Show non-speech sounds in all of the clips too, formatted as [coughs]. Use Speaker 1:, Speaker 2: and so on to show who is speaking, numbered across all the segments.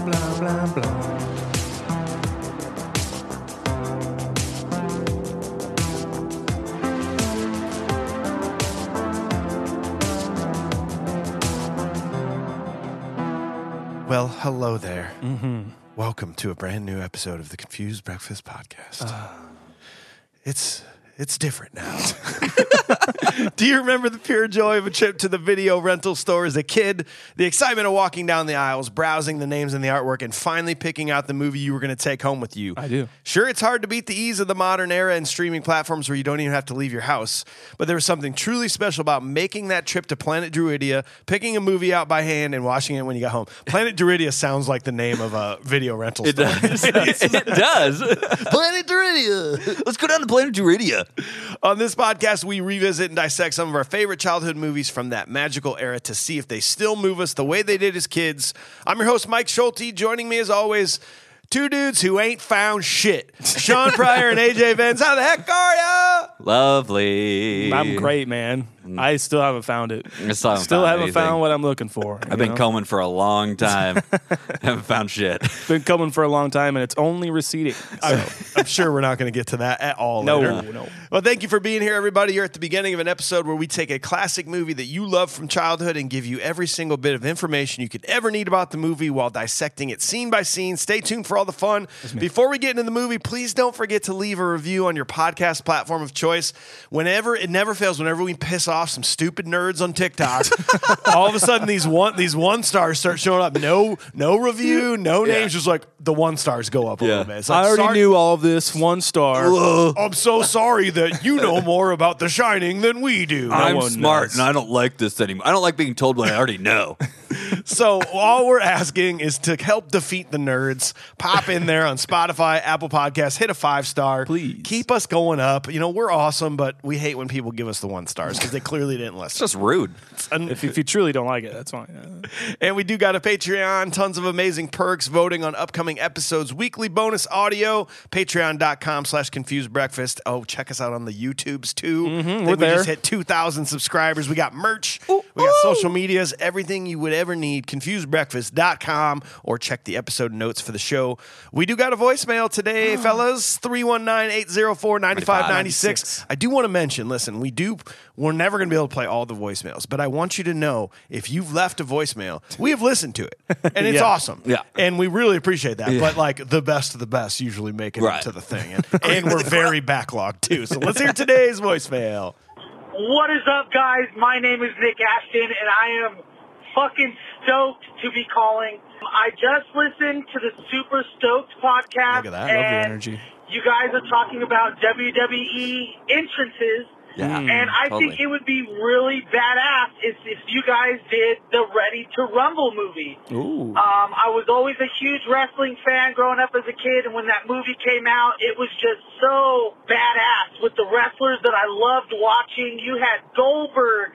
Speaker 1: blah, blah, blah. Well, hello there.
Speaker 2: Mm-hmm.
Speaker 1: Welcome to a brand new episode of the Confused Breakfast Podcast.
Speaker 2: Uh.
Speaker 1: it's it's different now. [laughs] Do you remember the pure joy of a trip to the video rental store as a kid? The excitement of walking down the aisles, browsing the names and the artwork, and finally picking out the movie you were going to take home with you.
Speaker 2: I do.
Speaker 1: Sure, it's hard to beat the ease of the modern era and streaming platforms where you don't even have to leave your house, but there was something truly special about making that trip to Planet Druidia, picking a movie out by hand, and watching it when you got home. Planet Druidia sounds like the name of a video rental
Speaker 2: [laughs]
Speaker 1: store.
Speaker 2: it [laughs] does.
Speaker 1: Planet Druidia.
Speaker 2: Let's go down to Planet Duridia.
Speaker 1: On this podcast, we revisit and dissect some of our favorite childhood movies from that magical era to see if they still move us the way they did as kids. I'm your host, Mike Schulte. Joining me, as always, two dudes who ain't found shit Sean Pryor and AJ Vance. How the heck are ya?
Speaker 2: Lovely.
Speaker 3: I'm great, man. I still haven't found it.
Speaker 2: I still haven't
Speaker 3: still
Speaker 2: Mm. found
Speaker 3: haven't
Speaker 2: anything.
Speaker 3: found what I'm looking for.
Speaker 2: I've been combing for a
Speaker 3: [laughs]
Speaker 2: long time. Haven't found shit.
Speaker 3: been coming for a long time, and it's
Speaker 1: [laughs]
Speaker 3: only receding. So,
Speaker 1: I'm sure we're not going to get to that at all.
Speaker 3: No,
Speaker 1: later.
Speaker 3: no.
Speaker 1: Well, thank you for being here, everybody. You're at the beginning of an episode where we take a classic movie that you love from childhood and give you every single bit of information you could ever need about the movie while dissecting it scene by scene. Stay tuned for all the fun. Before we get into the movie, please don't forget to leave a review on your podcast platform of choice. Whenever it never fails, whenever we piss off some stupid nerds on
Speaker 3: [laughs]
Speaker 1: TikTok, all of a sudden these one these one stars start showing up. No, no review, no names. Just like the one stars go up a
Speaker 2: Yeah.
Speaker 1: little bit. It's
Speaker 3: I
Speaker 1: like,
Speaker 3: already
Speaker 1: sorry-
Speaker 3: knew all of this. One star.
Speaker 1: I'm so sorry that you know more about The Shining than we do.
Speaker 2: I'm
Speaker 3: one
Speaker 2: smart
Speaker 3: knows.
Speaker 2: and I don't like this anymore. I don't like being told what I already
Speaker 3: [laughs]
Speaker 2: know.
Speaker 1: So all we're asking is to help defeat the nerds. Pop in there on Spotify, Apple Podcasts, hit a five star.
Speaker 3: Please.
Speaker 1: keep us going up. You know we're awesome, but we hate when people give us the one stars because they clearly didn't listen.
Speaker 2: Just rude.
Speaker 3: If, if you truly don't like it, that's fine.
Speaker 1: And we do got a Patreon, tons of amazing perks, voting on upcoming episodes, weekly bonus audio, patreon.com slash confused breakfast. Oh, check us out on the YouTubes too. I think
Speaker 3: Mm-hmm, we're
Speaker 1: we just
Speaker 3: there.
Speaker 1: hit 2,000 subscribers. We got merch, we got social medias, everything you would ever need, confusedbreakfast.com, or check the episode notes for the show. We do got a voicemail today,
Speaker 3: Hmm.
Speaker 1: fellas, 319 804 9596. I do want to mention, listen, we do we're never going to be able to play all the voicemails, but I want you to know if you've left a voicemail, we have listened to it. And it's
Speaker 3: [laughs] Yeah.
Speaker 1: awesome.
Speaker 2: Yeah.
Speaker 1: And we really appreciate that. But like the best of the best usually make it up
Speaker 2: Right.
Speaker 1: to the thing.
Speaker 3: [laughs]
Speaker 1: And, and we're very backlogged too. So let's hear today's voicemail.
Speaker 4: What is up, guys? My name is Nick Ashton, and I am fucking stoked to be calling. I just listened to the Super Stoked podcast.
Speaker 1: Look at that. Love
Speaker 3: the
Speaker 4: and
Speaker 3: energy.
Speaker 4: You guys are talking about WWE entrances.
Speaker 2: Yeah,
Speaker 4: and I think
Speaker 2: totally.
Speaker 4: it would be really badass if, if you guys did the Ready to Rumble movie.
Speaker 3: Ooh.
Speaker 4: Um, I was always a huge wrestling fan growing up as a kid, and when that movie came out, it was just so badass with the wrestlers that I loved watching. You had Goldberg,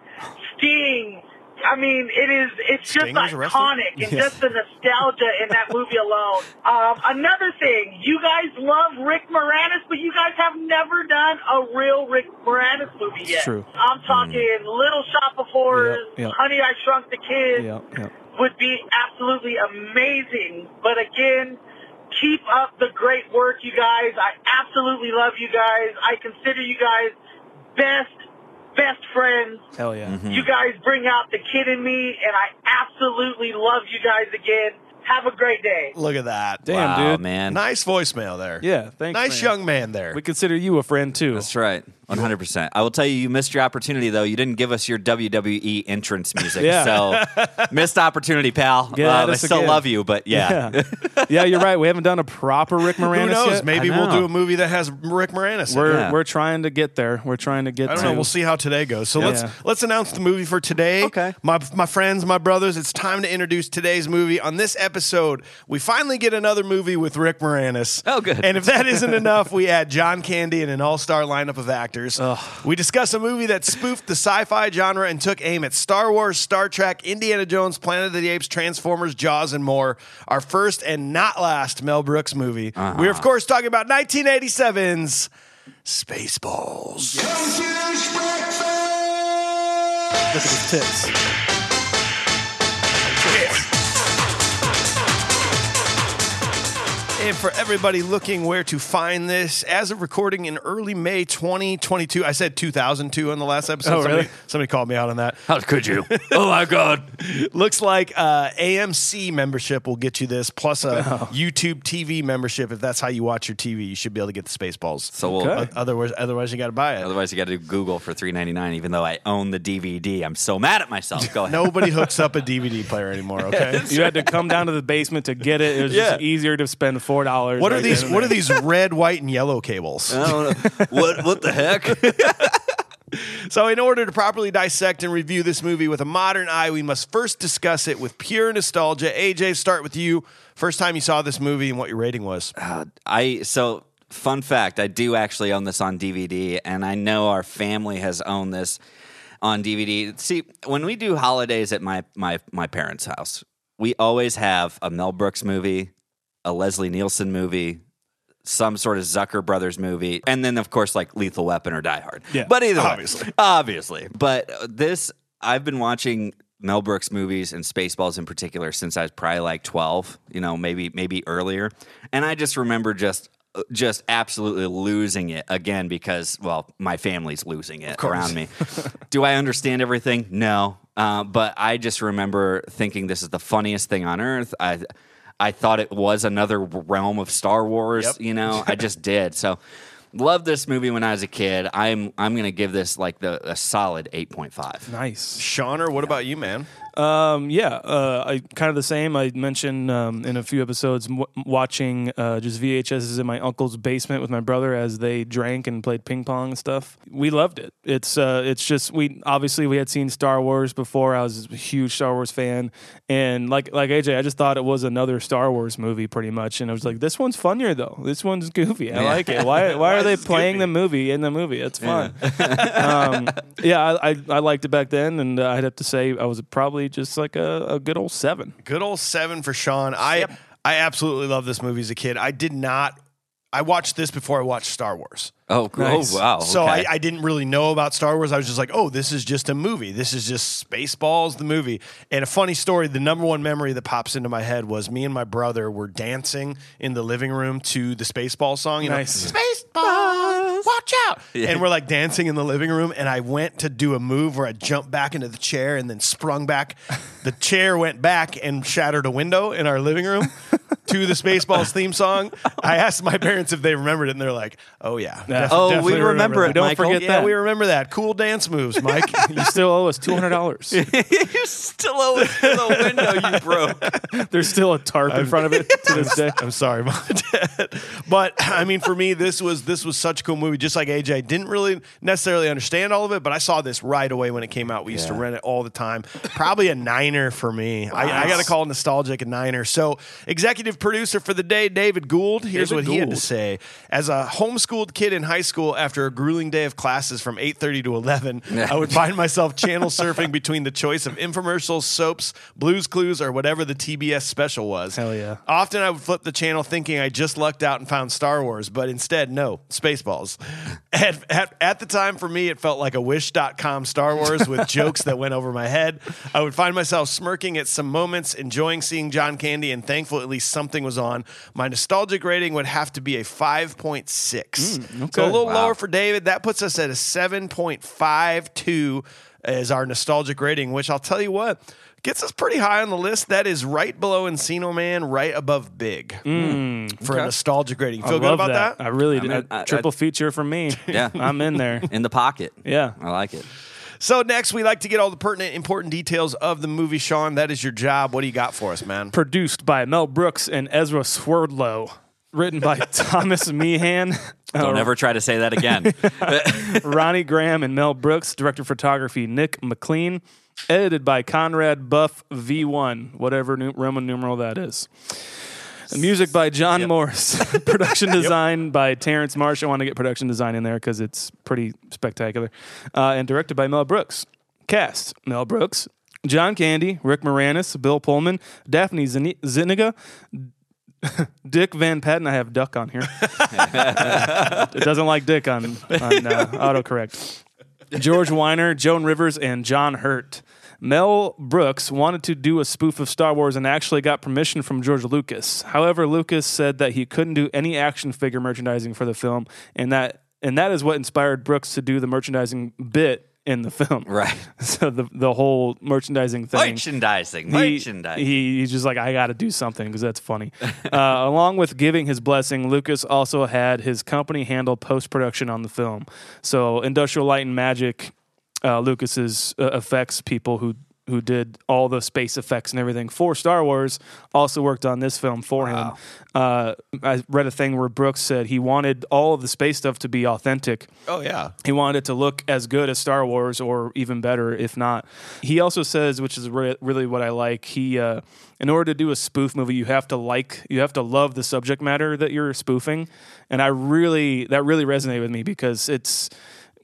Speaker 4: Sting. I mean, it is, it's just
Speaker 1: Sting was a wrestler?
Speaker 4: iconic and just the nostalgia in that movie alone. Um, another thing, you guys love Rick Moranis, but you guys have never done a real Rick Moranis movie yet.
Speaker 3: true.
Speaker 4: I'm talking
Speaker 1: Mm.
Speaker 4: Little Shop of Horrors,
Speaker 3: Yep, yep.
Speaker 4: Honey, I Shrunk the Kids
Speaker 3: Yeah, yeah.
Speaker 4: would be absolutely amazing. But again, keep up the great work, you guys. I absolutely love you guys. I consider you guys best, best friends.
Speaker 3: Hell yeah.
Speaker 1: Mm-hmm.
Speaker 4: You guys bring out the kid in me, and I absolutely love you guys again. Have a great day.
Speaker 1: Look at that.
Speaker 3: Damn,
Speaker 2: wow,
Speaker 3: dude.
Speaker 2: Oh, man.
Speaker 1: Nice voicemail there.
Speaker 3: Yeah, thanks.
Speaker 1: Nice
Speaker 3: man.
Speaker 1: young man there.
Speaker 3: We consider you a friend too.
Speaker 2: That's right. One hundred percent. I will tell you, you missed your opportunity though. You didn't give us your WWE entrance music,
Speaker 3: Yeah. [laughs]
Speaker 2: so missed opportunity, pal.
Speaker 3: Get at
Speaker 2: I
Speaker 3: us
Speaker 2: still
Speaker 3: again.
Speaker 2: love you, but yeah,
Speaker 3: Yeah. [laughs] yeah, you're right. We haven't done a proper Rick
Speaker 1: [laughs]
Speaker 3: Moranis
Speaker 1: Who knows?
Speaker 3: yet.
Speaker 1: Maybe
Speaker 2: I
Speaker 1: we'll
Speaker 2: know.
Speaker 1: do a movie that has Rick Moranis. in it.
Speaker 3: We're
Speaker 2: Yeah.
Speaker 3: we're trying to get there. We're trying to get
Speaker 1: I don't
Speaker 3: to
Speaker 1: know. We'll see how today goes. So
Speaker 3: Yeah.
Speaker 1: let's let's announce the movie for today.
Speaker 2: Okay.
Speaker 1: My my friends, my brothers, it's time to introduce today's movie. On this episode, we finally get another movie with Rick Moranis.
Speaker 2: Oh, good.
Speaker 1: And if that isn't enough, we add John Candy and an all-star lineup of actors. We discuss a movie that spoofed the sci-fi genre and took aim at Star Wars, Star Trek, Indiana Jones, Planet of the Apes, Transformers, Jaws, and more. Our first and not last Mel Brooks movie. We're of course talking about 1987's Spaceballs.
Speaker 3: look at his tits.
Speaker 1: And for everybody looking where to find this, as of recording in early May 2022, I said 2002 on the last episode.
Speaker 3: Oh,
Speaker 1: somebody,
Speaker 3: really?
Speaker 1: somebody called me out on that.
Speaker 2: how could you? oh my god!
Speaker 1: [laughs] Looks like uh, AMC membership will get you this, plus a
Speaker 2: Oh.
Speaker 1: YouTube TV membership. If that's how you watch your TV, you should be able to get the Spaceballs.
Speaker 2: [laughs] So we'll.
Speaker 3: Okay.
Speaker 1: otherwise, otherwise you got to buy it.
Speaker 2: Otherwise, you got to do Google for three ninety nine. Even though I own the DVD, I'm so mad at myself. [laughs] Go ahead.
Speaker 1: Nobody hooks up a DVD player anymore.
Speaker 2: [laughs]
Speaker 1: Okay.
Speaker 3: You had to come down to the basement to get it. It
Speaker 1: [laughs]
Speaker 3: was
Speaker 2: Yeah.
Speaker 3: just easier to spend four dollars.
Speaker 1: What are these? What are these red, white, and yellow cables?
Speaker 2: I don't know. what what the heck?
Speaker 1: So, in order to properly dissect and review this movie with a modern eye, we must first discuss it with pure nostalgia. AJ, start with you. First time you saw this movie and what your rating was.
Speaker 2: [laughs] I so fun fact, I do actually own this on DVD, and I know our family has owned this on DVD. See, when we do holidays at my my my parents' house, we always have a Mel Brooks movie, a Leslie Nielsen movie. Some sort of Zucker Brothers movie, and then of course like Lethal Weapon or Die Hard.
Speaker 3: Yeah,
Speaker 2: but either way,
Speaker 1: obviously.
Speaker 2: obviously. But uh, this, I've been watching Mel Brooks movies and Spaceballs in particular since I was probably like twelve, you know, maybe maybe earlier, and I just remember just uh, just absolutely losing it again because well, my family's losing it around me. Do I understand everything? No, uh, but I just remember thinking this is the funniest thing on earth. I. I thought it was another realm of Star Wars,
Speaker 1: Yep.
Speaker 2: you know. I [laughs] just did. So, loved this movie when I was a kid. I'm I'm gonna give this like the a solid eight point five.
Speaker 3: nice?
Speaker 1: Shauner, what about you, man?
Speaker 3: Um, yeah, uh, I kind of the same. I mentioned um, in a few episodes m- watching uh, just VHSs in my uncle's basement with my brother as they drank and played ping pong and stuff. We loved it. It's uh, it's just we obviously we had seen Star Wars before. I was a huge Star Wars fan, and like like AJ, I just thought it was another Star Wars movie pretty much. And I was like, this one's funnier though. This one's goofy. I like it. Why why are they playing the movie in the movie? It's fun [laughs] um, yeah, I, I, I liked it back then, and uh, I'd have to say I was probably just like a, a good old seven.
Speaker 1: Good old seven for Sean. I I absolutely love this movie as a kid. I did not. I watched this before I watched Star Wars.
Speaker 2: Oh,
Speaker 3: Nice.
Speaker 2: oh wow.
Speaker 1: So
Speaker 2: okay.
Speaker 1: I, I didn't really know about Star Wars. I was just like, oh, this is just a movie. This is just Spaceballs, the movie. And a funny story the number one memory that pops into my head was me and my brother were dancing in the living room to the Spaceball song. You
Speaker 3: Nice.
Speaker 1: Know, Spaceballs, watch out. And we're like dancing in the living room. And I went to do a move where I jumped back into the chair and then sprung back. the chair went back and shattered a window in our living room. To the Spaceballs theme song, I asked my parents if they remembered it, and they're like, "Oh yeah, Def-
Speaker 2: Oh,
Speaker 1: definitely
Speaker 2: we remember
Speaker 1: that.
Speaker 2: it,
Speaker 1: Don't
Speaker 2: Michael.
Speaker 1: forget
Speaker 3: Yeah,
Speaker 1: that.
Speaker 3: we
Speaker 1: We remember that. Cool dance moves,
Speaker 3: [laughs]
Speaker 1: Mike.
Speaker 3: You still
Speaker 2: [laughs]
Speaker 3: owe us two hundred dollars.
Speaker 2: you still owe it to the window [laughs] you broke.
Speaker 3: There's still a tarp in front of it to this
Speaker 2: [laughs]
Speaker 3: day.
Speaker 1: [laughs] I'm sorry, Mom and Dad. But I mean, for me, this was this was such a cool movie. Just like AJ, I didn't really necessarily understand all of it, but I saw this right away when it came out. We used to
Speaker 2: Yeah.
Speaker 1: rent it all the time. Probably a niner for me. I, I got to call it nostalgic a niner. So, executive producer for the day, David Gould. Here's
Speaker 3: David
Speaker 1: what he had to
Speaker 3: Gould.
Speaker 1: say: As a homeschooled kid in high school, after a grueling day of classes from 8:30 to
Speaker 3: [laughs]
Speaker 1: 11, I would find myself channel surfing between the choice of infomercials, soaps, Blues Clues, or whatever the TBS special was.
Speaker 3: Hell yeah.
Speaker 1: Often I would flip the channel thinking I just lucked out and found Star Wars, but instead, no, Spaceballs. [laughs] At, at, at the time, for me, it felt like a wish.com Star Wars
Speaker 3: [laughs]
Speaker 1: with jokes that went over my head. I would find myself smirking at some moments, enjoying seeing John Candy, and thankful at least something was on. My nostalgic rating would have to be a 5.6. So a
Speaker 3: Hmm, okay.
Speaker 1: little lower for David. That puts us at a 7.52. as our nostalgic rating, which I'll tell you what gets us pretty high on the list. That is right below Encino Man, right above Big Mm, for a nostalgic rating. Feel
Speaker 3: Mm, I
Speaker 1: good
Speaker 3: love
Speaker 1: about that?
Speaker 3: I really do.
Speaker 2: mean,
Speaker 3: A
Speaker 2: I- I-
Speaker 3: triple feature for [laughs] me.
Speaker 2: Yeah.
Speaker 3: I'm in there.
Speaker 2: in the pocket.
Speaker 3: [laughs] Yeah.
Speaker 2: I like it.
Speaker 1: So next, we like to get all the pertinent, important details of the movie. Sean, that is your job. What do you got for us, man?
Speaker 3: Produced by Mel Brooks and Ezra Swerdlow. Written [laughs] by Thomas Meehan.
Speaker 1: Oh.
Speaker 2: Don't
Speaker 3: uh,
Speaker 2: ever try to say that
Speaker 1: [laughs]
Speaker 2: again. [laughs]
Speaker 3: Ronnie Graham and Mel Brooks, director of photography Nick McLean, edited by Conrad Buff V1, whatever nu- Roman numeral that is. The music by John Morris, [laughs] production design by Terrence Marsh. I want to get production design in there because it's pretty spectacular, uh, and directed by Mel Brooks. Cast: Mel Brooks, John Candy, Rick Moranis, Bill Pullman, Daphne Zin- Zuniga. Dick Van Patten, I have duck on here. it doesn't like dick on, on uh, autocorrect. George Weiner, Joan Rivers, and John Hurt. Mel Brooks wanted to do a spoof of Star Wars and actually got permission from George Lucas. However, Lucas said that he couldn't do any action figure merchandising for the film, and that and that is what inspired Brooks to do the merchandising bit in the film.
Speaker 2: Right.
Speaker 3: [laughs] So the the whole merchandising thing
Speaker 2: merchandising.
Speaker 3: he,
Speaker 2: Merchandising.
Speaker 3: he- he's just like, I got to do something because that's funny. uh, [laughs] along with giving his blessing, Lucas also had his company handle post production on the film. So, Industrial Light and Magic, uh, Lucas's uh, effects people who who did all the space effects and everything for Star Wars also worked on this film for him. Uh, I read a thing where Brooks said he wanted all of the space stuff to be authentic.
Speaker 1: Oh yeah,
Speaker 3: He wanted it to look as good as Star Wars, or even better, if not. He also says, which is re- really what I like, he uh, in order to do a spoof movie, you have to like, you have to love the subject matter that you're spoofing, and I really that really resonated with me because it's.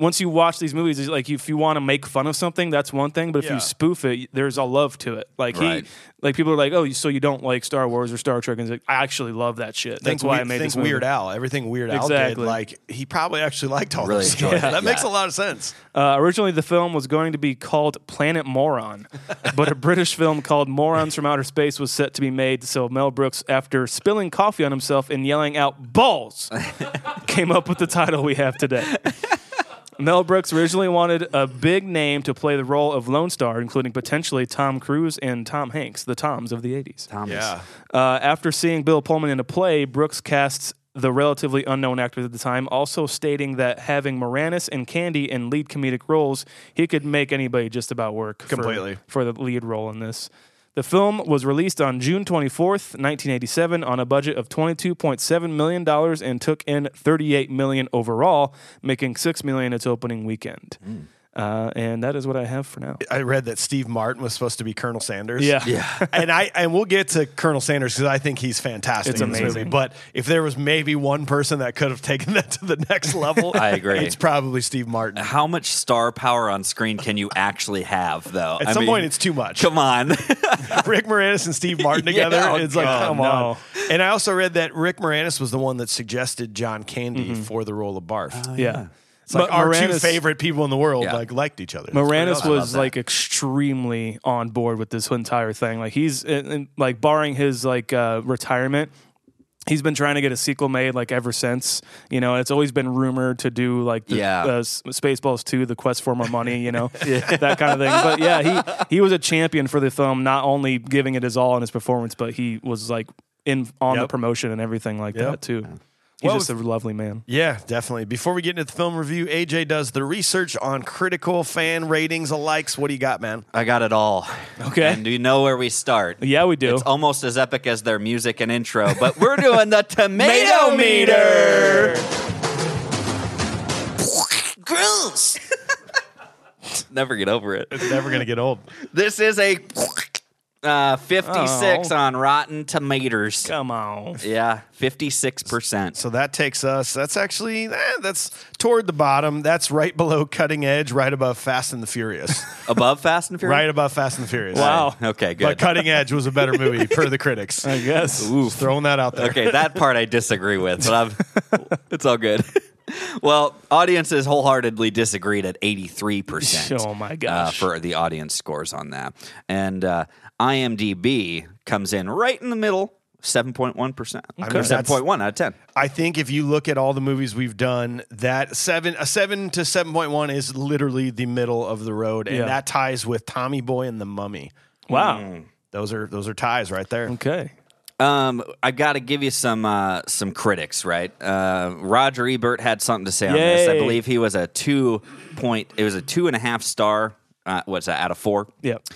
Speaker 3: Once you watch these movies, it's like if you want to make fun of something, that's one thing. But if
Speaker 1: Yeah.
Speaker 3: you spoof it, there's a love to it. Like
Speaker 2: Right.
Speaker 3: he, like people are like, "Oh, so you don't like Star Wars or Star Trek?" And it's like, I actually love that shit. That's
Speaker 1: think
Speaker 3: why
Speaker 1: we-
Speaker 3: I made
Speaker 1: think
Speaker 3: this movie.
Speaker 1: Weird Al. Everything Weird Al
Speaker 3: Exactly.
Speaker 1: did, like he probably actually liked all
Speaker 2: Really
Speaker 1: those
Speaker 2: enjoyed
Speaker 1: stories.
Speaker 2: it,
Speaker 1: That makes a
Speaker 2: yeah.
Speaker 1: lot of sense.
Speaker 3: Uh, originally, the film was going to be called Planet Moron, but a British film called Morons from Outer Space was set to be made. So Mel Brooks, after spilling coffee on himself and yelling out "balls," came up with the title we have today. Mel Brooks originally wanted a big name to play the role of Lone Star, including potentially Tom Cruise and Tom Hanks, the Toms of the 80s.
Speaker 2: Thomas.
Speaker 1: Yeah,
Speaker 3: Uh, after seeing Bill Pullman in a play, Brooks casts the relatively unknown actors at the time, also stating that having Moranis and Candy in lead comedic roles, he could make anybody just about work for-
Speaker 1: Completely.
Speaker 3: for, the lead role in this. The film was released on June 24th, 1987 on a budget of 22.7 million dollars and took in 38 million overall, making 6 million its opening weekend.
Speaker 1: Mm.
Speaker 3: Uh, and that is what I have for now.
Speaker 1: I read that Steve Martin was supposed to be Colonel Sanders.
Speaker 3: Yeah.
Speaker 1: [laughs] and I and we'll get to Colonel Sanders because I think he's fantastic
Speaker 3: It's
Speaker 1: in this
Speaker 3: amazing.
Speaker 1: movie. But if there was maybe one person that could have taken [laughs] that to the next [laughs] level,
Speaker 2: [laughs] I agree.
Speaker 1: It's probably Steve Martin. [laughs]
Speaker 2: How much star power on screen can you actually have, though?
Speaker 1: At some point, it's too much.
Speaker 2: Come
Speaker 1: [laughs]
Speaker 2: on.
Speaker 1: Rick Moranis and Steve Martin
Speaker 2: [laughs] Yeah,
Speaker 1: together.
Speaker 2: oh
Speaker 1: it's like,
Speaker 2: God,
Speaker 1: come
Speaker 3: no.
Speaker 1: on. And I also read that Rick Moranis was the one that suggested John Candy for the role of Barf.
Speaker 3: Mm-hmm. Oh, Yeah.
Speaker 1: it's like
Speaker 3: But
Speaker 1: our two
Speaker 3: Moranis-
Speaker 1: favorite people in the world
Speaker 2: Yeah.
Speaker 1: like liked each other.
Speaker 3: Moranis
Speaker 2: awesome. I love
Speaker 3: was
Speaker 2: that.
Speaker 3: like extremely on board with this entire thing. Like he's and- and, like barring his like uh, retirement, he's been trying to get a sequel made like ever since. You know, it's always been rumored to do like the
Speaker 2: Yeah.
Speaker 3: uh, S- Spaceballs two, The Quest for More Money.
Speaker 2: [laughs]
Speaker 3: You know, that kind of thing. But yeah, he he was a champion for the film, not only giving it his all in his performance, but he was like in on the
Speaker 1: Yep.
Speaker 3: promotion and everything like that too. He's
Speaker 1: Well,
Speaker 3: just a lovely man.
Speaker 1: Yeah, definitely. Before we get into the film review, AJ does the research on critical fan ratings, likes. What do you got, man?
Speaker 2: I got it all.
Speaker 3: Okay.
Speaker 2: And do you know where we start?
Speaker 3: Yeah, we do.
Speaker 2: It's almost as epic as their music and intro, but we're doing the [laughs] tomato meter. Gross. [laughs] Never get over it.
Speaker 1: Never gonna get old.
Speaker 2: This is a uh, 56
Speaker 3: Oh.
Speaker 2: on Rotten Tomatoes.
Speaker 3: Come on.
Speaker 2: Yeah, 56%.
Speaker 1: So that takes us. That's actually eh, that's toward the bottom. That's right below Cutting Edge, right above Fast and the Furious,
Speaker 2: Above Fast and Furious?
Speaker 1: right above Fast and the Furious.
Speaker 3: Wow.
Speaker 2: Okay, good.
Speaker 1: But Cutting Edge was a better movie per the critics.
Speaker 3: I guess.
Speaker 1: Just throwing that out there.
Speaker 2: Okay, that part I disagree with, but
Speaker 3: [laughs]
Speaker 2: I'm, it's all good. well, audiences wholeheartedly disagreed at 83%.
Speaker 3: Oh my
Speaker 2: uh,
Speaker 3: gosh.
Speaker 2: for the audience scores on that. And uh, IMDb comes in right in the middle seven point one percent.
Speaker 1: mean, that's-
Speaker 2: Seven point one out of ten.
Speaker 1: I think if you look at all the movies we've done, that seven a seven to seven point one is literally the middle of the road, and
Speaker 3: Yeah.
Speaker 1: that ties with Tommy Boy and the Mummy.
Speaker 3: Wow.
Speaker 2: Mm.
Speaker 1: Those are those are ties right there.
Speaker 3: Okay.
Speaker 2: Um, I got to give you some uh, some critics, right? Uh, Roger Ebert had something to say on this. I
Speaker 3: Yay.
Speaker 2: believe he was a two point. It was a two and a half star. Uh, what's that? Out of four.
Speaker 3: Yep.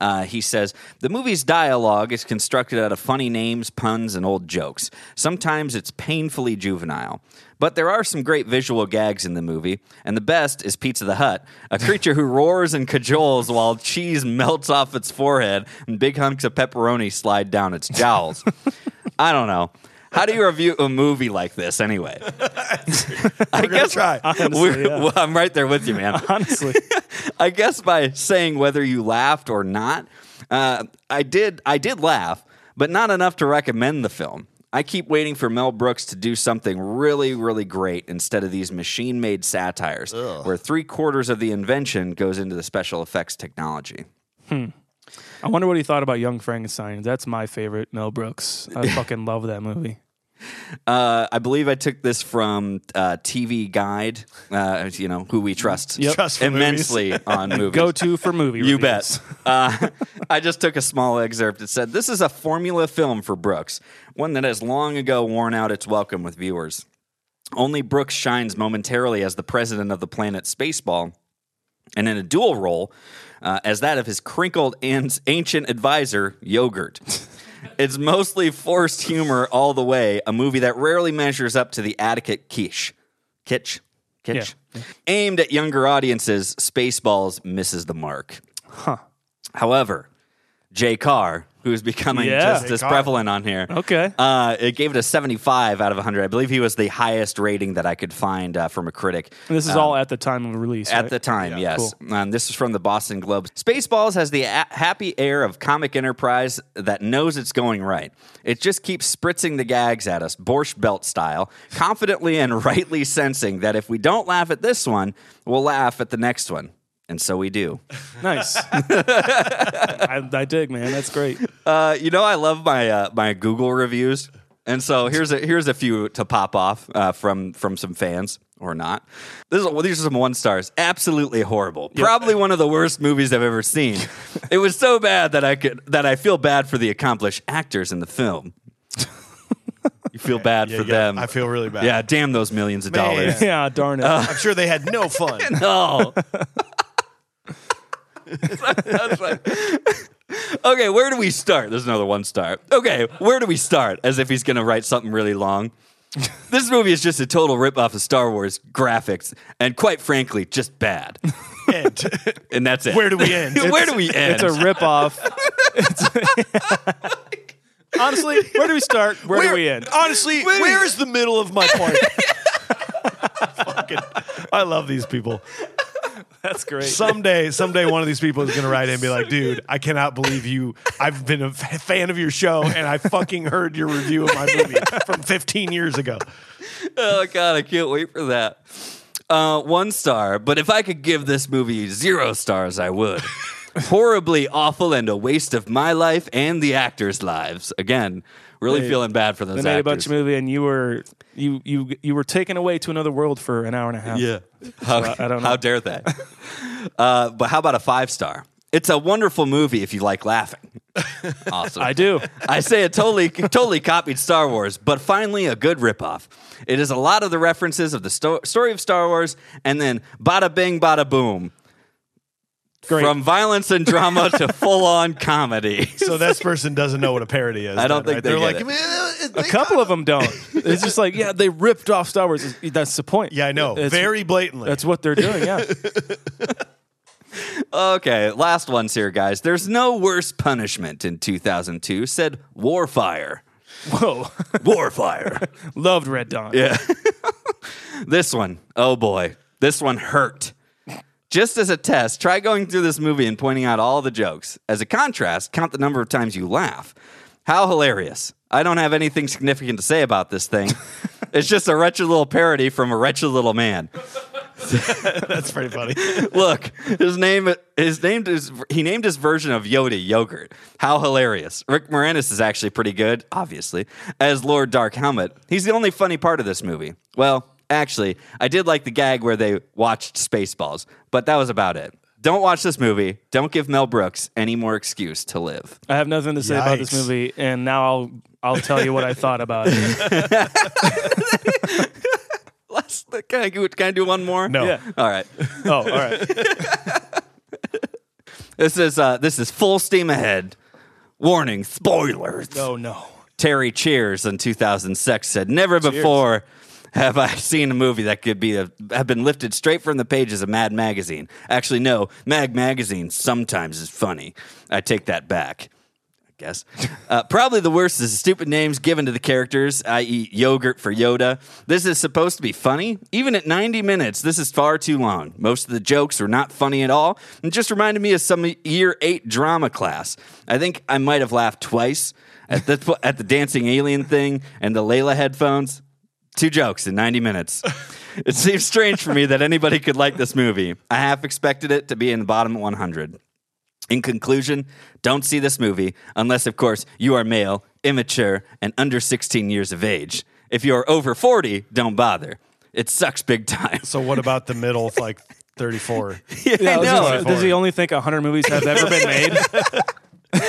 Speaker 2: Uh, he says the movie's dialogue is constructed out of funny names, puns, and old jokes. Sometimes it's painfully juvenile, but there are some great visual gags in the movie, and the best is Pizza the Hut, a creature who roars and cajoles while cheese melts off its forehead and big hunks of pepperoni slide down its jowls. I don't know. How do you review a movie like this anyway? I guess
Speaker 1: try.
Speaker 3: [laughs]
Speaker 2: we're- well, I'm right there with you, man.
Speaker 3: Honestly.
Speaker 2: [laughs] I guess by saying whether you laughed or not, uh, I did. I did laugh, but not enough to recommend the film. I keep waiting for Mel Brooks to do something really, really great instead of these machine-made satires, where three quarters of the invention goes into the special effects technology.
Speaker 3: I wonder what he thought about Young Frankenstein. That's my favorite Mel Brooks.
Speaker 2: [laughs]
Speaker 3: I fucking love that movie.
Speaker 2: Uh, I believe I took this from uh, TV Guide, uh, you know, who we trust,
Speaker 1: Trust for movies.
Speaker 2: immensely
Speaker 3: [laughs]
Speaker 2: on movies.
Speaker 3: Go to for movie.
Speaker 2: [laughs] You
Speaker 3: reviews. [laughs]
Speaker 2: bet. Uh, I just took a small excerpt. It said, This is a formula film for Brooks, one that has long ago worn out its welcome with viewers. Only Brooks shines momentarily as the president of the planet Spaceball, and in a dual role uh, as that of his crinkled and [laughs] ancient advisor,
Speaker 3: [laughs]
Speaker 2: Yogurt. it's mostly forced humor all the way, a movie that rarely measures up to the adequate quiche. Kitsch? Kitsch? Aimed at younger audiences, Spaceballs misses the mark. However, Jay Carr, who's becoming
Speaker 3: Yeah.
Speaker 2: just
Speaker 3: Jay
Speaker 2: as prevalent on here,
Speaker 3: Okay.
Speaker 2: uh, it gave it a 75 out of 100. I believe he was the highest rating that I could find uh, from a critic.
Speaker 3: And this is all at the time of release.
Speaker 2: um, At
Speaker 3: right?
Speaker 2: the time, yes. Um, this is from the Boston Globe. Spaceballs has the a- happy air of comic enterprise that knows it's going right. It just keeps spritzing the gags at us, Borscht Belt style, confidently and [laughs] rightly sensing that if we don't laugh at this one, we'll laugh at the next one. And so we do.
Speaker 3: [laughs]
Speaker 2: [laughs]
Speaker 3: Nice. I, I dig, man. That's great.
Speaker 2: Uh, you know, I love my uh, my Google reviews, and so here's a here's a few to pop off uh, from from some fans or not. This is, well, these are some one stars. Absolutely horrible. Probably one of the worst movies I've ever
Speaker 1: [laughs]
Speaker 2: seen. it was so bad that I could that I feel bad for the accomplished actors in the
Speaker 1: [laughs]
Speaker 2: film. you feel bad
Speaker 1: Yeah,
Speaker 2: for
Speaker 1: yeah,
Speaker 2: them.
Speaker 1: I feel really bad.
Speaker 2: Yeah, damn those millions of
Speaker 1: Man.
Speaker 2: dollars.
Speaker 3: Yeah, darn it.
Speaker 2: Uh,
Speaker 1: I'm sure they had no
Speaker 3: [laughs]
Speaker 1: fun.
Speaker 2: No. okay, where do we start? There's another one star. Okay, where do we start? As if he's going to write something really long. this movie is just a total ripoff of Star Wars graphics, and quite frankly, just bad.
Speaker 1: And
Speaker 2: And that's it.
Speaker 1: Where do we
Speaker 2: [laughs]
Speaker 1: end?
Speaker 2: where do we end?
Speaker 3: it's a ripoff. It's- [laughs] Honestly, where do we start? Where, do [laughs]
Speaker 2: [laughs]
Speaker 3: we end?
Speaker 1: Honestly, where is the middle of my point? Fucking, I love these people.
Speaker 3: That's great.
Speaker 1: Someday, someday, one of these people is going to write in and be like, "Dude, I cannot believe you. I've been a f- fan of your show, and I fucking heard your review of my movie from 15 years ago."
Speaker 2: oh god, I can't wait for that. Uh, one star, but if I could give this movie zero stars, I
Speaker 3: [laughs]
Speaker 2: would. Horribly awful and a waste of my life and the actors' lives. Again, really feeling bad for those
Speaker 3: they made a
Speaker 2: actors.
Speaker 3: bunch of movie, and you were you you you were taken away to another world for an hour and a half.
Speaker 2: Yeah. How,
Speaker 3: I- I don't know.
Speaker 2: how dare they? uh, but how about a five star? It's a wonderful movie if you like
Speaker 3: [laughs]
Speaker 2: laughing. Awesome.
Speaker 3: I do.
Speaker 2: I say it totally, totally copied Star Wars, but finally a good ripoff. It is a lot of the references of the sto- story of Star Wars, and then bada bing, bada boom.
Speaker 3: Great.
Speaker 2: From violence and drama
Speaker 1: [laughs]
Speaker 2: to full-on comedy.
Speaker 1: So this person doesn't know what a parody is.
Speaker 2: I don't
Speaker 1: then,
Speaker 2: think
Speaker 1: right?
Speaker 2: they
Speaker 1: are
Speaker 2: get
Speaker 1: like "Man,
Speaker 3: a
Speaker 1: they
Speaker 3: couple of them don't. It's just like yeah, they ripped off Star Wars. It's- That's the point.
Speaker 1: Yeah, I know.
Speaker 3: It's-
Speaker 1: Very blatantly.
Speaker 3: That's what they're
Speaker 1: [laughs]
Speaker 3: doing. Yeah.
Speaker 2: Okay, last ones here, guys. There's no worse punishment in 2002. Said Warfire.
Speaker 3: Whoa. [laughs]
Speaker 2: Warfire.
Speaker 3: Loved Red Dawn. Yeah.
Speaker 2: This one, oh boy, this one hurt. Just as a test, try going through this movie and pointing out all the jokes. As a contrast, count the number of times you laugh. How hilarious. I don't have anything significant to say about this thing. It's just a wretched little parody from a wretched little man.
Speaker 1: That's pretty
Speaker 2: [laughs]
Speaker 1: funny.
Speaker 2: Look, his name his name is he named his version of Yoda yogurt. How hilarious. Rick Moranis is actually pretty good, obviously, as Lord Dark Helmet. He's the only funny part of this movie. Well, actually, I did like the gag where they watched Spaceballs, but that was about it. Don't watch this movie. Don't give Mel Brooks any more excuse to live. [laughs]
Speaker 3: I have nothing to say about this
Speaker 1: Yikes.
Speaker 3: movie, and now I'll I'll tell you what I thought
Speaker 1: [laughs]
Speaker 3: about it.
Speaker 2: Last, can I, do- can I do one more?
Speaker 1: No.
Speaker 3: Yeah.
Speaker 2: All right.
Speaker 3: Oh, all right.
Speaker 2: This is uh, this is full steam ahead. Warning, spoilers.
Speaker 3: Oh no.
Speaker 2: Terry Cheers in 2006 said, "Never before have I seen a movie that could be a, have been lifted straight from the pages of Mad Magazine. Actually, no, Mag Magazine sometimes is funny. I take that back." I Guess. Uh, probably the worst is the stupid names given to the characters, i.e., yogurt for Yoda. This is supposed to be funny. Even at 90 minutes, this is far too long. Most of the jokes were not funny at all and just reminded me of some year eight drama class. I think I might have laughed twice at the [laughs] at the dancing alien thing and the Layla headphones. Two jokes in 90 minutes. It seems strange for me that anybody could like this movie. I half expected it to be in the bottom 100. In conclusion, don't see this movie unless, of course, you are male, immature, and under 16 years of age. If you are over 40, don't bother. It sucks big time.
Speaker 5: So what about the middle, like
Speaker 2: [laughs]
Speaker 5: 34?
Speaker 3: [laughs]
Speaker 2: I
Speaker 3: Yeah, was
Speaker 2: know.
Speaker 3: gonna say, does he only think 100 movies have ever been
Speaker 1: [laughs]
Speaker 3: made?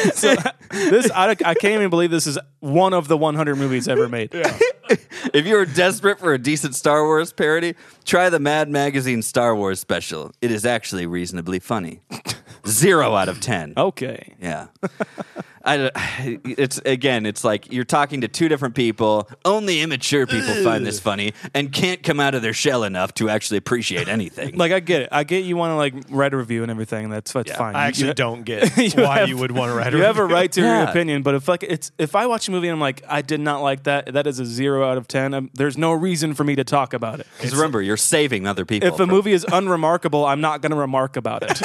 Speaker 3: [laughs] so, this I, I can't even believe this is one of the 100 movies ever made.
Speaker 2: If you are desperate for a decent Star Wars parody, try the Mad Magazine Star Wars special. It is actually reasonably
Speaker 3: [laughs]
Speaker 2: funny. Zero out of 10.
Speaker 3: Okay.
Speaker 2: Yeah. I, don't- [sighs] it's again, it's like you're talking to two different people. Only immature people find
Speaker 3: [sighs]
Speaker 2: this funny and can't come out of their shell enough to actually appreciate anything.
Speaker 3: Like I get it. I get you want to like write a review and everything. That's that's fine.
Speaker 5: I
Speaker 3: You-
Speaker 5: actually
Speaker 3: you-
Speaker 5: don't get
Speaker 3: [laughs] You
Speaker 5: why
Speaker 3: have-
Speaker 5: you would want to write a
Speaker 3: You have a
Speaker 5: review.
Speaker 1: [laughs]
Speaker 3: right to your
Speaker 2: Yeah.
Speaker 3: opinion, but if like it's if I watch a movie and I'm like I did not like that, that is a zero out of ten. Um there's no reason for me to talk about it.
Speaker 2: Because remember, you're saving other people.
Speaker 3: If a
Speaker 2: from-
Speaker 3: movie is unremarkable, I'm not going to remark about
Speaker 5: [laughs]
Speaker 3: it.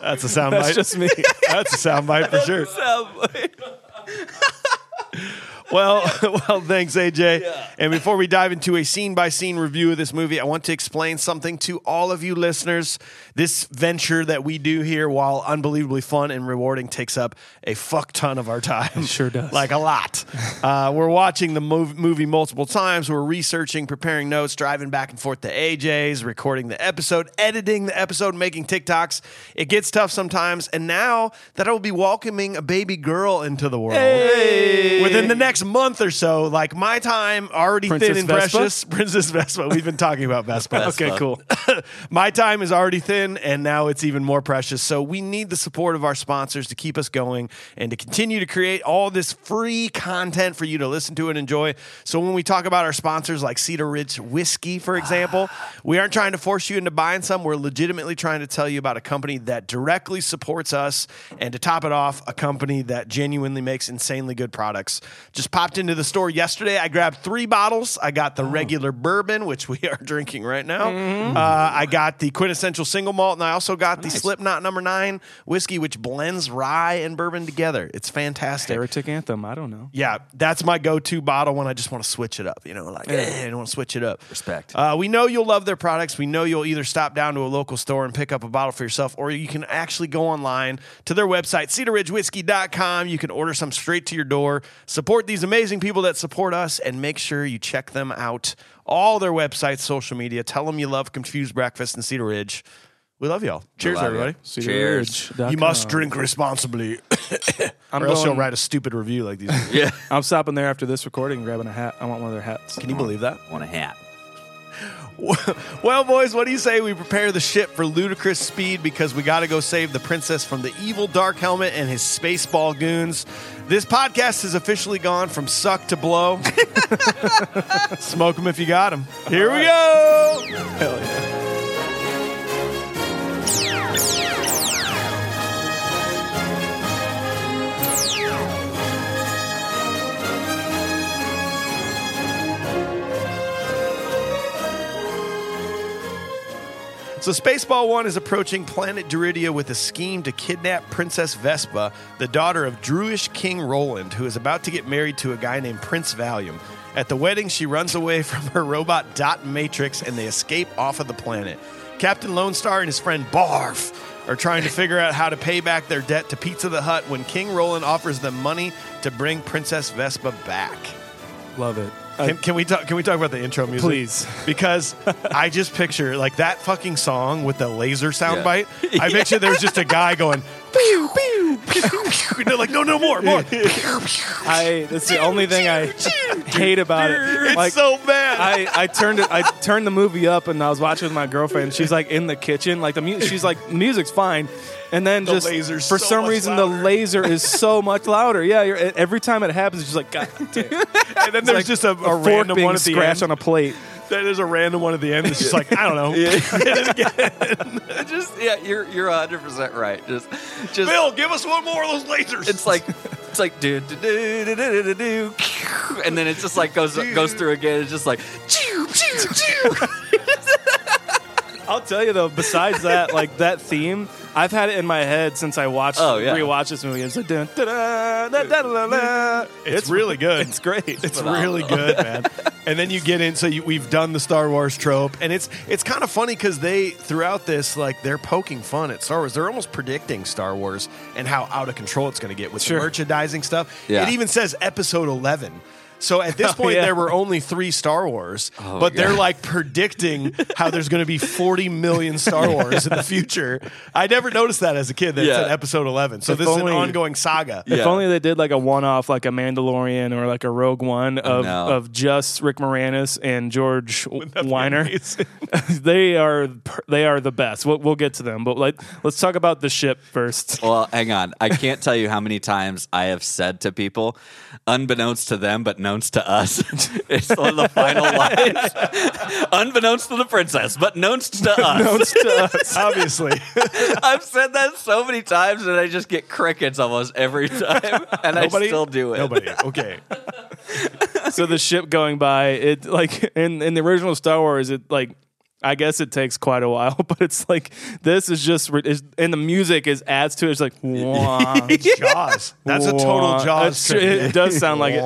Speaker 5: That's a soundbite.
Speaker 3: That's
Speaker 5: [laughs]
Speaker 3: just me.
Speaker 5: That's a soundbite for sure.
Speaker 1: [laughs] Well, [laughs] well, thanks, AJ. And before we dive into a scene by scene review of this movie, I want to explain something to all of you listeners. This venture that we do here, while unbelievably fun and rewarding, takes up a fuck ton of our time.
Speaker 3: sure does.
Speaker 1: [laughs] Like a lot. Uh, we're watching the mov- movie multiple times. We're researching, preparing notes, driving back and forth to AJ's, recording the episode, editing the episode, making TikToks. It gets tough sometimes. And now that I will be welcoming a baby girl into the world within the next month or so, like my time already thin
Speaker 3: Princess
Speaker 1: and
Speaker 3: Vespa?
Speaker 1: precious. [laughs] Princess Vespa. We've been talking about Vespa.
Speaker 2: Vespa.
Speaker 1: Okay, cool. my time is already thin, and now it's even more precious. So we need the support of our sponsors to keep us going and to continue to create all this free content for you to listen to and enjoy. So when we talk about our sponsors like Cedar Ridge Whiskey, for example, we aren't trying to force you into buying some. We're legitimately trying to tell you about a company that directly supports us, and to top it off, a company that genuinely makes insanely good products. Just popped into the store yesterday. I grabbed three bottles. I got the regular bourbon, which we [laughs] are drinking right now. Uh, I got the quintessential single malt, and I also got the Slipknot Number Nine whiskey, which blends rye and bourbon together. It's fantastic.
Speaker 3: Heretic anthem. I don't know.
Speaker 1: Yeah, that's my go-to bottle when I just want to switch it up. You know, like eh, I want to switch it up.
Speaker 2: Respect.
Speaker 1: Uh, we know you'll love their products. We know you'll either stop down to a local store and pick up a bottle for yourself, or you can actually go online to their website, cedarridgewhiskey.com. You can order some straight to your door. Support these amazing people that support us, and make sure you check them out. All their websites, social media. Tell them you love Confused Breakfast and Cedar Ridge. We love y'all. Cheers,
Speaker 2: Love it.
Speaker 1: everybody.
Speaker 2: Cheers.
Speaker 1: You must drink responsibly, [coughs]
Speaker 3: I'm,
Speaker 1: or else you'll
Speaker 3: going,
Speaker 1: write a stupid review like these.
Speaker 2: Yeah.
Speaker 3: I'm stopping there after this recording, and grabbing a hat. I want one of their hats.
Speaker 1: Can you believe that?
Speaker 2: Want a hat.
Speaker 1: [laughs] Well, boys, what do you say we prepare the ship for ludicrous speed because we got to go save the princess from the evil Dark Helmet and his spaceball goons? This podcast has officially gone from suck to blow. [laughs] Smoke them if you got them. Here we go. So Spaceball 1 is approaching planet Duridia with a scheme to kidnap Princess Vespa, the daughter of Druish King Roland, who is about to get married to a guy named Prince Valium. At the wedding, she runs away [laughs] from her robot Dot Matrix and they escape off of the planet. Captain Lone Star and his friend Barf are trying to figure out how to pay back their debt to Pizza the Hut when King Roland offers them money to bring Princess Vespa back.
Speaker 3: Love it.
Speaker 5: Can, can we talk? Can we talk about the intro music,
Speaker 3: Uh, Please.
Speaker 5: [laughs] Because I just picture like that fucking song with the laser sound
Speaker 2: Yeah.
Speaker 5: bite. I picture there's just a guy going, pew, pew, pew, pew. And they're like, no, no more, more.
Speaker 3: I that's the only thing I hate about it.
Speaker 5: It's so bad.
Speaker 3: I, I turned it. I turned the movie up, and I was watching with my girlfriend. She's like in the kitchen, like the mu- she's like music's fine, and then just
Speaker 5: laser's
Speaker 3: for
Speaker 5: so
Speaker 3: some
Speaker 5: much
Speaker 3: reason the
Speaker 5: louder.
Speaker 3: laser is so much louder. Yeah, you're, e, every time it happens, it's just like God damn.
Speaker 5: and then there's
Speaker 3: like
Speaker 5: just a, a
Speaker 3: fork
Speaker 5: random
Speaker 3: being
Speaker 5: one at the
Speaker 3: scratched
Speaker 5: end.
Speaker 3: on a plate.
Speaker 5: Then there's a random one at the end. It's just like I don't know.
Speaker 2: [laughs] just yeah, you're you're 100 percent right. Just
Speaker 5: [laughs]
Speaker 2: just
Speaker 5: Bill, give us one more of those lasers.
Speaker 2: it's like it's like do do do do do do do, do, [laughs] and then it just like goes goes through again. It's just like choo choo choo.
Speaker 3: I'll tell you though, besides that, like that theme, I've had it in my head since I watched
Speaker 2: Oh, yeah.
Speaker 3: rewatched this movie. It's like dun, da, da, da, da, da, da.
Speaker 5: it's, really good.
Speaker 3: It's great.
Speaker 5: It's really good,
Speaker 3: [laughs]
Speaker 5: man. And then you get in, so you, we've done the Star Wars trope, and it's
Speaker 1: It's kind of funny because they throughout this like they're poking fun at Star Wars. They're almost predicting Star Wars and how out of control it's going to get with
Speaker 3: Sure.
Speaker 1: the merchandising stuff.
Speaker 2: Yeah.
Speaker 1: It even says Episode Eleven. So at
Speaker 3: [laughs]
Speaker 1: this point,
Speaker 3: Oh, yeah. Oh,
Speaker 1: there were only three Star Wars, but they're like predicting how there's going to be 40 million
Speaker 3: [laughs]
Speaker 1: Star Wars in the future. I never noticed that as a kid. That
Speaker 2: Yeah.
Speaker 1: it's an Episode Eleven. So
Speaker 3: If
Speaker 1: this is an
Speaker 3: only-
Speaker 1: ongoing saga. [laughs]
Speaker 3: If
Speaker 2: Yeah.
Speaker 3: only they did like a one-off, like a Mandalorian or like a Rogue One of
Speaker 2: no.
Speaker 3: of just Rick Moranis and George Weiner. [laughs] they are per- they are the best. We'll, we'll get to them, but like let's talk about the ship first. [laughs]
Speaker 2: Well, hang on. I can't tell you how many times I have said to people, unbeknownst to them, but known to us, [laughs] it's on the final line. [laughs] unbeknownst to the princess, but known to us.
Speaker 3: uh,
Speaker 5: obviously
Speaker 1: [laughs]
Speaker 2: [laughs] I've said that so many times, and I just get crickets almost every time, [laughs] and I still do it. [laughs]
Speaker 5: nobody. Okay,
Speaker 3: so the ship going by, it like in in the original Star Wars, it like. I guess it takes quite a while, [laughs] but it's like this is just re- is, and the music is adds to it. It's like wah,
Speaker 5: Jaws. That's a total
Speaker 3: wah.
Speaker 5: Jaws.
Speaker 3: That's true.
Speaker 5: tribute.
Speaker 3: It does sound like it.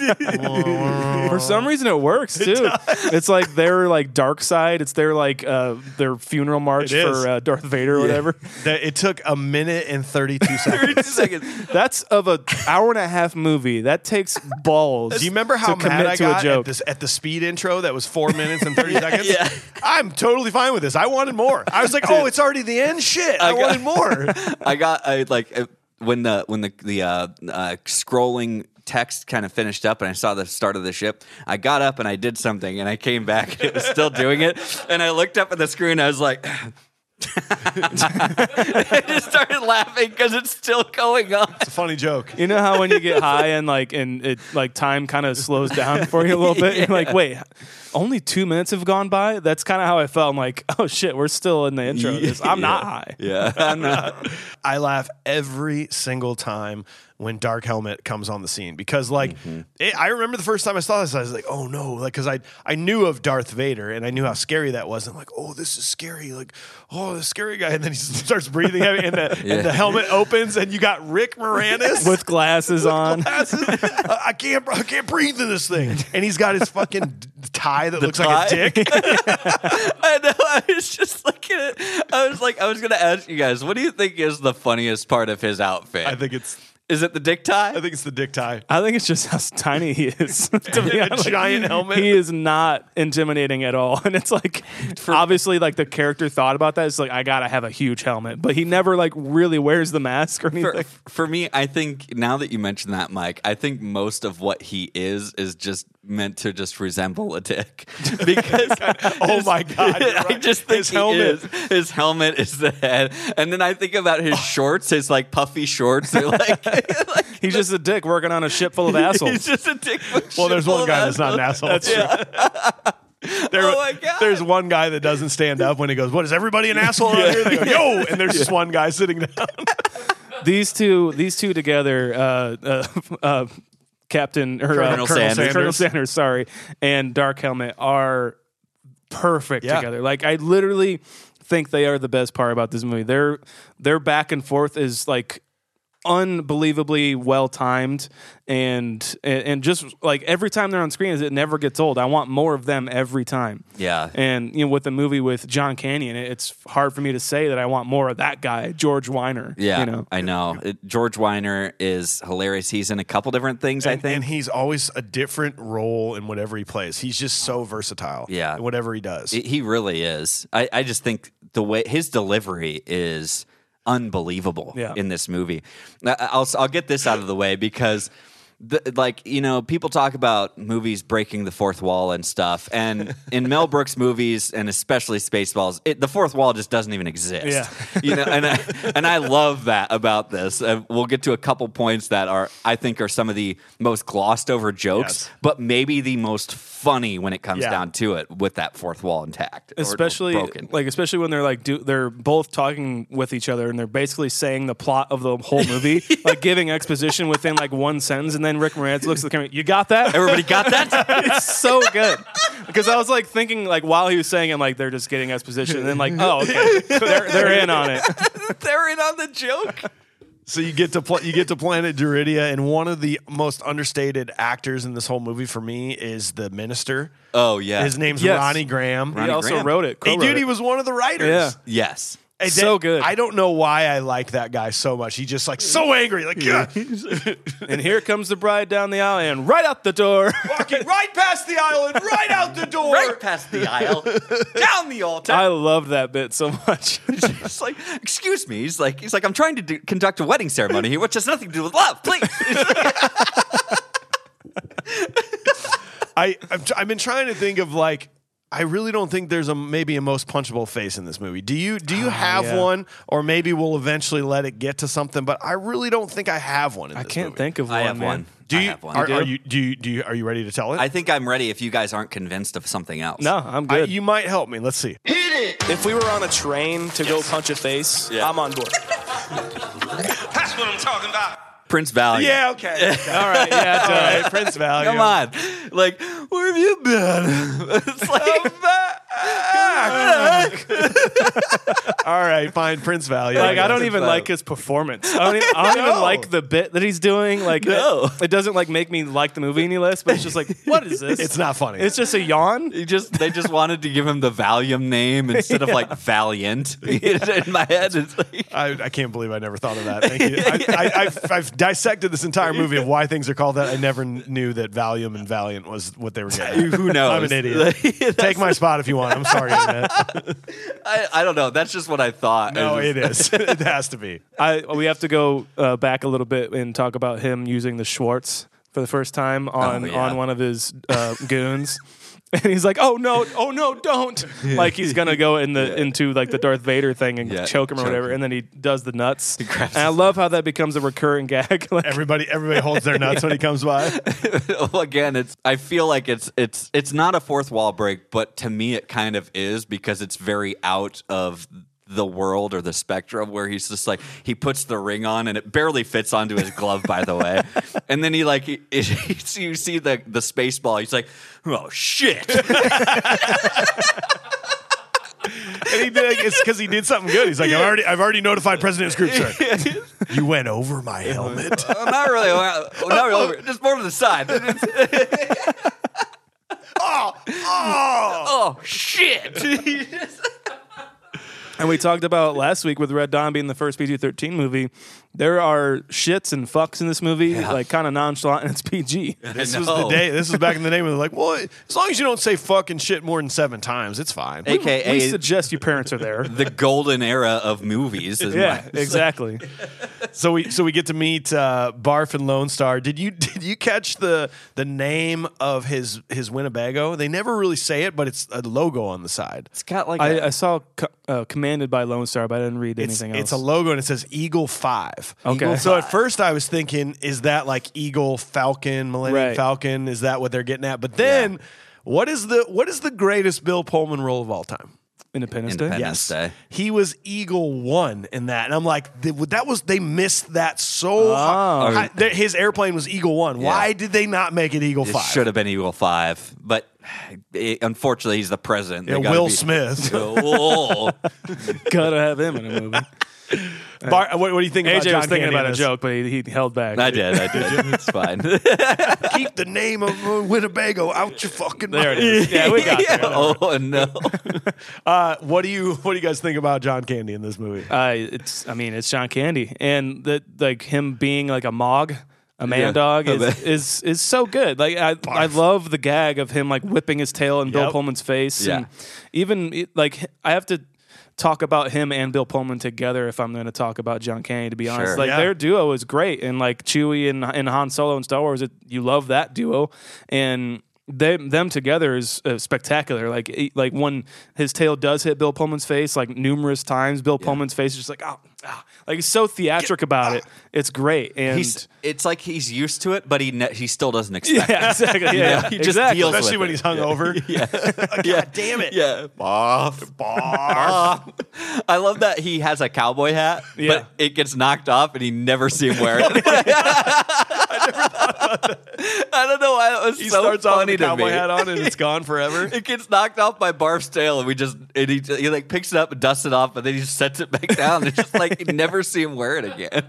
Speaker 3: For
Speaker 1: Oh.
Speaker 3: some reason,
Speaker 1: [laughs]
Speaker 3: it works too. it's like their like dark side. It's their like uh, their funeral march
Speaker 5: It is.
Speaker 3: for uh, Darth Vader or whatever.
Speaker 5: That- It took a minute and
Speaker 3: [laughs]
Speaker 5: thirty-two seconds.
Speaker 2: Thirty seconds.
Speaker 3: That's of a hour and a half movie. That takes balls.
Speaker 1: Do you remember how
Speaker 3: to commit
Speaker 1: mad I
Speaker 3: to
Speaker 1: got
Speaker 3: a joke?
Speaker 1: At, this, at the speed intro that was four minutes and
Speaker 3: [laughs]
Speaker 1: 30 seconds?
Speaker 2: yeah.
Speaker 1: I'm totally fine with this. I wanted more. I was like, oh, it's already the end? Shit. I,
Speaker 2: got-
Speaker 1: wanted more.
Speaker 3: [laughs]
Speaker 2: I got I like uh, when the when the the uh, uh, scrolling text kind of finished up and I saw the start of the ship. I got up and I did something and I came back and it was still doing it. And I looked up at the screen. and I was like. [laughs] I just started laughing because it's still going on.
Speaker 5: It's a funny joke.
Speaker 3: You know how when you get high and like and it like time kind of slows down for you a little
Speaker 1: [laughs]
Speaker 3: bit. You're like, wait, only two minutes have gone by. That's kind of how I felt. I'm like, oh shit, we're still in the intro. of this. I'm not high.
Speaker 2: Yeah, [laughs] I'm not.
Speaker 1: I laugh every single time when Dark Helmet comes on the scene because, like,
Speaker 2: Mm-hmm.
Speaker 1: it, I remember the first time I saw this, I was like, "Oh no!" Like, because I I knew of Darth Vader and I knew how scary that was. I'm like, "Oh, this is scary!" Like, "Oh, the scary guy," and then he just starts breathing heavy,
Speaker 2: [laughs]
Speaker 1: and the, and the helmet opens, and you got Rick Moranis [laughs]
Speaker 3: With glasses on.
Speaker 1: passes. I I can't, I can't breathe in this thing. And he's got his fucking d- tie that looks like
Speaker 2: tie? [laughs]
Speaker 1: a dick.
Speaker 2: I know. [laughs] I was just looking at. I was like, I was gonna ask you guys, what do you think is the funniest part of his outfit?
Speaker 5: I think it's
Speaker 2: is it the dick tie?
Speaker 5: I think it's the dick tie.
Speaker 3: I think it's just how tiny he is. [laughs] to
Speaker 5: [laughs]
Speaker 3: be
Speaker 5: A
Speaker 3: honest.
Speaker 5: giant helmet.
Speaker 3: He is not intimidating at all, [laughs] and it's like obviously like the character thought about that. It's like I gotta have a huge helmet, but he never like really wears the mask or anything.
Speaker 2: for, for me, I think now that you mention that, Mike, I think most of what he is is just meant to just resemble a dick. [laughs]
Speaker 5: [laughs]
Speaker 2: Because
Speaker 5: Oh
Speaker 2: his-
Speaker 5: my God, you're
Speaker 2: [laughs] I
Speaker 5: right.
Speaker 2: just think
Speaker 5: His
Speaker 2: he
Speaker 5: helmet.
Speaker 2: is. His helmet is the head, and then I think
Speaker 5: [laughs]
Speaker 2: about
Speaker 5: Oh.
Speaker 2: his shorts, his like puffy shorts. They're like, like
Speaker 3: He's just a dick working on a ship
Speaker 5: [laughs]
Speaker 3: full of assholes.
Speaker 2: he's just a dick. with
Speaker 5: Well, there's
Speaker 2: shit full
Speaker 5: one
Speaker 2: of
Speaker 5: guy that's not
Speaker 2: assholes.
Speaker 5: an asshole.
Speaker 1: [laughs] There-
Speaker 2: Oh my God.
Speaker 1: There's
Speaker 5: There's one guy that doesn't stand up when he goes, "What is everybody an asshole?" around here? They go, "Yo!" And there's just one guy sitting down.
Speaker 3: these two these two together uh uh, [laughs] uh Captain or uh,
Speaker 2: Colonel Sanders.
Speaker 3: Colonel Sanders, sorry, and Dark Helmet are perfect
Speaker 1: Yeah.
Speaker 3: together. Like I literally think they are the best part about this movie. Their their back and forth is like unbelievably well timed and, and and just like every time they're on screen it never gets old i want more of them every time
Speaker 2: Yeah.
Speaker 3: and you know with the movie with john canyon it's hard for me to say that i want more of that guy george weiner
Speaker 2: Yeah,
Speaker 3: you know
Speaker 2: I know. It- George Weiner is hilarious. He's in a couple different things, I
Speaker 1: And,
Speaker 2: think.
Speaker 1: and he's always a different role in whatever he plays. He's just so versatile.
Speaker 2: Yeah.
Speaker 1: in whatever he does.
Speaker 2: He- he really is. I, I just think the way his delivery is unbelievable
Speaker 3: Yeah.
Speaker 2: in this movie. I- I'll I'll get this out of the way because. The, like you know, people talk about movies breaking the fourth wall and stuff,
Speaker 3: [laughs]
Speaker 2: and in Mel Brooks movies, and especially Spaceballs, it, the fourth wall just doesn't even exist.
Speaker 3: Yeah.
Speaker 2: [laughs] you know, and I, and I love that about this. Uh, we'll get to a couple points that are I think are some of the most glossed over jokes,
Speaker 1: Yes.
Speaker 2: but maybe the most funny when it comes
Speaker 1: Yeah.
Speaker 2: down to it with that fourth wall intact, or- or
Speaker 3: especially
Speaker 2: broken.
Speaker 3: like especially when they're like do, they're both talking with each other and they're basically saying the plot of the
Speaker 2: [laughs]
Speaker 3: whole movie like giving exposition within like one sentence and then rick moranis looks at the camera you got that
Speaker 2: everybody got that.
Speaker 3: [laughs] it's so good because i was like thinking like while he was saying it I'm like they're just getting exposition and then like oh okay they're, they're in on it
Speaker 2: They're in on the joke.
Speaker 1: So you get to pl- you get to Planet Duridia, and one of the most understated actors in this whole movie for me is the minister.
Speaker 2: Oh yeah,
Speaker 1: His name's
Speaker 3: Yes.
Speaker 1: Ronnie Graham.
Speaker 3: he
Speaker 2: Ronnie
Speaker 3: also
Speaker 2: Graham.
Speaker 3: wrote it
Speaker 1: hey,
Speaker 3: co-wrote
Speaker 1: dude, he
Speaker 3: it.
Speaker 1: was one of the writers.
Speaker 3: yeah
Speaker 2: Yes.
Speaker 1: Hey,
Speaker 3: So
Speaker 1: that-
Speaker 3: good.
Speaker 1: I don't know why I like that guy so much. He just like so angry, like
Speaker 3: [laughs]
Speaker 1: "Gah!"
Speaker 3: and here comes the bride down the aisle and right out the
Speaker 2: [laughs]
Speaker 3: door
Speaker 1: walking right past the aisle and right out the door.
Speaker 2: Right past the
Speaker 1: [laughs]
Speaker 2: aisle, down the altar.
Speaker 3: i loved that bit so much
Speaker 2: It's like, excuse me. He's like, he's like, I'm trying to do, conduct a wedding ceremony here, which has nothing to do with love. Please.
Speaker 1: I I've, tr- I've been trying to think of like I really don't think there's a maybe a most punchable face in this movie. Do you do you have
Speaker 3: Ah, yeah.
Speaker 1: one or maybe we'll eventually let it get to something but I really don't think I have one in
Speaker 3: i
Speaker 1: this
Speaker 3: can't
Speaker 1: movie.
Speaker 3: think of one
Speaker 2: I have
Speaker 3: man.
Speaker 2: one.
Speaker 1: Do
Speaker 2: I
Speaker 1: you,
Speaker 2: have one.
Speaker 1: Are, are you do you do you are you ready to tell it?
Speaker 2: I think I'm ready. If you guys aren't convinced of something else,
Speaker 3: no i'm
Speaker 1: I-
Speaker 3: good
Speaker 1: you might help me. Let's see. [laughs]
Speaker 6: If we were on a train to go punch a face, I'm on board.
Speaker 7: That's what I'm talking about.
Speaker 2: Prince Valiant.
Speaker 1: Yeah, okay.
Speaker 3: [laughs] all right yeah duh.
Speaker 1: Prince Valiant.
Speaker 2: Come on. Like, where have you been? [laughs] it's like,
Speaker 1: All right, fine. Prince Valiant.
Speaker 3: Like I don't even
Speaker 2: so.
Speaker 3: like his performance. I don't, e- I don't even like the bit that he's doing. Like
Speaker 2: No.
Speaker 3: it, it doesn't like make me like the movie any less. But it's
Speaker 6: [laughs]
Speaker 3: just like, what is this?
Speaker 1: It's not funny.
Speaker 3: It's just a yawn.
Speaker 2: He just they just wanted to give him the Valium name instead of [laughs] like Valiant. In my head, it's like
Speaker 1: I, I can't believe I never thought of that.
Speaker 2: [laughs]
Speaker 1: Thank you. I, I, I've, I've dissected this entire movie of why things are called that. I never kn- knew that Valium and Valiant was what they were getting. at.
Speaker 2: who knows?
Speaker 1: I'm
Speaker 2: [laughs]
Speaker 1: an idiot. Take my spot if you want. I'm sorry, Internet.
Speaker 2: I, I don't know. That's just what I thought.
Speaker 1: No,
Speaker 2: It
Speaker 1: it
Speaker 2: was-
Speaker 1: is. It has to be.
Speaker 3: I we have to go uh, back a little bit and talk about him using the Schwartz for the first time on
Speaker 2: Oh, yeah.
Speaker 3: on one of his uh, goons. [laughs] And he's like, "Oh no, oh no,
Speaker 1: [laughs]
Speaker 3: don't!" Like he's gonna go in the into like the Darth Vader thing and
Speaker 2: Yeah,
Speaker 3: choke him or
Speaker 2: choke
Speaker 3: whatever,
Speaker 2: him.
Speaker 3: and then he does the nuts.
Speaker 2: grabs
Speaker 3: And I
Speaker 2: his
Speaker 3: love how that becomes a recurring gag. [laughs] like,
Speaker 1: Everybody, everybody holds their nuts when he comes by.
Speaker 2: [laughs] Again, it's. I feel like it's. It's. It's not a fourth wall break, but to me, it kind of is because it's very out of the world or the spectrum where he's just like he puts the ring on and it barely fits onto his glove. By the [laughs] way, and then he like he, [laughs] he- you see the the space ball. He's like, oh shit.
Speaker 1: And he did, it's because he did something good. He's like, I've already, I've already notified President's group, sir.
Speaker 2: [laughs]
Speaker 1: You went over my helmet.
Speaker 2: I'm not really,
Speaker 1: [laughs]
Speaker 2: I'm not really over, just more to the side. oh,
Speaker 1: oh.
Speaker 2: oh, oh,
Speaker 1: [laughs]
Speaker 2: shit!
Speaker 3: And we talked about last week with Red Dawn being the first PG 13 movie. There are shits and fucks in this movie, like kind of nonchalant, and it's PG.
Speaker 2: this
Speaker 1: This was the day. This was back in the day when they're like, well, as long as you don't say fucking shit more than seven times, it's fine.
Speaker 3: we
Speaker 2: aka
Speaker 3: suggest your parents are there.
Speaker 2: the golden era of movies. Is
Speaker 3: yeah,
Speaker 2: my-
Speaker 3: [laughs] exactly.
Speaker 1: So we so we get to meet uh, Barf and Lone Star. Did you [laughs] did you catch the the name of his his Winnebago? They never really say it, but it's a logo on the side.
Speaker 2: it's got like
Speaker 3: I,
Speaker 2: a-
Speaker 3: I saw co- uh, Commanded by Lone Star, but I didn't read
Speaker 1: It's,
Speaker 3: anything
Speaker 1: it's a
Speaker 3: else.
Speaker 1: logo and it says Eagle Five.
Speaker 3: Okay. Eagle
Speaker 1: so at first I was thinking, is that like Eagle Falcon, Millennium
Speaker 3: Right.
Speaker 1: Falcon? Is that what they're getting at? But then, what is the what is the greatest Bill Pullman role of all time?
Speaker 3: Independence Day.
Speaker 2: Independence Day.
Speaker 1: He was Eagle One in that, and I'm like, th- that was they missed that so.
Speaker 2: Oh.
Speaker 1: hard. I- th- his airplane was Eagle One. Why did they not make it Eagle
Speaker 2: It
Speaker 1: Five?
Speaker 2: should have been Eagle Five, but it, unfortunately, he's the president. They
Speaker 1: Yeah,
Speaker 2: gotta
Speaker 1: Will
Speaker 2: be-
Speaker 1: Smith.
Speaker 2: [laughs] Oh,
Speaker 3: [laughs] Gotta have him in a movie.
Speaker 1: Bar- what, what do you think about
Speaker 3: AJ
Speaker 1: John
Speaker 3: was thinking
Speaker 1: Candy
Speaker 3: about
Speaker 1: in
Speaker 3: a
Speaker 1: this? [laughs]
Speaker 3: joke, but he, he held back.
Speaker 2: I did, I did. It's fine.
Speaker 1: Keep the name of uh, Winnebago out your fucking.
Speaker 3: There
Speaker 1: mouth.
Speaker 3: it is. Yeah, we got there.
Speaker 2: [laughs] oh no!
Speaker 1: [laughs] Uh, what do you What do you guys think about John Candy in this movie?
Speaker 3: Uh, it's I mean it's John Candy and that like him being like a mog, a man dog is, is is so good. Like I I love the gag of him like whipping his tail in Bill
Speaker 1: Yep.
Speaker 3: Pullman's face.
Speaker 2: Yeah.
Speaker 3: And even e, like I have to talk about him and Bill Pullman together if I'm going to talk about John Candy. To be honest,
Speaker 2: Sure.
Speaker 3: like
Speaker 1: Yeah.
Speaker 3: their duo is great and like Chewie and and Han Solo and Star Wars. It, you love that duo and. They, them together is uh, spectacular. Like it- like when his tail does hit Bill Pullman's face, like numerous times, Bill Pullman's face is just like oh, ah." like he's so theatric
Speaker 1: ah.
Speaker 3: about it. It's great and
Speaker 2: He's, it's like he's used to it, but he ne- he still doesn't expect. it.
Speaker 3: [laughs] yeah, exactly. Yeah,
Speaker 2: [laughs] Yeah, he just
Speaker 3: exactly.
Speaker 2: deals
Speaker 1: Especially
Speaker 2: with
Speaker 1: when
Speaker 2: it.
Speaker 1: he's hungover. Yeah. God damn it.
Speaker 2: Yeah. Barf. Barf. I love that he has a cowboy hat,
Speaker 3: Yeah.
Speaker 2: but it gets knocked off and he never see him
Speaker 1: [laughs]
Speaker 2: wear it. I never thought about that. [laughs] I don't know why that was
Speaker 1: He
Speaker 2: so
Speaker 1: starts off
Speaker 2: funny
Speaker 1: with a
Speaker 2: to
Speaker 1: cowboy
Speaker 2: me.
Speaker 1: hat on and it's gone
Speaker 2: [laughs]
Speaker 1: forever.
Speaker 2: It gets knocked off by Barf's tail, and we just and he, he like picks it up and dusts it off, and then he just sets it back [laughs] down. It's just like you never see him wear it again.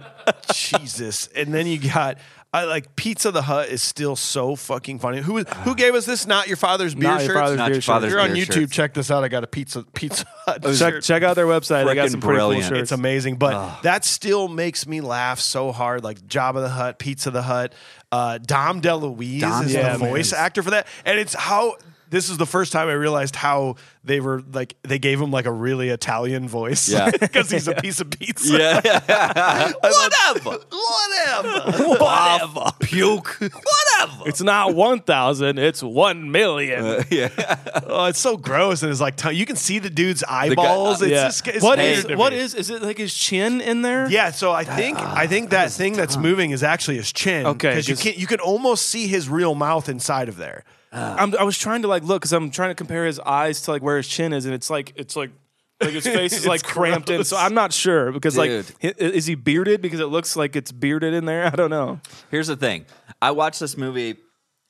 Speaker 1: Jesus. And then you got I like Pizza the Hut is still so fucking funny. Who who gave us this? Not your father's beer
Speaker 3: Not
Speaker 1: shirts.
Speaker 3: your father's
Speaker 2: Not
Speaker 3: beer
Speaker 2: your
Speaker 3: shirt.
Speaker 2: father's
Speaker 1: If you're on
Speaker 2: beer
Speaker 1: YouTube,
Speaker 2: shirts.
Speaker 1: check this out. I got a pizza pizza hut.
Speaker 3: check
Speaker 1: shirt.
Speaker 3: check out their website. They got
Speaker 2: Frickin'
Speaker 3: some pretty
Speaker 2: brilliant.
Speaker 3: cool shirts.
Speaker 1: It's amazing, but that still makes me laugh so hard. Like Jabba the Hutt, Pizza the Hutt, uh, Dom DeLuise
Speaker 2: Dom
Speaker 1: is
Speaker 3: Yeah,
Speaker 1: the
Speaker 3: man.
Speaker 1: voice actor for that, and it's how. This is the first time I realized how they were like they gave him like a really Italian voice,
Speaker 2: Yeah.
Speaker 1: [laughs] because he's
Speaker 3: [laughs]
Speaker 1: a piece of pizza.
Speaker 2: [laughs] Yeah. Whatever.
Speaker 1: Whatever.
Speaker 2: Whatever. Puke. [laughs] Whatever.
Speaker 3: [laughs] It's not one thousand. It's one million.
Speaker 1: oh, it's so gross, and it's like t- you can see the dude's
Speaker 2: guy-
Speaker 1: eyeballs. [laughs] it's
Speaker 3: yeah.
Speaker 1: just it's
Speaker 3: what
Speaker 1: weird
Speaker 3: is
Speaker 1: to
Speaker 3: what
Speaker 1: me.
Speaker 3: is is it like his chin in there?
Speaker 1: Yeah, so I think
Speaker 2: ah,
Speaker 1: I think that thing that's moving is actually his chin.
Speaker 3: Okay,
Speaker 1: because you
Speaker 3: just-
Speaker 1: can you can almost see his real mouth inside of there.
Speaker 3: I'm, I was trying to like look because I'm trying to compare his eyes to like where his chin is, and it's like it's like like
Speaker 1: [laughs]
Speaker 3: his face is like cramped in. So I'm not sure because
Speaker 2: Dude.
Speaker 3: like hi- is he bearded? Because it looks like it's bearded in there. [laughs] I don't know.
Speaker 2: Here's the thing. I watched this movie.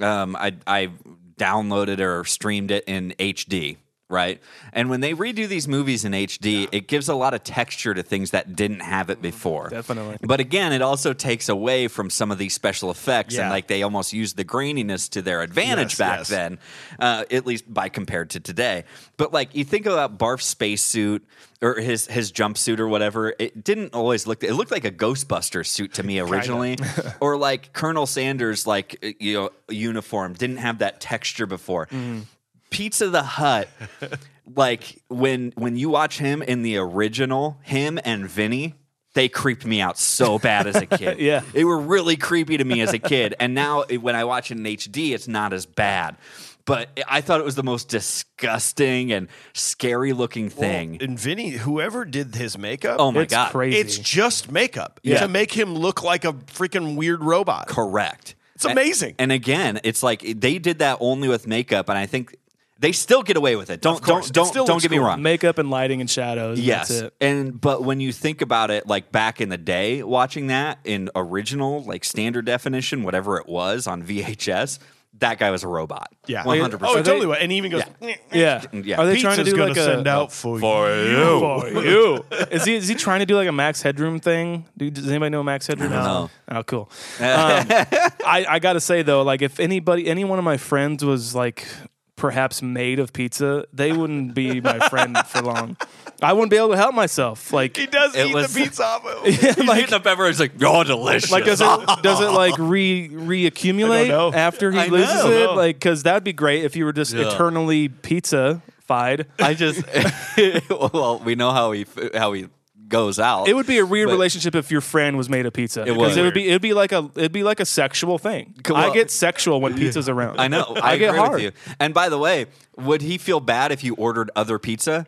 Speaker 2: Um, I I downloaded or streamed it in HD, right? And when they redo these movies in HD, it gives a lot of texture to things that didn't have it before.
Speaker 3: Definitely.
Speaker 2: But again, it also takes away from some of these special effects and
Speaker 1: Yeah.
Speaker 2: like they almost used the graininess to their advantage
Speaker 1: Yes,
Speaker 2: back
Speaker 1: yes.
Speaker 2: then, uh, at least by compared to today. But like you think about Barf's spacesuit or his his jumpsuit or whatever, it didn't always look. It looked like a Ghostbuster suit
Speaker 1: [laughs]
Speaker 2: to me originally, or like Colonel Sanders like you know uniform didn't have that texture before.
Speaker 1: Mm.
Speaker 2: Pizza the Hut. like when when you watch him in the original, him and Vinny, they creeped me out so bad
Speaker 1: [laughs]
Speaker 2: as a kid.
Speaker 3: Yeah.
Speaker 2: They were really creepy to me as a kid. And now it- when I watch it in HD, it's not as bad. But I thought it was the most disgusting and scary looking thing.
Speaker 1: And Vinny, whoever did his makeup,
Speaker 2: oh my
Speaker 3: it's
Speaker 2: god.
Speaker 3: crazy.
Speaker 1: it's just makeup
Speaker 2: Yeah.
Speaker 1: to make him look like a freaking weird robot.
Speaker 2: Correct.
Speaker 1: It's amazing.
Speaker 2: And again, it's like they did that only with makeup, and I think they still get away with it. Don't
Speaker 1: course. It
Speaker 2: don't
Speaker 1: still
Speaker 2: don't don't
Speaker 1: looks
Speaker 2: get me
Speaker 1: cool.
Speaker 2: wrong.
Speaker 3: Makeup and lighting and shadows. and
Speaker 2: Yes.
Speaker 3: That's it.
Speaker 2: And but when you think about it, like back in the day, watching that in original, like standard definition, whatever it was on [laughs] VHS, that guy was a robot.
Speaker 1: yeah,
Speaker 2: one hundred
Speaker 1: Oh, it
Speaker 2: percent.
Speaker 1: totally. was. And he even goes, "Nyeh, nyeh."
Speaker 3: Yeah.
Speaker 2: Yeah.
Speaker 3: Are they
Speaker 1: Pizza's
Speaker 3: trying to do
Speaker 1: gonna
Speaker 3: like
Speaker 1: send
Speaker 3: a
Speaker 1: out for,
Speaker 2: [laughs]
Speaker 1: you. [laughs]
Speaker 3: for Oh, you? Is he is he trying to do like a Max Headroom thing? Do, does anybody know Max Headroom?
Speaker 2: know. [laughs]
Speaker 3: Oh, cool. Um, I I gotta say though, like if anybody, any one of my friends was like perhaps made of pizza, they wouldn't
Speaker 2: [laughs]
Speaker 3: be my friend for long. I wouldn't be able to help myself. Like
Speaker 1: He does
Speaker 2: It
Speaker 1: eat
Speaker 2: was-
Speaker 1: the pizza off of
Speaker 3: [laughs]
Speaker 2: He's eating a beverage like you're delicious.
Speaker 3: Like does [laughs] it does it like re reaccumulate
Speaker 1: know.
Speaker 3: after he
Speaker 2: I
Speaker 3: loses
Speaker 2: know.
Speaker 3: it? Like because that'd be great if you were just eternally pizza fied.
Speaker 2: I
Speaker 3: [laughs]
Speaker 2: just [laughs] well, we know how he how he goes out.
Speaker 3: It would be a weird
Speaker 2: But-
Speaker 3: relationship if your friend was made of pizza. It
Speaker 2: was.
Speaker 3: It would be. It'd be like a. It'd be like a sexual thing.
Speaker 2: Well-
Speaker 3: I get sexual when pizza's around.
Speaker 2: I know. I,
Speaker 3: [laughs] I, get
Speaker 2: agree
Speaker 3: hard.
Speaker 2: with you. And by the way, would he feel bad if you ordered other pizza?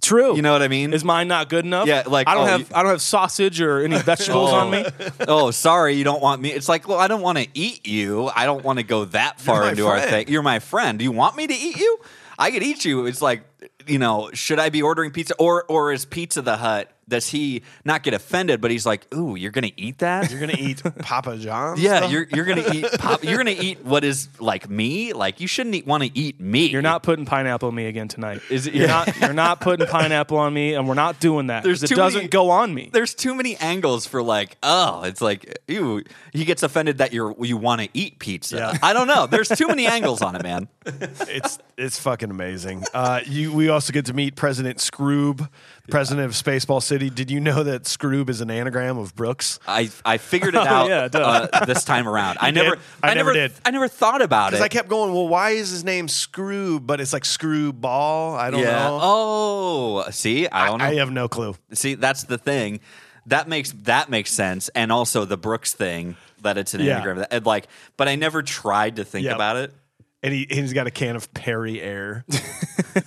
Speaker 3: True.
Speaker 2: You know what I mean?
Speaker 3: Is mine not good enough?
Speaker 2: Yeah, like,
Speaker 3: I don't
Speaker 2: oh,
Speaker 3: have.
Speaker 2: you-
Speaker 3: I don't have sausage or
Speaker 2: [laughs]
Speaker 3: any vegetables on me.
Speaker 2: oh, sorry, you don't want me. It's like, well, I don't want to eat you. I don't want to go that far
Speaker 1: my
Speaker 2: into our
Speaker 1: friend.
Speaker 2: thing. You're my friend. Do you want me to eat you? I could eat you. It's like you know, should I be ordering pizza or or is Pizza the Hut? Does he not get offended? But he's like, ooh, you're gonna eat that?
Speaker 1: You're gonna
Speaker 3: [laughs]
Speaker 1: eat Papa John's.
Speaker 2: yeah,
Speaker 1: stuff?
Speaker 2: you're you're gonna eat pop. You're gonna eat what is like me. Like you shouldn't eat, want to eat me.
Speaker 3: You're not putting pineapple on me again tonight.
Speaker 2: Is it-
Speaker 3: you're
Speaker 2: yeah.
Speaker 3: not you're not putting pineapple on me, and we're not doing that.
Speaker 2: There's
Speaker 3: it
Speaker 2: too
Speaker 3: doesn't
Speaker 2: many-
Speaker 3: go on me.
Speaker 2: There's too many angles for like, oh, it's like, ew. He gets offended that you're you want to eat pizza. I don't know. There's too many angles on it, man.
Speaker 1: it's it's fucking amazing. Uh, you we also get to meet President Scroob, president of Spaceball City. Did you know that Scroob is an anagram of Brooks?
Speaker 2: I I figured
Speaker 1: Oh,
Speaker 2: it out
Speaker 3: yeah, duh.
Speaker 2: uh, this time around. I
Speaker 1: did?
Speaker 2: never
Speaker 1: I
Speaker 2: never
Speaker 1: never did.
Speaker 2: I never thought about it.
Speaker 1: Because I kept going, well, why is his name Scroob? But it's like Screwball. I don't
Speaker 2: yeah.
Speaker 1: know.
Speaker 2: Oh, see, I don't know.
Speaker 1: I have no clue.
Speaker 2: See, that's the thing. That makes that makes sense, and also the Brooks thing that it's an
Speaker 1: Yeah.
Speaker 2: anagram. And like, but I never tried to think
Speaker 1: Yeah.
Speaker 2: about it.
Speaker 1: And he and he's got a can of
Speaker 2: [laughs]
Speaker 1: Perry Air. [laughs]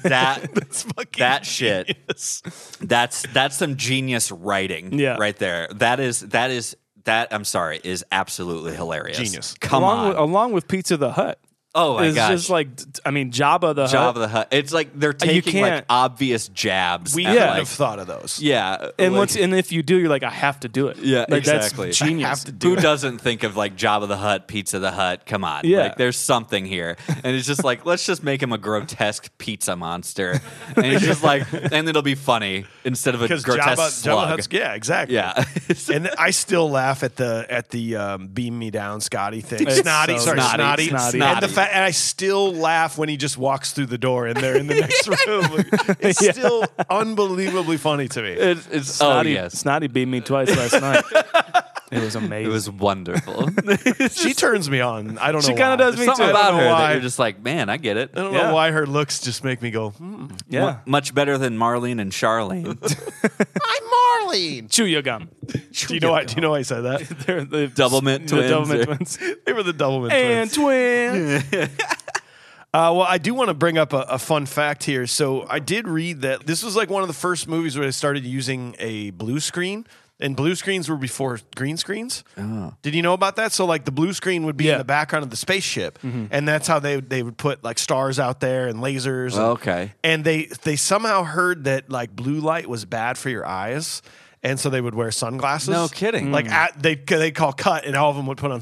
Speaker 2: That
Speaker 1: fucking
Speaker 2: that shit. That's that's some genius writing.
Speaker 3: Yeah.
Speaker 2: right there. That is that is that. I'm sorry, is absolutely hilarious.
Speaker 1: Genius.
Speaker 2: Come
Speaker 3: along
Speaker 2: on.
Speaker 3: With, along with Pizza the Hut.
Speaker 2: oh my
Speaker 3: it's
Speaker 2: gosh.
Speaker 3: just like I mean Jabba the
Speaker 2: Job
Speaker 3: Hut.
Speaker 2: of the Hut. It's like they're taking like
Speaker 3: can't-
Speaker 2: obvious jabs.
Speaker 1: We
Speaker 2: at,
Speaker 1: couldn't
Speaker 2: like-
Speaker 1: have thought of those.
Speaker 2: yeah.
Speaker 3: and
Speaker 2: like-
Speaker 3: once and if you do, you're like I have to do it.
Speaker 2: Yeah,
Speaker 3: like,
Speaker 2: exactly.
Speaker 3: That's genius.
Speaker 2: Who doesn't think of like Job of the Hut, Pizza the Hut? Come on,
Speaker 3: Yeah.
Speaker 2: like there's something here, and it's just like let's just make him a grotesque pizza monster, and it's just like, and it'll be funny instead of a
Speaker 1: Because
Speaker 2: grotesque
Speaker 1: Jabba, Jabba
Speaker 2: slug.
Speaker 1: Hutt's, yeah, exactly.
Speaker 2: yeah, [laughs]
Speaker 1: [laughs] and I still laugh at the at the um, beam me down Scotty thing.
Speaker 3: It's
Speaker 1: snotty,
Speaker 3: so
Speaker 1: sorry,
Speaker 3: snotty,
Speaker 1: snotty,
Speaker 3: snotty.
Speaker 1: And, the fa- and I still laugh when he just walks through the door and they're in the
Speaker 3: [laughs]
Speaker 1: next room. It's still unbelievably funny to me.
Speaker 2: it's, it's
Speaker 3: Snotty,
Speaker 2: oh yes,
Speaker 3: Snotty beat me twice
Speaker 1: [laughs]
Speaker 3: last night. It was amazing.
Speaker 2: it was wonderful.
Speaker 1: She turns me on. I don't know.
Speaker 3: She kinda
Speaker 1: why.
Speaker 3: does me
Speaker 1: There's
Speaker 3: too.
Speaker 2: Something
Speaker 1: something
Speaker 2: about
Speaker 1: I don't
Speaker 2: her
Speaker 1: know
Speaker 2: that
Speaker 1: why.
Speaker 2: you're just like, man, I get it.
Speaker 1: I don't
Speaker 3: Yeah.
Speaker 1: know why her looks just make me go. Hmm.
Speaker 3: yeah.
Speaker 2: Much better than Marlene and Charlene.
Speaker 3: [laughs]
Speaker 1: I'm Marlene. [laughs]
Speaker 3: Chew your gum.
Speaker 1: Do you know why? Do you know why I said that?
Speaker 3: [laughs] They're the
Speaker 2: Doublemint
Speaker 3: the
Speaker 2: twins.
Speaker 3: Doublemint twins.
Speaker 1: They were the Doubleman twins.
Speaker 3: [laughs] and twins.
Speaker 1: Uh, well, I do want to bring up a, a fun fact here. So I did read that this was like one of the first movies where they started using a blue screen. And blue screens were before green screens.
Speaker 2: Ah.
Speaker 1: Did you know about that? So like the blue screen would be
Speaker 3: Yeah.
Speaker 1: in the background of the spaceship, and that's how they they would put like stars out there and lasers. and-
Speaker 2: Okay.
Speaker 1: And they they somehow heard that like blue light was bad for your eyes, and so they would wear sunglasses.
Speaker 2: No kidding.
Speaker 1: Like at, they they call cut, and all of them would put on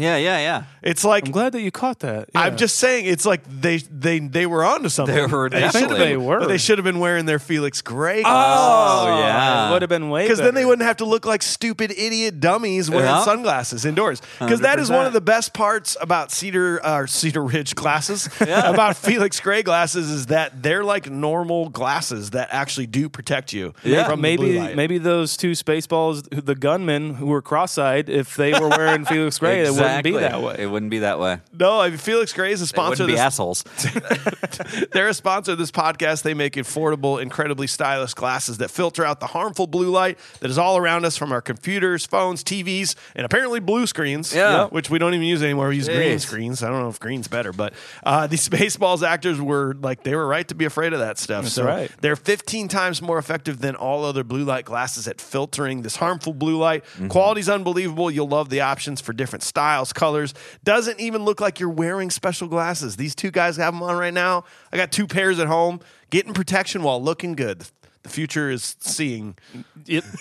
Speaker 2: [laughs] yeah, yeah, yeah.
Speaker 1: It's like
Speaker 3: I'm glad that you caught that.
Speaker 1: I'm
Speaker 3: Yeah.
Speaker 1: just saying it's like they they they were onto something.
Speaker 2: They were
Speaker 1: should have
Speaker 2: definitely-
Speaker 3: They were.
Speaker 1: But they should have been wearing their Felix Gray
Speaker 2: Oh,
Speaker 3: It
Speaker 2: yeah.
Speaker 3: would have been way
Speaker 1: because
Speaker 3: better.
Speaker 1: then they wouldn't have to look like stupid idiot dummies wearing
Speaker 2: Yeah.
Speaker 1: sunglasses indoors. Because that is
Speaker 3: 100%.
Speaker 1: one of the best parts about Cedar or Cedar
Speaker 2: [laughs]
Speaker 1: Ridge glasses [laughs] about Felix Gray glasses is that they're like normal glasses that actually do protect you.
Speaker 2: Yeah.
Speaker 1: from the blue
Speaker 3: maybe
Speaker 1: light.
Speaker 3: maybe those two spaceballs, who- the gunmen who were cross-eyed, if they
Speaker 1: [laughs]
Speaker 3: were wearing Felix Gray,
Speaker 2: exactly.
Speaker 3: it wouldn't be that way.
Speaker 2: It wouldn't be that way.
Speaker 1: no. I mean, Felix Gray is a
Speaker 2: It
Speaker 1: sponsor.
Speaker 2: wouldn't be
Speaker 1: of this
Speaker 3: [laughs]
Speaker 2: assholes.
Speaker 1: They're a sponsor of this podcast. They make affordable, incredibly stylish glasses that filter out the harmful blue light that is all around us from our computers, phones, TVs, and apparently blue screens,
Speaker 2: Yeah.
Speaker 1: which we don't even use anymore. We use green
Speaker 2: Jeez.
Speaker 1: screens. I don't know if green's better, but uh, [laughs] these Spaceballs actors were like, they were right to be afraid of that stuff. so
Speaker 3: right.
Speaker 1: they're 15 times more effective than all other blue light glasses at filtering this harmful blue light.
Speaker 3: Mm-hmm.
Speaker 1: Quality's unbelievable. You'll love the options for different styles, colors. Doesn't even look like you're wearing special glasses. These two guys have them on right now. I got two pairs at home. Getting protection while looking good. The future is seeing.
Speaker 3: Yep.
Speaker 1: [laughs]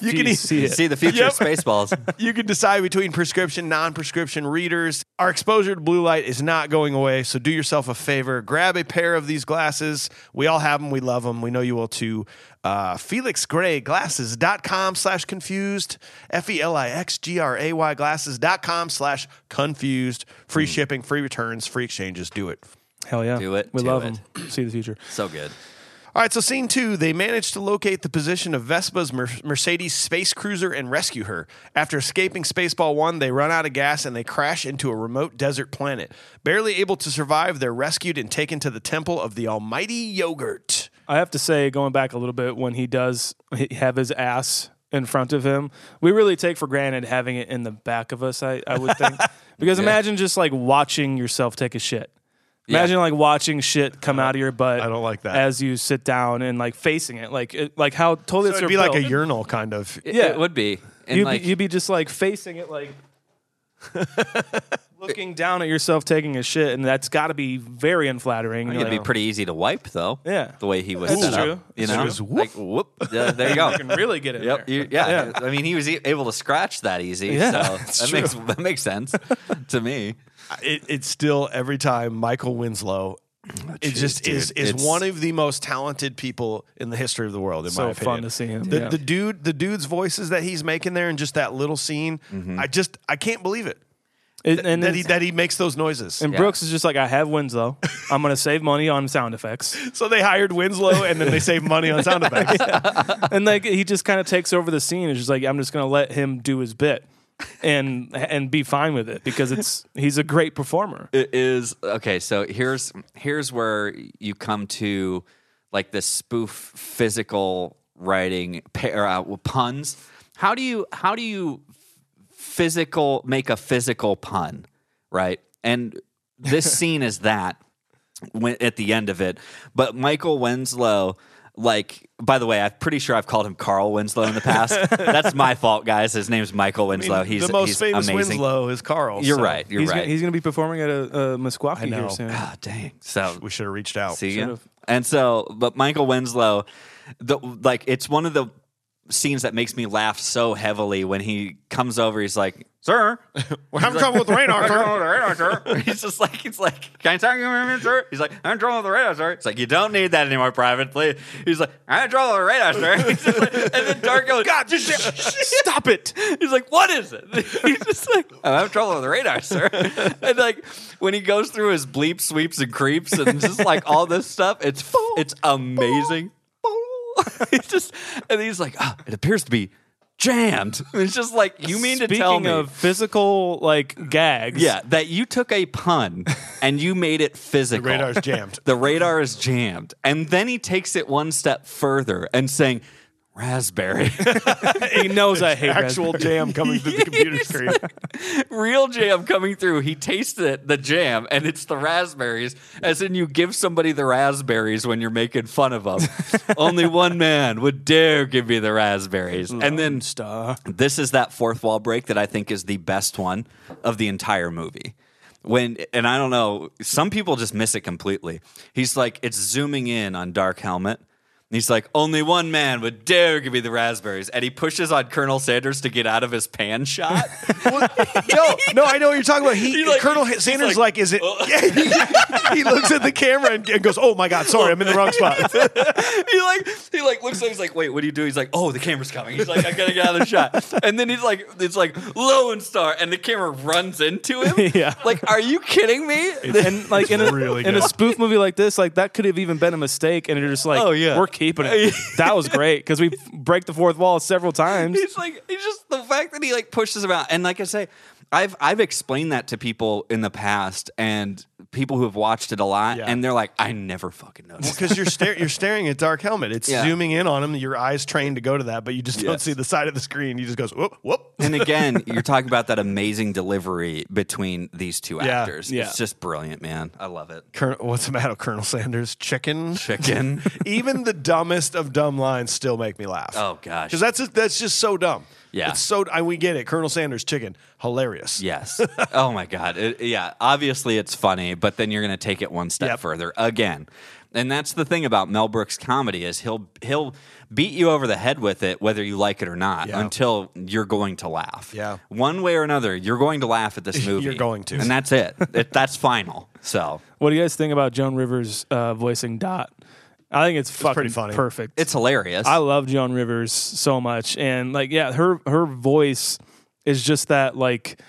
Speaker 1: You
Speaker 3: Jeez,
Speaker 1: can e-
Speaker 3: see it.
Speaker 2: See the future
Speaker 1: Yep.
Speaker 2: of Spaceballs.
Speaker 3: [laughs]
Speaker 1: you can decide between prescription, non-prescription readers. Our exposure to blue light is not going away, so do yourself a favor. Grab a pair of these glasses. We all have them. We love them. We know you will too. Uh, FelixGrayGlasses.com slash confused. E F-E-L-I-X-G-R-A-Y glasses.com slash confused. Free shipping, free returns, free exchanges. Do it.
Speaker 3: Hell yeah.
Speaker 2: Do it,
Speaker 3: We
Speaker 2: do
Speaker 3: love
Speaker 2: it.
Speaker 3: them. See the future.
Speaker 2: So good.
Speaker 1: All right, so scene two, they manage to locate the position of Vespa's Mer- Mercedes space cruiser and rescue her. After escaping Spaceball 1, they run out of gas and they crash into a remote desert planet. Barely able to survive, they're rescued and taken to the temple of the almighty yogurt.
Speaker 3: I have to say, going back a little bit, when he does h- have his ass in front of him, we really take for granted having it in the back of us. I, I would think because imagine just like watching yourself take a shit. Imagine like watching shit come out of your butt. I
Speaker 1: don't like that.
Speaker 3: As you sit down and like facing it, like it, like how toilets
Speaker 1: It'd
Speaker 3: are
Speaker 1: be like a
Speaker 3: built.
Speaker 1: urinal kind of.
Speaker 3: Yeah.
Speaker 2: It would be. And
Speaker 3: You'd,
Speaker 2: like,
Speaker 3: be, you'd be just like facing it, like looking down at yourself taking a shit, and that's got to be very unflattering. You're
Speaker 2: It'd be
Speaker 3: like, "Oh."
Speaker 2: pretty easy to wipe, though.
Speaker 3: Yeah.
Speaker 2: the way he was.
Speaker 3: That's
Speaker 2: set up,
Speaker 3: true.
Speaker 2: you
Speaker 3: That's
Speaker 2: know,
Speaker 3: true.
Speaker 2: Like, whoop. Yeah,
Speaker 3: [laughs]
Speaker 2: there you go.
Speaker 3: You can really get in
Speaker 2: Yep.
Speaker 3: there.
Speaker 2: you- yeah. I mean, he was e- able to scratch that easy.
Speaker 3: Yeah, [laughs] that's
Speaker 2: so that
Speaker 3: true.
Speaker 2: makes that makes
Speaker 3: [laughs]
Speaker 2: sense to me.
Speaker 1: it, it's still every time Michael Winslow. it just
Speaker 2: dude.
Speaker 1: is is
Speaker 2: It's-
Speaker 1: one of the most talented people in the history of the world. In
Speaker 3: So
Speaker 1: my opinion,
Speaker 3: fun to see him,
Speaker 1: The,
Speaker 3: yeah.
Speaker 1: the dude, the dude's voices that he's making there, and just that little scene.
Speaker 2: Mm-hmm.
Speaker 1: I just I can't believe it
Speaker 3: And, and,
Speaker 1: that he that he makes those noises.
Speaker 3: and
Speaker 2: Yeah.
Speaker 3: Brooks is just like, I have Winslow. I'm gonna save money on sound effects.
Speaker 1: [laughs] so they hired Winslow, and
Speaker 3: [laughs]
Speaker 1: then they saved money on sound effects.
Speaker 3: and like he just kind of takes over the scene. It's just like I'm just gonna let him do his bit and and be fine with it because it's he's a great performer.
Speaker 2: It is okay. So here's here's where you come to like this spoof physical writing pair uh, puns. How do you how do you physical make a physical pun, right? And
Speaker 1: [laughs]
Speaker 2: this scene is that when, at the end of it. But Michael Winslow, like, by the way, I'm pretty sure I've called him Carl Winslow in the past.
Speaker 1: [laughs]
Speaker 2: That's my fault, guys. His name's Michael Winslow. he's
Speaker 1: the most
Speaker 2: he's
Speaker 1: famous
Speaker 2: amazing.
Speaker 1: Winslow is Carl.
Speaker 2: You're
Speaker 1: so
Speaker 2: right. You're
Speaker 3: he's
Speaker 2: right.
Speaker 3: Gonna, he's gonna be performing at a, a Meskwaki
Speaker 1: know.
Speaker 3: here soon.
Speaker 2: Ah, dang. So
Speaker 1: We should have reached out.
Speaker 2: See ya. And so, but Michael Winslow, the like, it's one of the scenes that makes me laugh so heavily when he comes over. He's like, "Sir,
Speaker 1: We're having trouble with the
Speaker 2: [laughs]
Speaker 1: rain, Arthur.
Speaker 2: he's just like, he's like, can I talk to you, a minute, sir?" He's like, "I'm in trouble with the radar, sir." It's like, you don't need that anymore, private. Please. He's like, "I'm in trouble with the radar, sir." [laughs] He's just like, and then Dark goes, "God, just stop it." He's like, "What is it?" [laughs] He's just like, [laughs] "I'm having trouble with the radar, sir." [laughs] And like when he goes through his bleep sweeps and creeps and just like all this stuff, it's it's amazing. [laughs] he's just and he's like, "Ah, "It appears to be." Jammed. And It's just like [sighs] you mean to
Speaker 3: Speaking
Speaker 2: tell me
Speaker 3: of physical like gags,
Speaker 2: yeah, that you took a pun and you made it physical. The
Speaker 1: radar's jammed.
Speaker 2: [laughs] the radar is jammed. And then he takes it one step further and saying, raspberry. [laughs]
Speaker 3: he knows I hate
Speaker 1: Actual
Speaker 3: raspberry.
Speaker 1: jam coming through the computer screen.
Speaker 2: Real jam coming through. He tasted it, the jam, and it's the raspberries, as in you give somebody the raspberries when you're making fun of them. Only one man would dare give me the raspberries. And then
Speaker 3: Star.
Speaker 2: this is that fourth wall break that I think is the best one of the entire movie. When and I don't know, some people just miss it completely. He's like, it's zooming in on Dark Helmet. And he's like, only one man would dare give me the raspberries. And he pushes on Colonel Sanders to get out of his pan shot.
Speaker 1: no, no, I know what you're talking about. He,
Speaker 2: He like-
Speaker 1: Colonel
Speaker 2: he's like,
Speaker 1: Sanders,
Speaker 2: "Oh."
Speaker 1: like, is it? Yeah, [laughs] he, he looks at the camera and, and goes, "Oh my God, sorry, I'm in the wrong spot."
Speaker 2: [laughs]
Speaker 1: [laughs]
Speaker 2: he like he like looks at him, he's like, wait, what do you do? He's like, oh, the camera's coming. He's like, I gotta get out of the
Speaker 3: [laughs]
Speaker 2: shot. And then he's like, it's like Lowenstar, and the camera runs into him.
Speaker 3: [laughs] Yeah.
Speaker 2: Like, are you kidding me? [laughs]
Speaker 3: And like in a,
Speaker 1: really
Speaker 3: in a
Speaker 1: good.
Speaker 3: spoof movie like this, like that could have even been a mistake, and you're just like,
Speaker 2: Oh, yeah.
Speaker 3: we're keeping it. that was great because we break the fourth wall several times.
Speaker 2: He's like, he's just the fact that he like pushes him out. And like I say, I've I've explained that to people in the past and people who have watched it a lot, and they're like, I never fucking noticed. [laughs]
Speaker 1: Because you're star- you're staring at Dark Helmet. It's
Speaker 2: Yeah.
Speaker 1: zooming in on him. Your eyes trained to go to that, but you just don't
Speaker 2: Yes.
Speaker 1: see the side of the screen. You just goes, "Whoop, whoop."
Speaker 2: and again, you're talking about that amazing delivery between these two actors.
Speaker 3: yeah.
Speaker 2: It's just brilliant, man. I love it.
Speaker 1: Colonel, what's the matter, Colonel Sanders? Chicken.
Speaker 2: Chicken.
Speaker 1: [laughs] Even the dumbest of dumb lines still make me laugh.
Speaker 2: Oh, gosh.
Speaker 1: because that's just, that's just so dumb.
Speaker 2: Yeah.
Speaker 1: it's so I, we get it. Colonel Sanders, chicken, hilarious.
Speaker 2: Yes. Oh my God. It- yeah. Obviously, it's funny, but then you're going to take it one step
Speaker 1: Yep.
Speaker 2: further again. And that's the thing about Mel Brooks' comedy is he'll he'll beat you over the head with it whether you like it or not
Speaker 1: Yeah.
Speaker 2: until you're going to laugh.
Speaker 1: Yeah.
Speaker 2: One way or another, you're going to laugh at this movie.
Speaker 1: [laughs] You're going to.
Speaker 2: and that's it. it that's final. So
Speaker 3: What do you guys think about Joan Rivers uh, voicing Dot? I think it's fucking
Speaker 1: pretty funny.
Speaker 3: perfect.
Speaker 2: it's hilarious.
Speaker 3: I love Joan Rivers so much, and like yeah, her her voice is just that like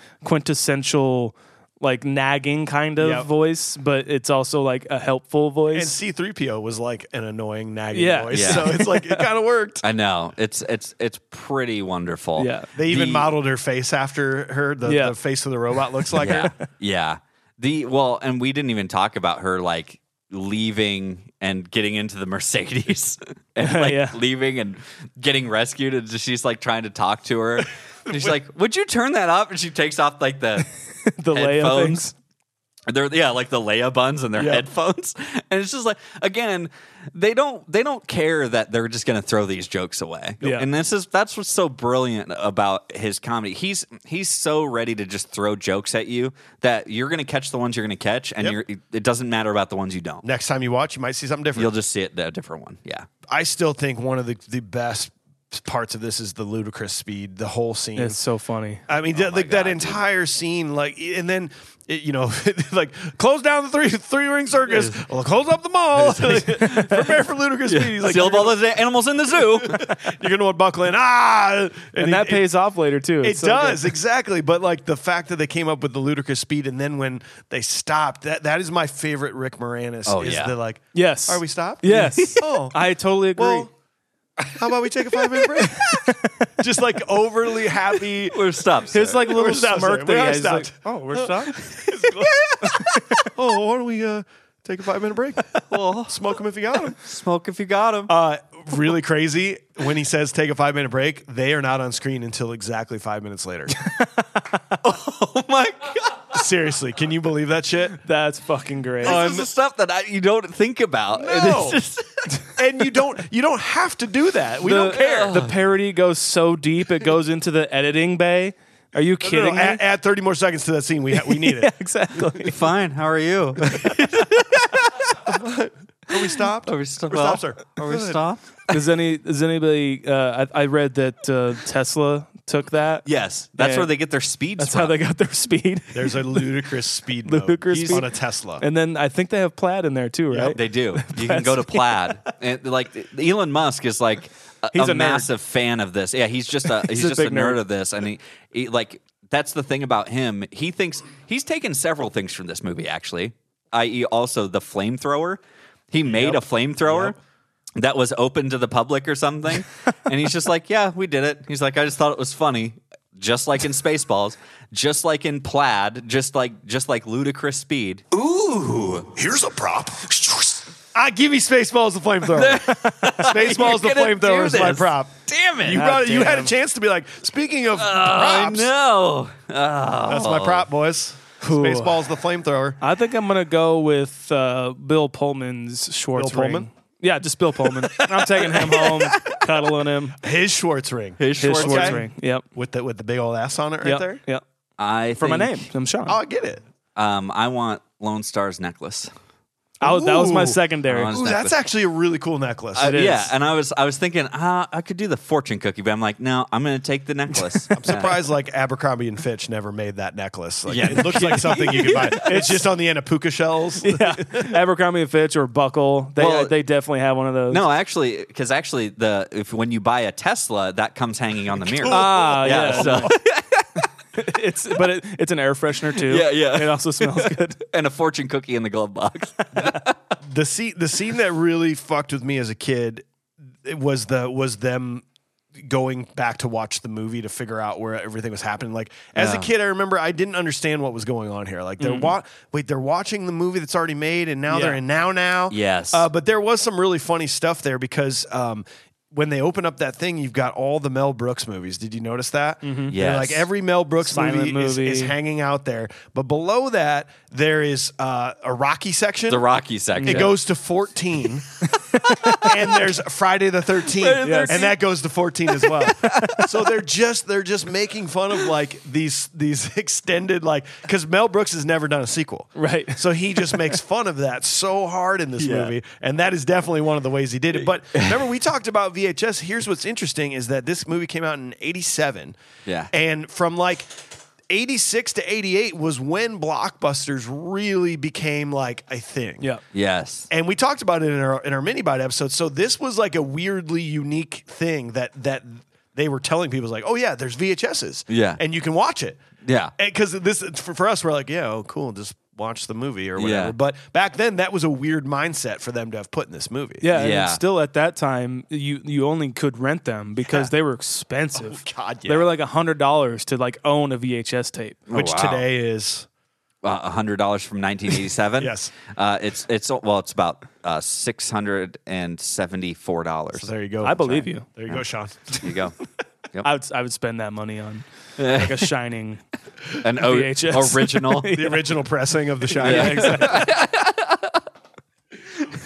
Speaker 3: quintessential like nagging kind of
Speaker 1: Yep.
Speaker 3: voice, but it's also like a helpful voice.
Speaker 1: And C3PO was like an annoying nagging
Speaker 3: Yeah.
Speaker 1: voice.
Speaker 2: Yeah.
Speaker 1: [laughs] So it's like it kind
Speaker 2: [laughs]
Speaker 1: of worked.
Speaker 2: I know. It's it's it's pretty wonderful.
Speaker 3: Yeah.
Speaker 1: They even
Speaker 2: The-
Speaker 1: modeled her face after her. The,
Speaker 3: Yeah.
Speaker 1: the face of the robot looks
Speaker 2: [laughs]
Speaker 1: like
Speaker 2: yeah.
Speaker 1: her.
Speaker 2: Yeah. The well, and we didn't even talk about her like leaving and getting into the Mercedes [laughs] and like
Speaker 3: Yeah.
Speaker 2: leaving and getting rescued and she's like trying to talk to her. And she's like, "Would you turn that up?" And she takes off like the
Speaker 3: the layout
Speaker 2: headphones.
Speaker 3: things.
Speaker 2: They're yeah, like the Leia buns and their headphones, [laughs] and it's just like again, they don't they don't care that they're just going to throw these jokes away.
Speaker 3: Yeah.
Speaker 2: and this is that's what's so brilliant about his comedy. He's he's so ready to just throw jokes at you that you're going to catch the ones you're going to catch, and
Speaker 1: Yep.
Speaker 2: you're, it doesn't matter about the ones you don't.
Speaker 1: Next time you watch, you might see something different.
Speaker 2: You'll just see it a different one. Yeah,
Speaker 1: I still think one of the, the best parts of this is the ludicrous speed, the whole scene.
Speaker 3: It's so funny.
Speaker 1: I
Speaker 2: Oh
Speaker 1: mean, that, like that entire scene, like, and then it, you know, [laughs] like close down the three three ring circus, well, close up the
Speaker 3: [laughs]
Speaker 1: mall, [laughs] prepare for ludicrous speed. He's like,
Speaker 2: Seal
Speaker 1: you're
Speaker 2: of all those animals in the zoo.
Speaker 1: gonna- you're going to want to buckle in, ah,
Speaker 3: And that
Speaker 1: it- it-
Speaker 3: pays off later too.
Speaker 1: It
Speaker 3: It's so good.
Speaker 1: does exactly, but like the fact that they came up with the ludicrous speed, and then when they stopped, that that is my favorite Rick Moranis.
Speaker 2: Oh,
Speaker 1: is
Speaker 2: yeah.
Speaker 1: the like,
Speaker 3: Yes.
Speaker 1: are we stopped?
Speaker 3: Yes.
Speaker 1: [laughs] Oh.
Speaker 3: I totally agree.
Speaker 1: Well, how about we take a five minute [laughs] break? Just like overly [laughs] happy.
Speaker 2: We're stopped.
Speaker 3: His like little
Speaker 1: We're stopped,
Speaker 3: smirk
Speaker 1: sir.
Speaker 3: thing.
Speaker 1: We are
Speaker 3: yeah, he's like,
Speaker 1: stopped.
Speaker 3: oh, we're stopped.
Speaker 1: Oh, why don't we uh, take a five minute break? Well, [laughs] smoke them if you got them.
Speaker 2: smoke if you got
Speaker 3: Oh
Speaker 2: him.
Speaker 1: Uh, really crazy when he says take a five minute break. They are not on screen until exactly five minutes [laughs] later.
Speaker 2: oh my god.
Speaker 1: Seriously, can you believe that shit?
Speaker 3: [laughs] That's fucking
Speaker 2: [laughs]
Speaker 3: great. Um,
Speaker 2: this is the stuff that I, you don't think about.
Speaker 1: No.
Speaker 2: It's just-
Speaker 1: [laughs] And you don't you don't have to do that. We don't care.
Speaker 2: Oh,
Speaker 3: The parody goes so deep it goes into the editing bay. Are you
Speaker 1: [laughs] No, no,
Speaker 3: kidding me?
Speaker 1: add, add thirty more seconds to that scene. We ha-
Speaker 2: [laughs]
Speaker 1: we
Speaker 3: [laughs]
Speaker 1: need it.
Speaker 2: [laughs]
Speaker 3: exactly.
Speaker 2: Fine. How are you? [laughs]
Speaker 1: Are we stopped?
Speaker 2: Are we still
Speaker 1: We're stopped, sir.
Speaker 2: Are we stopped?
Speaker 3: Does any does anybody? Uh, I, I read that uh, Tesla took that.
Speaker 2: Yes. That's
Speaker 3: Yeah.
Speaker 2: where they get their speeds
Speaker 3: that's
Speaker 2: from.
Speaker 3: how they got their [laughs] speed.
Speaker 1: There's a ludicrous speed.
Speaker 3: Ludicrous
Speaker 1: He's on
Speaker 3: speed.
Speaker 1: a Tesla.
Speaker 3: And then I think they have plaid in there too, right?
Speaker 2: They
Speaker 3: [laughs]
Speaker 2: do. You can go to Plaid. and like Elon Musk is like a,
Speaker 3: He's
Speaker 2: a
Speaker 3: a nerd.
Speaker 2: massive fan of this. Yeah, he's just
Speaker 3: [laughs]
Speaker 2: a he's,
Speaker 3: a
Speaker 2: just a
Speaker 3: big
Speaker 2: nerd,
Speaker 3: nerd.
Speaker 2: of this, and he, he like that's the thing about him. He thinks he's taken several things from this movie, actually, i.e., also the flamethrower. He made a flamethrower. That was open to the public or
Speaker 3: [laughs]
Speaker 2: something. and he's just like, yeah, we did it. He's like, I just thought it was funny. Just like in Spaceballs, just like in Plaid, just like just like ludicrous speed.
Speaker 7: Here's a prop.
Speaker 1: I Ah, give me Spaceballs
Speaker 2: [laughs]
Speaker 1: the flamethrower. Spaceballs the
Speaker 2: You're gonna
Speaker 1: flamethrower
Speaker 2: do
Speaker 1: is my
Speaker 2: this.
Speaker 1: prop.
Speaker 2: Damn it!
Speaker 1: You brought, you had a chance to be like, speaking of props,
Speaker 2: No.
Speaker 1: that's my prop, boys. Spaceballs the flamethrower.
Speaker 3: I think I'm gonna go with uh, Bill Pullman's Schwartz
Speaker 1: Bill Pullman?
Speaker 3: ring. Yeah, just Bill Pullman. I'm taking him
Speaker 1: [laughs]
Speaker 3: home, cuddling him.
Speaker 1: His Schwartz ring.
Speaker 3: His Schwartz
Speaker 1: Okay.
Speaker 3: ring. Yep.
Speaker 1: With the with the big old ass on it right
Speaker 3: yep.
Speaker 1: there.
Speaker 3: Yep.
Speaker 2: I
Speaker 3: For my name,
Speaker 2: think,
Speaker 3: I'm Sean.
Speaker 1: Oh, I get it.
Speaker 2: Um, I want Lone Star's necklace.
Speaker 3: I was, that was my
Speaker 1: Ooh.
Speaker 3: secondary.
Speaker 2: Honest-
Speaker 1: Ooh, that's
Speaker 2: necklace.
Speaker 1: actually a really cool necklace.
Speaker 2: Uh,
Speaker 3: is.
Speaker 2: yeah, and I was I was thinking ah, I could do the fortune cookie, but I'm like, no, I'm going to take the necklace. I'm
Speaker 1: Surprised like Abercrombie and Fitch never made that necklace. Like, it looks like something you could buy. It's just on the end of puka shells.
Speaker 3: yeah, Abercrombie and Fitch or Buckle. They uh,
Speaker 2: Well-
Speaker 3: they definitely have one of those.
Speaker 2: No, actually, because actually, the if when you buy a Tesla, that comes hanging on the mirror.
Speaker 3: ah, yeah.
Speaker 2: yeah, so,
Speaker 3: [laughs] it's but it, it's an air freshener too.
Speaker 2: Yeah, yeah.
Speaker 3: It also smells good.
Speaker 2: and a fortune cookie in the glove box. [laughs]
Speaker 1: the scene the scene that really fucked with me as a kid it was the was them going back to watch the movie to figure out where everything was happening like as a kid i remember i didn't understand what was going on here like they're wa- wait they're watching the movie that's already made and now they're
Speaker 3: Yeah.
Speaker 1: in now now
Speaker 2: Yes.
Speaker 1: uh, but there was some really funny stuff there because um when they open up that thing, you've got all the Mel Brooks movies. Did you notice that? Mm-hmm.
Speaker 2: Yes.
Speaker 1: like every Mel Brooks movie,
Speaker 3: Silent
Speaker 1: is-
Speaker 3: movie.
Speaker 1: Is, hanging out there. But below that, there is uh, a Rocky section.
Speaker 2: the Rocky section.
Speaker 1: It goes to 14. [laughs] and there's Friday the 13th.
Speaker 3: Yes.
Speaker 1: And that goes to 14 as well. so they're just they're just making fun of like these these [laughs] extended like cuz Mel Brooks has never done a sequel.
Speaker 3: Right.
Speaker 1: So he just makes fun of that so hard in this movie and that is definitely one of the ways he did it.
Speaker 3: [laughs]
Speaker 1: But remember we talked about VHS. Here's what's interesting is that this movie came out in 87.
Speaker 2: Yeah.
Speaker 1: And from like 86 to 88 was when blockbusters really became like a thing.
Speaker 3: Yeah.
Speaker 2: Yes.
Speaker 1: And we talked about it in our in our mini bite episode. So this was like a weirdly unique thing that that they were telling people like, oh yeah, there's VHSs,
Speaker 2: Yeah.
Speaker 1: and you can watch it,
Speaker 2: Yeah.
Speaker 1: because this for, for us we're like, yeah, oh cool, just watch the movie or whatever.
Speaker 2: Yeah.
Speaker 1: But back then that was a weird mindset for them to have put in this movie.
Speaker 3: Yeah, and
Speaker 2: Yeah.
Speaker 3: still at that time, you you only could rent them
Speaker 1: [laughs]
Speaker 3: because they were expensive.
Speaker 1: Oh, God, yeah. Mm.
Speaker 3: they were like hundred dollars to like own a VHS tape.
Speaker 1: which
Speaker 2: Oh, wow.
Speaker 1: today is
Speaker 2: uh, hundred dollars from
Speaker 3: [laughs]
Speaker 2: 1987.
Speaker 1: Yes.
Speaker 2: uh, it's it's well, it's about uh, six hundred and seventy four dollars.
Speaker 1: there you go.
Speaker 3: I believe you.
Speaker 1: There you go, Sean.
Speaker 3: [laughs]
Speaker 2: There you go. Yep.
Speaker 3: I would I would spend that money on like a shining.
Speaker 2: An o-
Speaker 3: VHS. [laughs]
Speaker 2: original.
Speaker 1: [laughs] the original pressing of the Shining.
Speaker 2: Yeah.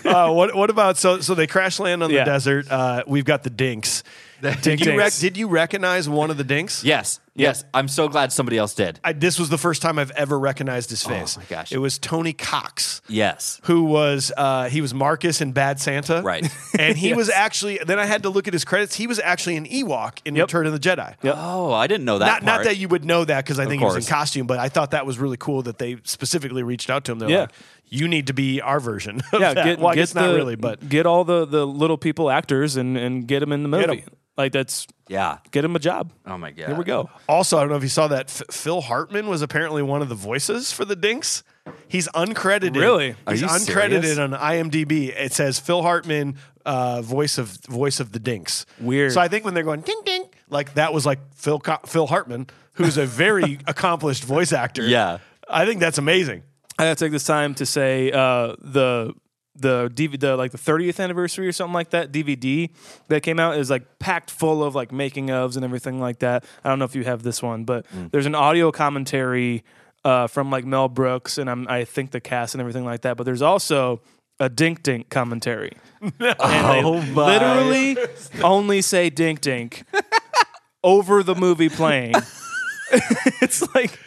Speaker 1: uh, what what about so so they crash land on
Speaker 3: Yeah.
Speaker 1: the desert? Uh, we've got the Dinks. did, you rec-
Speaker 3: Dinks.
Speaker 1: did you recognize one of the Dinks?
Speaker 2: Yes. Yes. I'm so glad somebody else did.
Speaker 1: I, this was the first time I've ever recognized his face.
Speaker 2: my gosh.
Speaker 1: It was Tony Cox.
Speaker 2: Yes.
Speaker 1: Who was uh, he was Marcus in Bad Santa,
Speaker 2: Right.
Speaker 1: [laughs] And he was actually. Then I had to look at his credits. He was actually an Ewok in
Speaker 3: Yep.
Speaker 1: Return of the Jedi.
Speaker 2: Oh, I didn't know that.
Speaker 1: Not not
Speaker 2: part.
Speaker 1: that you would know that because I think he was in
Speaker 2: course.
Speaker 1: costume, but I thought that was really cool that they specifically reached out to him. They're
Speaker 3: Yeah.
Speaker 1: like, "You need to be our version." [laughs] Of
Speaker 3: Yeah,
Speaker 1: that."
Speaker 3: get,
Speaker 1: well, I
Speaker 3: get
Speaker 1: guess not
Speaker 3: the-
Speaker 1: really, but
Speaker 3: get all the the little people actors and and get them in the
Speaker 1: Get
Speaker 3: movie.
Speaker 1: 'em.
Speaker 3: Like that's
Speaker 2: Yeah.
Speaker 3: get them a job.
Speaker 2: Oh my god.
Speaker 3: Here we go.
Speaker 1: Also, I don't know if you saw that F- Phil Hartman was apparently one of the voices for the Dinks. He's uncredited.
Speaker 3: Really?
Speaker 2: Are
Speaker 1: He's
Speaker 2: you
Speaker 1: uncredited
Speaker 2: serious?
Speaker 1: on IMDb. It says Phil Hartman, uh, voice of voice of the Dinks.
Speaker 3: Weird.
Speaker 1: So I think when they're going ding ding, like that was like Phil Co- Phil Hartman, who's a very accomplished voice actor.
Speaker 2: Yeah.
Speaker 1: I think that's amazing.
Speaker 3: I gotta take this time to say uh, the the DVD, the like the 30th anniversary or something like that DVD that came out is like packed full of like making ofs and everything like that. I don't know if you have this one, but there's an audio commentary uh, from like Mel Brooks and I'm, I think the cast and everything like that. But there's also a dink dink commentary. And they literally only say dink dink over the movie playing. [laughs] it's like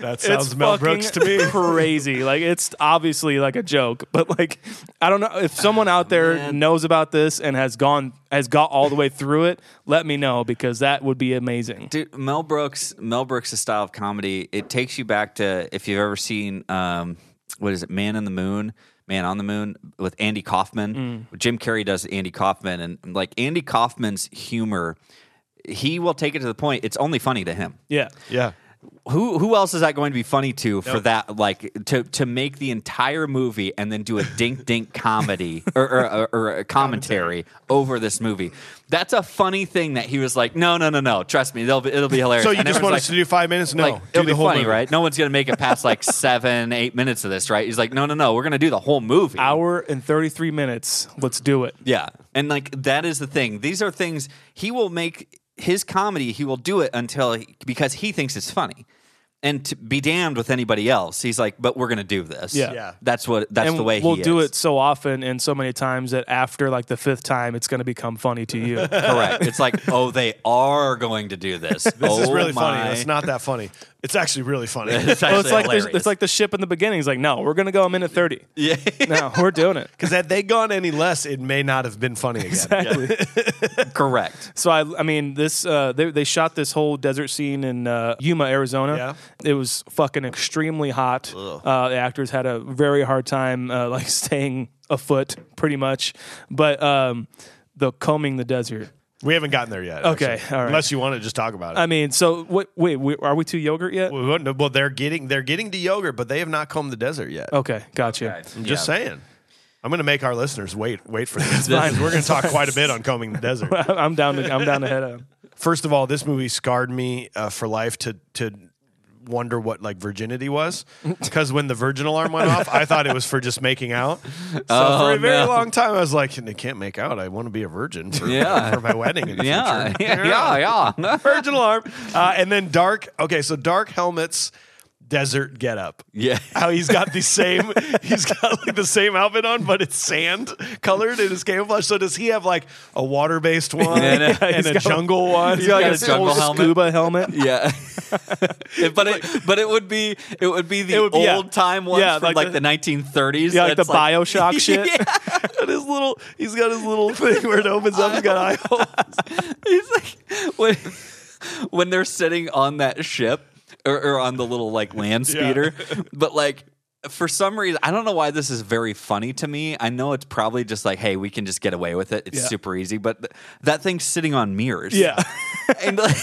Speaker 1: That
Speaker 3: it's
Speaker 1: sounds Mel Brooks to
Speaker 3: fucking
Speaker 2: [laughs]
Speaker 1: me.
Speaker 3: [laughs] crazy. Like it's obviously like a joke, but like I don't know if someone out there knows about this and has gone has got all the way through it. Let me know because that would be amazing.
Speaker 2: Dude, Mel Brooks, Mel Brooks' style of comedy, it takes you back to if you've ever seen um, what is it, Man in the Moon, Man on the Moon with Andy Kaufman.
Speaker 1: Mm.
Speaker 2: Jim Carrey does Andy Kaufman, and like Andy Kaufman's humor, he will take it to the point. It's only funny to him.
Speaker 3: Yeah,
Speaker 1: yeah.
Speaker 2: Who who else is that going to be funny to for that? Like to to make the entire movie and then do a dink dink comedy or, or, or, or
Speaker 1: [laughs]
Speaker 2: a commentary over this movie. That's a funny thing that he was like, no no no no. Trust me, it'll be, it'll be hilarious.
Speaker 1: So you
Speaker 2: And
Speaker 1: just
Speaker 2: everyone's
Speaker 1: want
Speaker 2: like,
Speaker 1: us to do five minutes? No,
Speaker 2: like
Speaker 1: do
Speaker 2: it'll be
Speaker 1: the whole
Speaker 2: funny,
Speaker 1: movie.
Speaker 2: right? No one's gonna make it past like [laughs] seven, eight minutes of this, right? He's like, no, no, no, we're gonna do the whole movie.
Speaker 3: hour and thirty three minutes. Let's do it.
Speaker 2: Yeah. And like that is the thing. These are things he will make his comedy, he will do it until because he thinks it's funny. And to be damned with anybody else. He's like, but we're gonna do this.
Speaker 3: Yeah. Yeah.
Speaker 2: That's what that's
Speaker 3: and
Speaker 2: the way
Speaker 3: we'll
Speaker 2: he
Speaker 3: do
Speaker 2: is.
Speaker 3: it so often and so many times that after like the fifth time, it's going to become funny
Speaker 2: [laughs]
Speaker 3: to you.
Speaker 2: Correct. It's
Speaker 3: [laughs]
Speaker 2: like, oh, they are going to do this. this
Speaker 1: This is really funny. It's not that funny. It's actually really funny.
Speaker 2: Oh [laughs] it's actually
Speaker 3: Well, it's like the,
Speaker 2: hilarious.
Speaker 3: it's like the ship in the beginning. He's like, no, we're going to go a minute thirty. Yeah, [laughs] no, we're doing it.
Speaker 1: Because had they gone any less, it may not have been funny again.
Speaker 2: correct.
Speaker 3: So I, I mean, this uh, they they shot this whole desert scene in uh, Yuma, Arizona.
Speaker 1: Yeah.
Speaker 3: it was fucking extremely hot. Uh, the actors had a very hard time uh, [laughs] like staying afoot, pretty much. But um, the combing the desert.
Speaker 1: We haven't gotten there yet.
Speaker 3: Okay,
Speaker 1: actually.
Speaker 3: all right.
Speaker 1: Unless you want to just talk about it.
Speaker 3: I mean, so what? Wait, we, are we to yogurt yet?
Speaker 1: We wouldn't- well, they're getting they're getting to yogurt, but they have not combed the desert yet.
Speaker 2: Oh,
Speaker 3: Okay, gotcha.
Speaker 1: I'm just saying. I'm going to make our listeners wait wait for
Speaker 2: [laughs]
Speaker 1: this.
Speaker 2: fine.
Speaker 1: We're going to talk quite a bit on combing
Speaker 2: [laughs]
Speaker 1: the desert.
Speaker 3: [laughs] I'm down. To, I'm down to head [laughs] on.
Speaker 1: First of all, this movie scarred me uh, for life to to wonder what like
Speaker 2: [laughs]
Speaker 1: virginity was because when the virgin alarm went off, I thought it was for just
Speaker 2: [laughs]
Speaker 1: making out. So for a very
Speaker 2: Oh, no.
Speaker 1: long time, I was like, "I can't make out. I want to be a virgin for,
Speaker 2: Yeah.
Speaker 1: [laughs] for my wedding." In the
Speaker 2: [laughs] Yeah.
Speaker 1: future."
Speaker 2: Yeah, yeah, yeah.
Speaker 1: Virgin alarm. Uh, and then dark. Okay, so dark helmets, desert get up.
Speaker 2: Yeah.
Speaker 1: [laughs] How he's got
Speaker 2: [laughs]
Speaker 1: the same, he's got like the same outfit on, but it's sand colored and it's camouflage. So does he have like a water based one
Speaker 2: [laughs] Yeah, no,
Speaker 1: [laughs] and
Speaker 3: he's
Speaker 1: a
Speaker 3: got-
Speaker 1: jungle one?
Speaker 2: he's got like a
Speaker 1: full
Speaker 2: jungle helmet.
Speaker 3: Scuba helmet. [laughs]
Speaker 2: Yeah, [laughs] It- [laughs] but it but it would be it would be the
Speaker 3: would be- yeah.
Speaker 2: old time ones
Speaker 3: Yeah,
Speaker 2: from
Speaker 3: like
Speaker 2: like,
Speaker 3: the-
Speaker 2: the 1930s.
Speaker 3: Yeah, like the
Speaker 2: that's
Speaker 3: Bioshock
Speaker 2: [laughs]
Speaker 3: shit. [laughs]
Speaker 1: got his little, [laughs] he's got his little thing where it opens
Speaker 2: [laughs]
Speaker 1: up. He's got eye holes.
Speaker 2: He's like when when they're sitting on that ship or, or on the little like land speeder, but like. For some reason, I don't know why this is very funny to me. I know it's probably just like, hey, we can just get away with it. It's
Speaker 3: Yeah.
Speaker 2: super easy, but th- that thing's sitting on mirrors.
Speaker 3: Yeah.
Speaker 2: [laughs] and, like,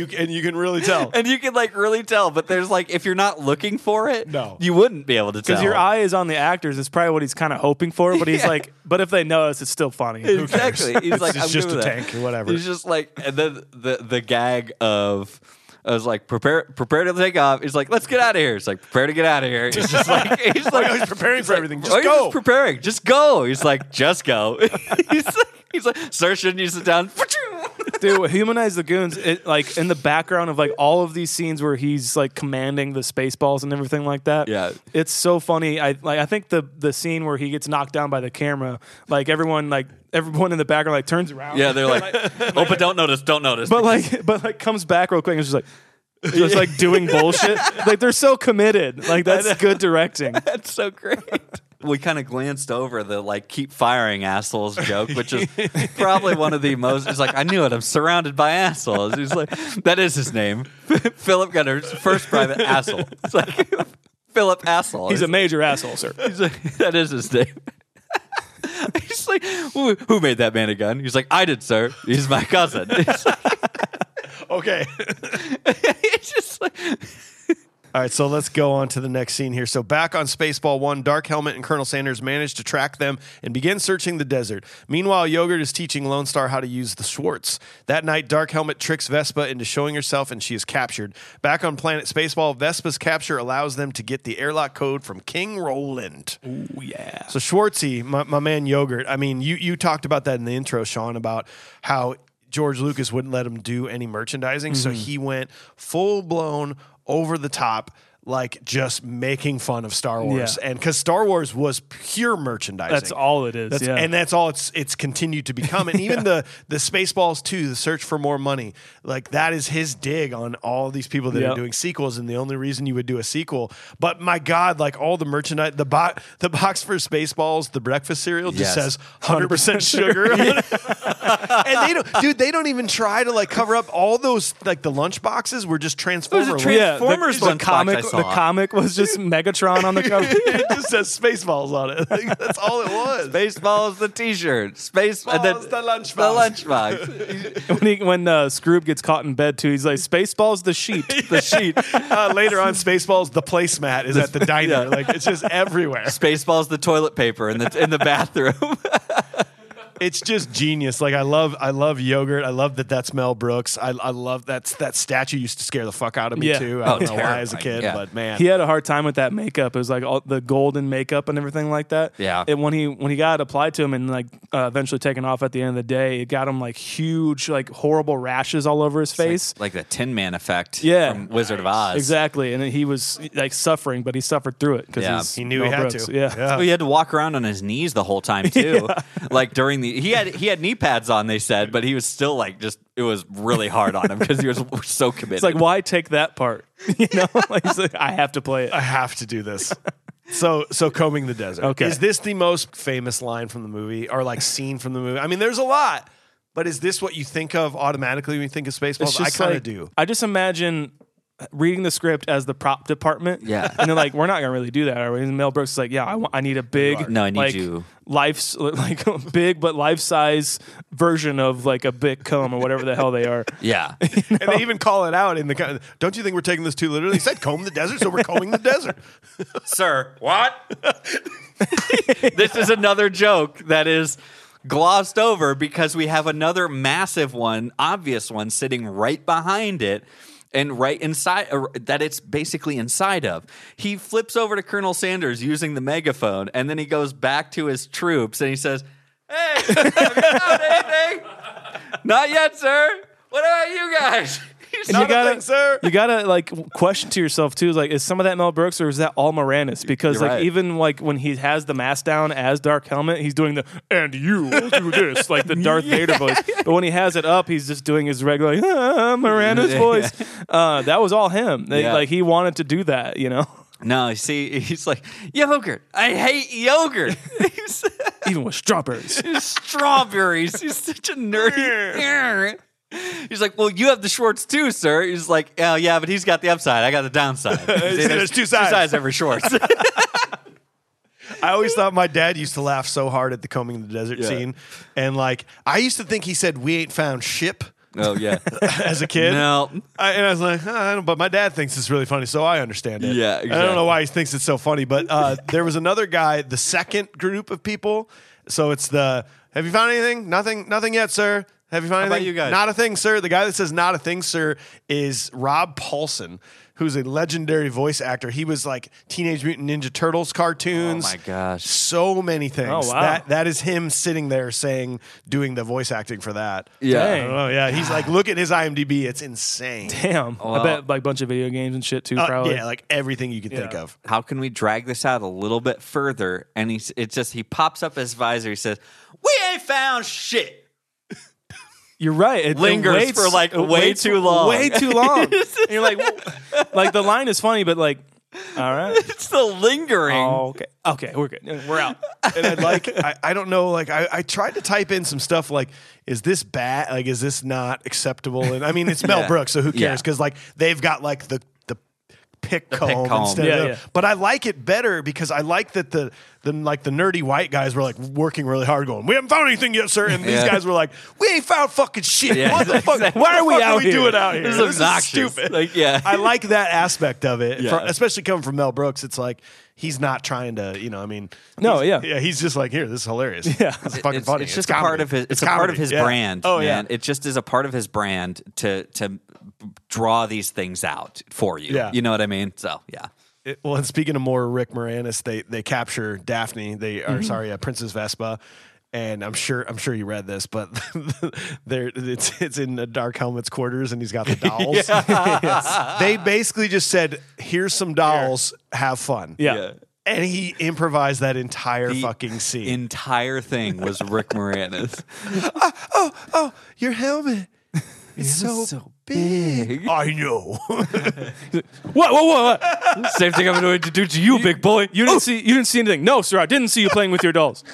Speaker 1: You, and you can really tell.
Speaker 2: and you can like really tell. But there's like, if you're not looking for it,
Speaker 1: No.
Speaker 2: you wouldn't be able to tell.
Speaker 3: Because your eye is on the actors, it's probably what he's kind of hoping for. But he's like, but if they notice, it's still funny. [laughs]
Speaker 2: Exactly. He's like,
Speaker 1: It's
Speaker 2: I'm
Speaker 1: just
Speaker 2: good
Speaker 1: a
Speaker 2: with that.
Speaker 1: tank or whatever.
Speaker 2: He's just like, and then the the gag of. I was like, prepare, prepare to take off. He's like, let's get out of here. He's like, prepare to get out of here.
Speaker 1: [laughs]
Speaker 2: He's just like, he's like,
Speaker 1: he's preparing for everything. [laughs] Just
Speaker 2: "Oh, you're
Speaker 1: go."
Speaker 2: preparing. [laughs] Just go. He's like, just go. he's, like, he's like, sir, shouldn't you sit down? [laughs]
Speaker 3: Dude, humanize the goons. It, like in the background of like all of these scenes where he's like commanding the space balls and everything like that.
Speaker 2: Yeah.
Speaker 3: it's so funny. I like. I think the the scene where he gets knocked down by the camera. Like everyone, like everyone in the background, like turns around.
Speaker 2: Yeah, they're like, [laughs] oh, but don't notice, don't notice.
Speaker 3: but like, [laughs] but like comes back real quick and is just like. Just like [laughs] doing bullshit. Like they're so committed. Like that's good [laughs] directing.
Speaker 2: That's so great. [laughs] We kind of glanced over the like keep firing assholes joke, which is probably one of the most. It's like I knew it. I'm surrounded by assholes. He's like, that is his name, [laughs] Philip Gunner's first private asshole. It's like [laughs] Philip asshole.
Speaker 3: He's a major asshole, [laughs] sir.
Speaker 2: He's like, that is his name. [laughs] He's like, who, who made that man a gun? He's like, I did, sir. He's my cousin. [laughs] It's, like, [laughs]
Speaker 1: Okay.
Speaker 2: it's just like,
Speaker 1: All right, so let's go on to the next scene here. So back on Spaceball 1, Dark Helmet and Colonel Sanders manage to track them and begin searching the desert. Meanwhile, Yogurt is teaching Lone Star how to use the Schwartz. That night, Dark Helmet tricks Vespa into showing herself and she is captured. Back on planet Spaceball, Vespa's capture allows them to get the airlock code from King Roland. So Schwartzy, my, my man Yogurt. I mean, you you talked about that in the intro, Sean, about how George Lucas wouldn't let him do any merchandising,
Speaker 3: Mm-hmm.
Speaker 1: so he went full blown over the top. Like just making fun of Star Wars,
Speaker 3: Yeah.
Speaker 1: and because Star Wars was pure merchandising.
Speaker 3: That's all it is.
Speaker 1: That's-
Speaker 3: yeah.
Speaker 1: and that's all it's it's continued to become. And even the the Spaceballs too, the search for more money, like that is his dig on all these people that are
Speaker 3: Yep.
Speaker 1: doing sequels. And the only reason you would do a sequel, but my God, like all the merchandise, the bo- the box for Spaceballs, the breakfast cereal just
Speaker 2: Yes.
Speaker 1: says hundred percent sugar. on it. and they don't, dude, they don't even try to like cover up all those like the lunch boxes were just transformer. lunch-
Speaker 3: Yeah, the-
Speaker 2: Transformers
Speaker 3: the,
Speaker 2: lunchbox
Speaker 3: comic.
Speaker 2: I saw.
Speaker 3: The comic was just Megatron on the cover.
Speaker 1: [laughs] it just says Spaceballs on it. Like, that's all it was.
Speaker 2: baseball is the T-shirt. Space and
Speaker 1: Ball's
Speaker 2: then
Speaker 1: the lunchbox.
Speaker 2: The lunchbox.
Speaker 3: when he, when uh, Scroob gets caught in bed too, he's like, "Spaceballs
Speaker 1: [laughs]
Speaker 3: the sheet, the sheet."
Speaker 1: uh, later on, Spaceballs, the placemat is [laughs] at the diner. Like it's just everywhere.
Speaker 2: Baseball's the toilet paper in the in the bathroom.
Speaker 1: It's just genius. Like I love, I love yogurt. I love that that's Mel Brooks. I, I love that's that statue used to scare the fuck out of me
Speaker 3: Yeah.
Speaker 1: too. I don't
Speaker 2: Oh,
Speaker 1: know why as a
Speaker 2: terrifying.
Speaker 1: kid,
Speaker 2: Yeah.
Speaker 1: but man,
Speaker 3: He had a hard time with that makeup. It was like all the golden makeup and everything like that.
Speaker 2: Yeah.
Speaker 3: And when he when he got applied to him and like uh, eventually taken off at the end of the day, it got him like huge, like horrible rashes all over his face.
Speaker 2: like the Tin Man effect.
Speaker 3: Yeah.
Speaker 2: from Wizard of Oz.
Speaker 3: exactly. And he was like suffering, but he suffered through it because
Speaker 2: Yeah.
Speaker 1: he knew he had to.
Speaker 3: Yeah.
Speaker 2: Oh, he had to walk around on his knees the whole
Speaker 3: [laughs]
Speaker 2: time too. Like during the he had he had knee pads on. They said, but he was still like just it was really hard on him because he was so committed.
Speaker 3: It's like, why take that part? [laughs] You know, like, he's like, I have to play it.
Speaker 1: I have to do [laughs] this. So, so combing the desert.
Speaker 3: Okay.
Speaker 1: is this the most famous line from the movie, or like scene from the movie? I mean, there's a lot, but is this what you think of automatically when you think of
Speaker 3: It's
Speaker 1: Spaceballs? I
Speaker 3: just
Speaker 1: kind of
Speaker 3: like-
Speaker 1: do.
Speaker 3: I just imagine reading the script as the prop department.
Speaker 2: Yeah.
Speaker 3: And they're like, we're not going to really do that. Are we? And Mel Brooks is like, yeah, I, want, I need a big,
Speaker 2: No, I need
Speaker 3: like,
Speaker 2: you.
Speaker 3: Life's [laughs] like a big, but life size version of like a big comb or whatever the hell they are.
Speaker 2: yeah,
Speaker 1: And they even call it out in the. co- Don't you think we're taking this too literally? He said comb the desert, so we're combing the desert.
Speaker 2: sir. What? [laughs] this is another joke that is glossed over because we have another massive one, obvious one, sitting right behind it. And right inside, or that it's basically inside of. He flips over to Colonel Sanders using the megaphone, and then he goes back to his troops and he says, Hey, [laughs] have you found anything? Not yet, sir. What about you guys? [laughs] He's
Speaker 3: you gotta,
Speaker 1: thing, sir.
Speaker 3: you gotta like question to yourself too. Like, is some of that Mel Brooks or is that all Moranis? Because
Speaker 2: You're
Speaker 3: like
Speaker 2: right.
Speaker 3: even like when he has the mask down as Dark Helmet, he's doing the "and you will do this" like
Speaker 1: [laughs]
Speaker 3: the Darth Vader voice. But when he has it up, he's just doing his regular like, ah,
Speaker 2: [laughs]
Speaker 3: Moranis voice. Uh, that was all him. They-
Speaker 2: Yeah.
Speaker 3: Like he wanted to do that, you know. [laughs]
Speaker 2: No, see, he's like, Yogurt. I hate yogurt. [laughs] He's-
Speaker 3: Even
Speaker 2: [laughs]
Speaker 3: with strawberries,
Speaker 2: strawberries. He's such a nerdy. He's like, well, you have the Schwartz too, sir. He's like, oh yeah, but he's got the upside. I got the [laughs] downside. See,
Speaker 1: there's two sides.
Speaker 2: Two sides every Schwartz.
Speaker 1: I always thought my dad used to laugh so hard at the combing the desert
Speaker 2: Yeah.
Speaker 1: scene, and like I used to think he said we ain't found ship
Speaker 2: [laughs] oh yeah,
Speaker 1: [laughs] as a kid.
Speaker 2: no,
Speaker 1: I, and I was like, "Huh, I don't, but my dad thinks it's really funny, so I understand it.
Speaker 2: Yeah,
Speaker 1: And I don't
Speaker 2: exactly.
Speaker 1: know why he thinks it's so funny, but uh, there was another guy, the second group of people. So it's the Have you found anything? Nothing, nothing yet, sir. Have you found
Speaker 2: about
Speaker 1: anything?
Speaker 2: you guys?
Speaker 1: Not a thing, sir. The guy that says not a thing, sir, is Rob Paulson, who's a legendary voice actor. He was like Teenage Mutant Ninja Turtles cartoons.
Speaker 2: Oh my gosh.
Speaker 1: So many things.
Speaker 3: Oh, wow.
Speaker 1: That that is him sitting there saying, doing the voice acting for that.
Speaker 2: Yeah.
Speaker 1: I don't know. Yeah. He's like, look at his IMDb. It's insane.
Speaker 3: Oh, Damn. I bet like a bunch of video games and shit too,
Speaker 1: Uh,
Speaker 3: probably.
Speaker 1: yeah, like everything you could think
Speaker 3: Yeah.
Speaker 1: of.
Speaker 2: How can we drag this out a little bit further? And he's it's just he pops up his visor. He says, "We ain't found shit."
Speaker 3: You're right. It it
Speaker 2: Lingers
Speaker 3: waits-
Speaker 2: for, like,
Speaker 3: it
Speaker 2: way
Speaker 3: waits
Speaker 2: too long.
Speaker 3: Way too long. and you're like, "Whoa." like the line is funny, but like, all right.
Speaker 2: [laughs] It's the lingering.
Speaker 3: Oh, okay. Okay, we're good. We're out.
Speaker 1: and I'd like I, I don't know like I, I tried to type in some stuff like is this bad like is this not acceptable and I mean it's
Speaker 2: [laughs]
Speaker 1: Mel
Speaker 2: Yeah.
Speaker 1: Brooks so who
Speaker 2: Yeah.
Speaker 1: cares because like they've got like the the pick comb,
Speaker 2: comb.
Speaker 1: instead
Speaker 3: Yeah,
Speaker 1: of
Speaker 3: yeah.
Speaker 1: but I like it better because I like that the the like the nerdy white guys were like working really hard going we haven't found anything yet sir and these
Speaker 2: Yeah.
Speaker 1: guys were like we ain't found fucking shit
Speaker 2: Yeah. [laughs]
Speaker 1: what the fuck why are we out we doing out here
Speaker 2: This is obnoxious.
Speaker 1: stupid
Speaker 2: Like, yeah.
Speaker 1: I like that aspect of
Speaker 2: [laughs]
Speaker 1: it
Speaker 2: Yeah.
Speaker 1: For- especially coming from Mel Brooks it's like he's not trying to you know I mean
Speaker 3: No,
Speaker 1: He's-
Speaker 3: yeah.
Speaker 1: yeah, he's just like, here, this is hilarious. Yeah, it's fucking
Speaker 2: it's,
Speaker 1: funny.
Speaker 2: it's just a
Speaker 1: comedy.
Speaker 2: part of his. It's, a part of
Speaker 1: comedy.
Speaker 2: his
Speaker 1: Yeah.
Speaker 2: brand.
Speaker 1: Oh
Speaker 2: man.
Speaker 1: yeah,
Speaker 2: it just is a part of his brand to to draw these things out for you.
Speaker 1: Yeah.
Speaker 2: you know what I mean. So yeah,
Speaker 1: It- well, and speaking of more Rick Moranis, they they capture Daphne. They
Speaker 3: Mm-hmm.
Speaker 1: are sorry, uh, Princess Vespa. And I'm sure I'm sure you read this, but [laughs] there it's it's in the Dark Helmet's quarters, and he's
Speaker 3: [laughs]
Speaker 1: got the dolls. They basically just said, "Here's some dolls, have fun."
Speaker 3: Yeah.
Speaker 1: and he improvised that entire
Speaker 2: The
Speaker 1: fucking scene.
Speaker 2: entire thing was Rick Moranis. [laughs]
Speaker 1: Your helmet, it's so, big. I know. [laughs]
Speaker 3: What? What? What? what?
Speaker 2: Same thing I'm going to do to you, big boy.
Speaker 3: You Oh. didn't see. You didn't see anything. No, sir. I didn't see you playing with your [laughs] dolls.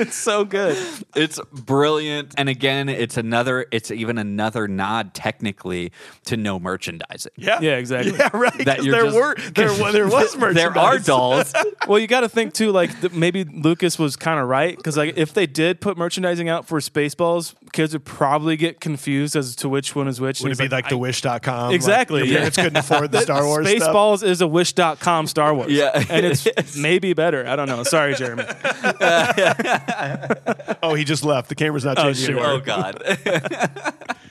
Speaker 2: it's so good. It's brilliant. And again, it's another. It's even another nod technically to no merchandising.
Speaker 1: yeah,
Speaker 3: Yeah, exactly.
Speaker 1: Yeah, right.
Speaker 2: That
Speaker 1: 'cause
Speaker 2: you're
Speaker 1: there
Speaker 2: just- [laughs]
Speaker 1: were there wa- there was merchandise.
Speaker 2: There are
Speaker 1: [laughs]
Speaker 2: dolls.
Speaker 3: Well, you got to think too. Like th- maybe Lucas was kind of right because like if they did put merchandising out for Spaceballs, kids would probably get confused as to which one is which.
Speaker 1: Would
Speaker 3: And
Speaker 1: it be
Speaker 3: he's
Speaker 1: like, the wish.com?
Speaker 3: Exactly,
Speaker 1: Like, your
Speaker 3: yeah.
Speaker 1: parents couldn't afford the Star Wars stuff.
Speaker 3: Spaceballs is a wish.com Star Wars.
Speaker 2: Yeah.
Speaker 3: And [laughs] it's maybe better. I don't know. Sorry, Jeremy.
Speaker 1: Oh, he just left. The camera's not changing. anywhere.
Speaker 2: oh
Speaker 1: [laughs]
Speaker 2: God.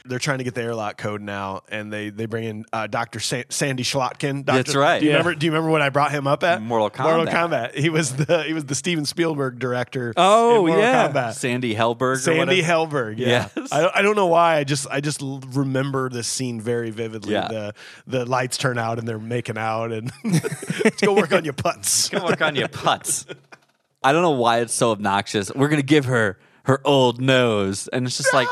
Speaker 1: They're trying to get the airlock code now, and they they bring in uh, Doctor Sa- Sandy Schlotkin. Doctor,
Speaker 2: That's right.
Speaker 1: Do you
Speaker 3: Yeah.
Speaker 1: remember? Do you remember what I brought him up at?
Speaker 2: Mortal
Speaker 1: Mortal
Speaker 2: Kombat.
Speaker 1: Kombat. He was the he was the Steven Spielberg director.
Speaker 3: Oh,
Speaker 1: in Mortal
Speaker 3: yeah.
Speaker 1: Kombat.
Speaker 2: Sandy Helberg. or
Speaker 1: Sandy
Speaker 2: whatever.
Speaker 1: Helberg. Yeah.
Speaker 2: Yes.
Speaker 1: I, don't, I don't know why. I just I just l- remember this scene very vividly.
Speaker 2: Yeah.
Speaker 1: The the lights turn out and they're making out and [laughs] let's go work on
Speaker 2: [laughs]
Speaker 1: your putts.
Speaker 2: Come work on your putts. I don't know why it's so obnoxious. We're gonna give her her old nose, and it's just like.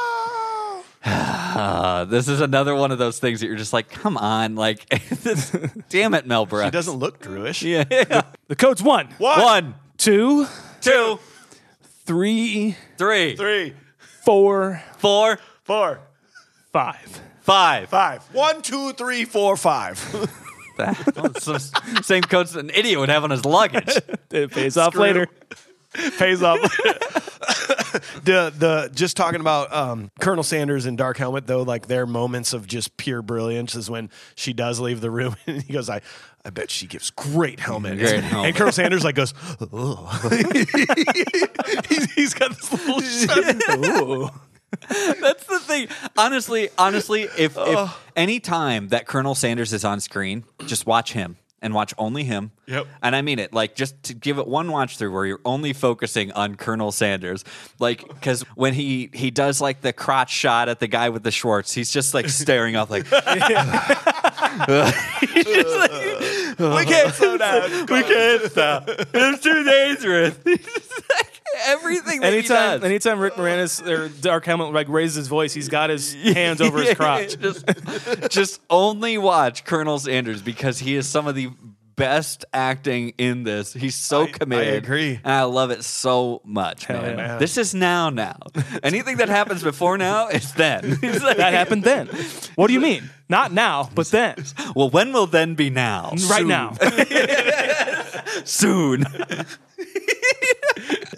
Speaker 2: "Ah, [sighs] this is another one of those things that you're just like, come on, like, [laughs] this- damn it, Mel Brooks.
Speaker 1: It doesn't look Druish.
Speaker 2: Yeah.
Speaker 3: The code's one,
Speaker 2: One,
Speaker 3: two,
Speaker 2: two,
Speaker 3: three,
Speaker 2: three,
Speaker 1: Three,
Speaker 3: four,
Speaker 2: four,
Speaker 1: four,
Speaker 3: five.
Speaker 2: five. [laughs]
Speaker 1: five. One, two, three, four, five.
Speaker 2: That's the s- Same codes that an idiot would have on his luggage.
Speaker 3: It pays off later.
Speaker 1: Pays off. [laughs] the the just talking about um, Colonel Sanders and Dark Helmet though, like their moments of just pure brilliance is when she does leave the room [laughs] and he goes, I I bet she gives great helmet.
Speaker 2: Great
Speaker 1: And
Speaker 2: helmet.
Speaker 1: Colonel Sanders like goes, oh. [laughs] he's, he's got this
Speaker 2: [laughs]
Speaker 1: little shut-
Speaker 2: That's the thing. Honestly, honestly, if, if any time that Colonel Sanders is on screen, just watch him and watch only him.
Speaker 1: Yep.
Speaker 2: And I mean it. Like, just to give it one watch through where you're only focusing on Colonel Sanders. Like, because when he he does like the crotch shot at the guy with the Schwartz, he's just like staring off, like, [laughs] He's just like, we can't slow down. [laughs] We can't stop. It's too dangerous. He's just like, everything that he
Speaker 3: [laughs] Anytime,
Speaker 2: does.
Speaker 3: anytime Rick Moranis or Dark Helmet like raises his voice, he's got his hands
Speaker 2: [laughs]
Speaker 3: over his crotch.
Speaker 2: just, [laughs] just only watch Colonel Sanders because he is some of the best acting in this. He's so committed.
Speaker 1: agree.
Speaker 2: And I love it so much, man.
Speaker 1: yeah.
Speaker 2: This is now now. Anything that happens before now is then. He's like,
Speaker 3: That happened then. What do you mean? Not now, but
Speaker 2: [laughs]
Speaker 3: then.
Speaker 2: Well, when will then be now? [laughs]
Speaker 3: Right now.
Speaker 2: Soon.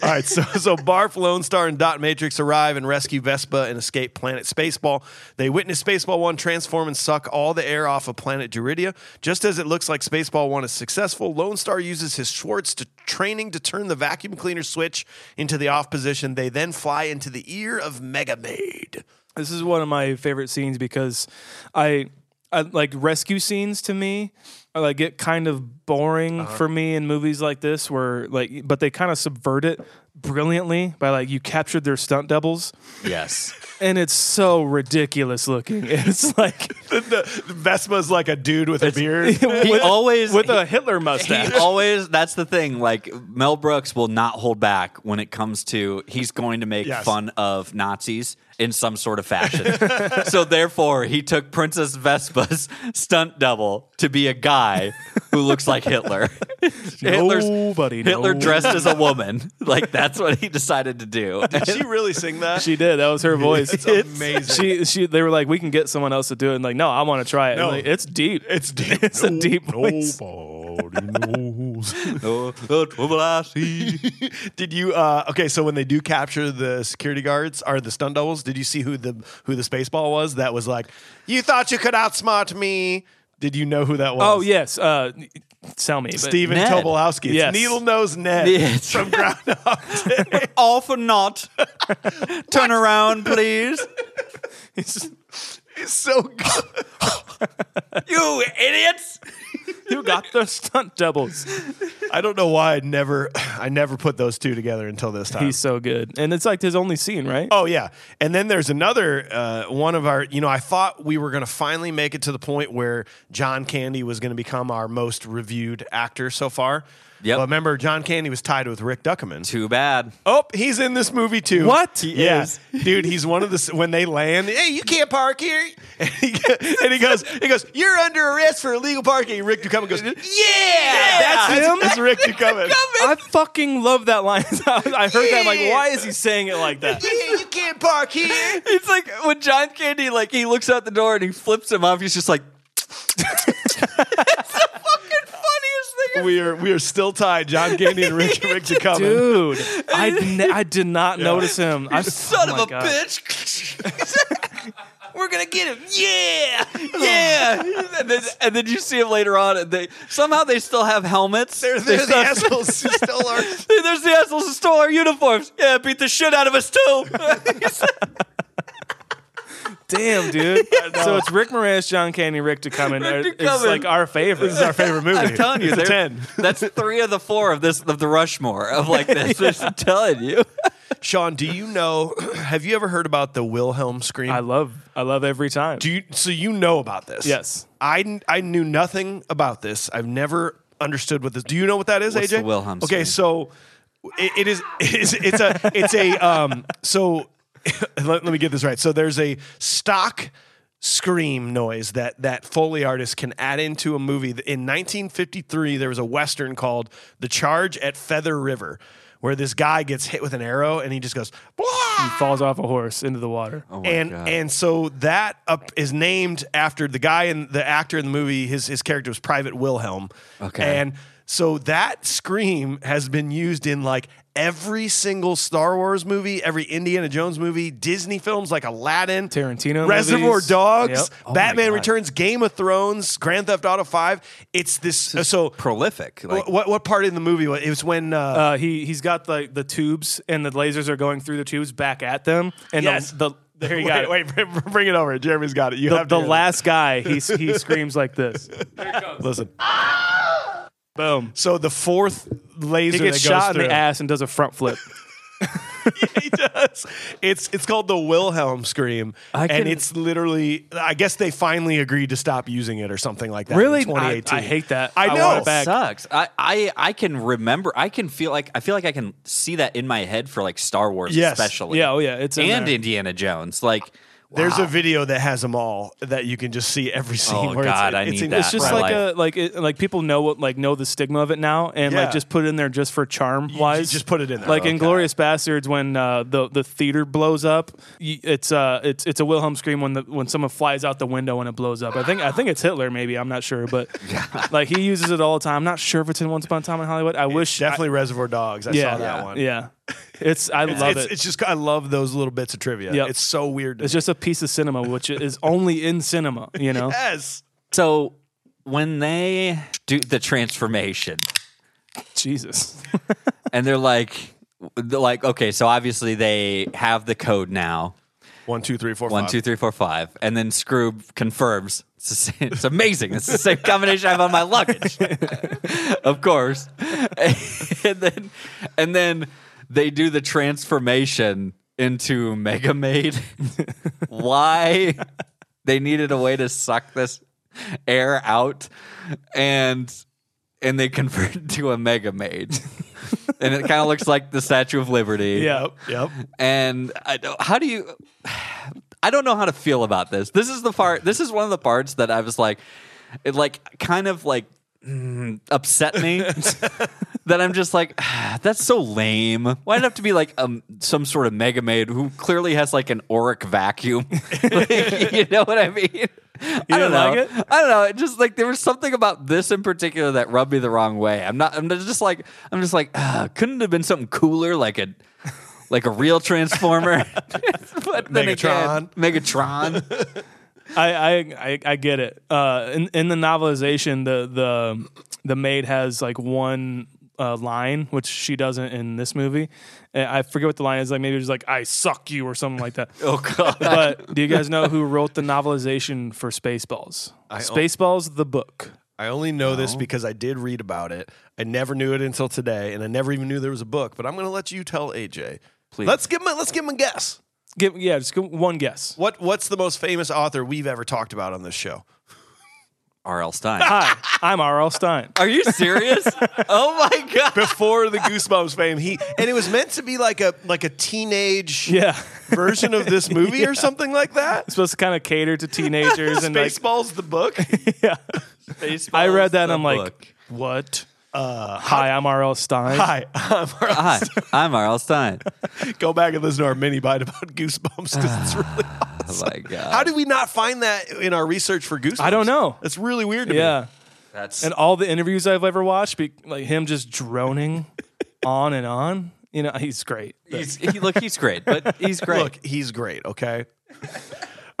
Speaker 1: All right, so [laughs] so Barf, Lone Star, and Dot Matrix arrive and rescue Vespa and escape Planet Spaceball. They witness Spaceball One transform and suck all the air off of Planet Geridia. Just as it looks like Spaceball One is successful, Lone Star uses his Schwartz to training to turn the vacuum cleaner switch into the off position. They then fly into the ear of Mega Maid.
Speaker 3: This is one of my favorite scenes because I, I like rescue scenes to me are like get kind of boring
Speaker 1: Uh-huh.
Speaker 3: for me in movies like this where like but they kind of subvert it brilliantly by like you captured their stunt doubles
Speaker 2: Yes.
Speaker 3: and it's so ridiculous looking. [laughs] It's like
Speaker 1: Vespa's like a dude with a beard.
Speaker 2: he always
Speaker 3: with a
Speaker 2: he-
Speaker 1: [laughs]
Speaker 3: Hitler mustache.
Speaker 2: He always that's the thing. Like Mel Brooks will not hold back when it comes to he's going to make
Speaker 1: Yes.
Speaker 2: fun of Nazis in some sort of fashion. [laughs] so therefore, he took Princess Vespa's stunt double to be a guy who looks like Hitler.
Speaker 3: Nobody
Speaker 2: Hitler
Speaker 3: knows.
Speaker 2: dressed as a woman. [laughs] Like that's what he decided to do.
Speaker 1: [laughs] Did
Speaker 2: [laughs]
Speaker 1: she really sing that?
Speaker 3: She did. That was her voice.
Speaker 1: It's [laughs] amazing.
Speaker 3: She she they were like, we can get someone else to do it. And like, no, I want to try it. And
Speaker 1: No.
Speaker 3: like, it's deep.
Speaker 1: [laughs] it's deep.
Speaker 3: It's a deep voice.
Speaker 1: Nobody knows.
Speaker 2: Oh, the trouble I see.
Speaker 1: [laughs] Did you? Uh, okay, so when they do capture the security guards or the stunt doubles, did you see who the who the spaceball was? That was like, you thought you could outsmart me. Did you know who that was?
Speaker 3: Oh yes. Uh, tell me, but-
Speaker 1: Steven
Speaker 2: Ned.
Speaker 1: Tobolowsky. It's
Speaker 3: Yes.
Speaker 1: Needle Nose Ned
Speaker 2: Yes.
Speaker 1: [laughs] from Groundhog Day.
Speaker 2: All for naught. Turn around, please.
Speaker 1: He's so good.
Speaker 2: You idiots!
Speaker 3: you got the stunt doubles.
Speaker 1: I don't know why I never I never put those two together until this time.
Speaker 3: He's so good, and it's like his only scene, right?
Speaker 1: Oh yeah, and then there's another uh, one of our. You know, I thought we were going to finally make it to the point where John Candy was going to become our most reviewed actor so far.
Speaker 2: Yep.
Speaker 1: But remember, John Candy was tied with Rick Duckerman.
Speaker 2: Too bad.
Speaker 1: Oh, he's in this movie too.
Speaker 3: What? He
Speaker 1: yeah,
Speaker 3: is.
Speaker 1: dude, he's one of the when they land. Hey, you can't park here. [laughs] And he, and he goes, he goes, you're under arrest for illegal parking. And Rick Duckerman goes, yeah,
Speaker 3: that's [laughs] him?
Speaker 1: That's Rick Duckerman.
Speaker 3: I fucking love that line. [laughs] I heard that. Like, why is he saying it like that?
Speaker 1: [laughs] yeah, you can't
Speaker 2: [laughs]
Speaker 1: park here.
Speaker 2: It's like when John Candy, like he looks out the door and he flips him off. He's just like, [laughs]
Speaker 1: We are we are still tied. John Candy and
Speaker 3: [laughs]
Speaker 1: Rick Rick Duckerman.
Speaker 3: [laughs] Dude, I, ne- I did not notice him. [laughs] I,
Speaker 2: "Son
Speaker 3: oh
Speaker 2: of
Speaker 3: my
Speaker 2: a
Speaker 3: God.
Speaker 1: [laughs]
Speaker 2: bitch." We're gonna get him, yeah, yeah. And then, and then you see him later on, and they somehow they still have helmets.
Speaker 1: They're,
Speaker 2: They
Speaker 1: they're the
Speaker 2: still-
Speaker 1: assholes who still
Speaker 3: [laughs]
Speaker 1: are.
Speaker 2: There's the assholes who stole our uniforms. Yeah, beat the shit out of us too.
Speaker 1: [laughs]
Speaker 3: [laughs] Damn, dude. so it's Rick Moranis, John Candy, Rick Duchovny.
Speaker 2: Rick
Speaker 3: It's
Speaker 2: Duchovny.
Speaker 3: like our favorite. This is
Speaker 1: our favorite movie.
Speaker 2: I'm telling you,
Speaker 1: it's a
Speaker 2: they're-
Speaker 1: ten.
Speaker 2: That's three of the four of this of the Rushmore of like this. I'm telling you.
Speaker 1: Sean, do you know? [clears throat] Have you ever heard about the Wilhelm scream?
Speaker 3: [laughs] I love. I love every time.
Speaker 1: do you, so you know about this?
Speaker 3: Yes.
Speaker 1: I kn- I knew nothing about this. I've never understood what this. Do you know what that is,
Speaker 2: What's
Speaker 1: AJ?
Speaker 2: the Wilhelm scream?
Speaker 1: Okay, so it, it is [laughs] it's, it's a it's a um so [laughs] let, let me get this right. So there's a stock scream noise that that foley artist can add into a movie. In 1953, there was a western called The Charge at Feather River. Where this guy gets hit with an arrow and he just goes, "Blah!"
Speaker 3: falls off a horse into the water.
Speaker 2: Oh
Speaker 1: and and so that up is named after the guy and the actor in the movie. His his character was Private Wilhelm.
Speaker 2: Okay.
Speaker 1: and so that scream has been used in like every single Star Wars movie, every Indiana Jones movie, Disney films like Aladdin,
Speaker 3: Tarantino
Speaker 1: Reservoir
Speaker 3: movies.
Speaker 1: Dogs,
Speaker 3: Yep.
Speaker 1: Batman
Speaker 2: God.
Speaker 1: Returns, Game of Thrones, Grand Theft Auto Five. It's this. uh, so
Speaker 2: Prolific. Like,
Speaker 1: what, what what part in the movie? was- It was when. Uh,
Speaker 3: Uh, he he's got the the tubes and the lasers are going through the tubes back at them. And
Speaker 1: Yes.
Speaker 3: the, the [laughs] there you
Speaker 1: wait,
Speaker 3: got it.
Speaker 1: wait, [laughs] bring it over. Jeremy's got it. You
Speaker 3: The,
Speaker 1: have to
Speaker 3: the
Speaker 1: hear
Speaker 3: last guy he
Speaker 1: [laughs]
Speaker 3: s- he screams like this.
Speaker 1: this. Listen.
Speaker 3: Boom.
Speaker 1: So the fourth laser
Speaker 3: He gets
Speaker 1: that goes
Speaker 3: shot in
Speaker 1: through.
Speaker 3: the ass and does a front flip.
Speaker 1: [laughs] he does. It's it's called the Wilhelm scream,
Speaker 3: I
Speaker 1: and
Speaker 3: can-
Speaker 1: it's literally. I guess they finally agreed to stop using it or something like that.
Speaker 3: Really?
Speaker 1: in 2018.
Speaker 3: I- I hate that.
Speaker 1: I
Speaker 3: I
Speaker 1: know.
Speaker 3: want it back.
Speaker 2: sucks. I, I I can remember. I can feel like I feel like I can see that in my head for like Star Wars,
Speaker 1: Yes.
Speaker 2: especially.
Speaker 3: yeah. Oh yeah. It's in
Speaker 2: and
Speaker 3: there.
Speaker 2: Indiana Jones. Like
Speaker 1: There's a video that has them all that you can just see every scene.
Speaker 2: Oh,
Speaker 1: where
Speaker 2: God,
Speaker 1: it's,
Speaker 2: I
Speaker 1: it's
Speaker 2: need
Speaker 1: in-
Speaker 2: that.
Speaker 1: It's just
Speaker 2: Right.
Speaker 3: just
Speaker 2: my
Speaker 3: like a like it, like people know what like know the stigma of it now and
Speaker 1: Yeah.
Speaker 3: like just put it in there just for charm wise.
Speaker 1: just put it in there.
Speaker 3: Like
Speaker 1: Okay.
Speaker 3: in Glorious Bastards when uh, the the theater blows up, y- it's uh it's it's a Wilhelm scream when the when someone flies out the window and it blows up. I think I think it's Hitler maybe I'm not
Speaker 1: [laughs]
Speaker 3: sure, but like he uses it all the time. I'm not sure if it's in Once Upon a Time in Hollywood. I wish
Speaker 1: definitely Reservoir Dogs. I
Speaker 3: I, yeah
Speaker 1: saw that one.
Speaker 3: yeah. It's I love
Speaker 1: it's,
Speaker 3: it.
Speaker 1: it's just I love those little bits of trivia.
Speaker 3: Yep.
Speaker 1: It's so weird. To
Speaker 3: It's just a piece of cinema, which is only in cinema. You
Speaker 1: [laughs]
Speaker 3: know,
Speaker 1: yes.
Speaker 2: So when they do the transformation,
Speaker 3: Jesus.
Speaker 2: and they're like, they're like, okay, so obviously they have the code now.
Speaker 1: One, two, three, four,
Speaker 2: One,
Speaker 1: five.
Speaker 2: two, three, four, five, and then Scroob confirms. It's, the same, it's amazing. It's the same combination I have on my luggage, [laughs] of course. [laughs] And then, and then they do the transformation into Mega Maid. [laughs] Why they needed a way to suck this air out, and and they convert it to a Mega Maid, [laughs] and it kind of looks like the Statue of Liberty.
Speaker 3: Yeah.
Speaker 1: Yep.
Speaker 2: And I don't, how do you? I don't know how to feel about this. This is the part. This is one of the parts that I was like, it like kind of like mm, upset
Speaker 3: [laughs]
Speaker 2: me. that I'm just like, [sighs] that's so lame. Why'd it have to be like um, some sort of mega maid who clearly has like an auric vacuum? [laughs] Like, you know what I mean? I
Speaker 3: didn't
Speaker 2: don't know.
Speaker 3: like it?
Speaker 2: I don't know. It just like there was something about this in particular that rubbed me the wrong way. I'm not. I'm just like. I'm just like. ah, couldn't it have been something cooler, like a, like a real
Speaker 3: [laughs]
Speaker 2: transformer. but then
Speaker 1: Megatron.
Speaker 2: again, Megatron.
Speaker 3: I, I I I get it. Uh, in in the novelization, the the the maid has like one uh, line, which she doesn't in this movie. And I forget what the line is. Like maybe it was like "I suck you" or something
Speaker 1: [laughs]
Speaker 3: like that.
Speaker 2: oh god.
Speaker 3: But do you guys know who wrote the novelization for Spaceballs? Spaceballs, the book.
Speaker 1: I only know this because I did read about it. I never knew it until today, and I never even knew there was a book. But I'm going to let you tell AJ. Please. Let's give him. A, let's give him a guess.
Speaker 3: Give yeah, just give one guess.
Speaker 1: What What's the most famous author we've ever talked about on this
Speaker 3: [laughs]
Speaker 1: show?
Speaker 2: R.L. Stein.
Speaker 3: Hi, I'm R.L. Stein.
Speaker 2: Are you serious? oh
Speaker 3: [laughs]
Speaker 2: my god.
Speaker 1: Before the Goosebumps fame, he and it was meant to be like a like a teenage
Speaker 3: [laughs] Yeah,
Speaker 1: version of this movie
Speaker 3: [laughs]
Speaker 1: or something like that.
Speaker 3: supposed to kind of cater to
Speaker 1: [laughs]
Speaker 3: teenagers and like
Speaker 1: Baseball's the book.
Speaker 3: yeah. I read that and I'm
Speaker 2: Book.
Speaker 3: like, [laughs] what? Uh, hi, I'm R.L. Stein.
Speaker 1: Hi, I'm Ar-
Speaker 2: Hi, I'm R.L.
Speaker 3: [laughs]
Speaker 2: Stein.
Speaker 1: go back and listen to our mini bite about Goosebumps because
Speaker 3: [sighs]
Speaker 1: it's really. Awesome.
Speaker 2: Oh my god.
Speaker 1: How did we not find that in our research for Goosebumps?
Speaker 3: I don't know.
Speaker 1: It's really weird to me.
Speaker 3: Yeah,
Speaker 2: That's
Speaker 3: and all the interviews I've ever watched, be, like him
Speaker 1: [laughs]
Speaker 3: just droning on and on. You know, he's great.
Speaker 2: he's, he, look, he's great, but he's great.
Speaker 1: Look, he's great, okay? [laughs]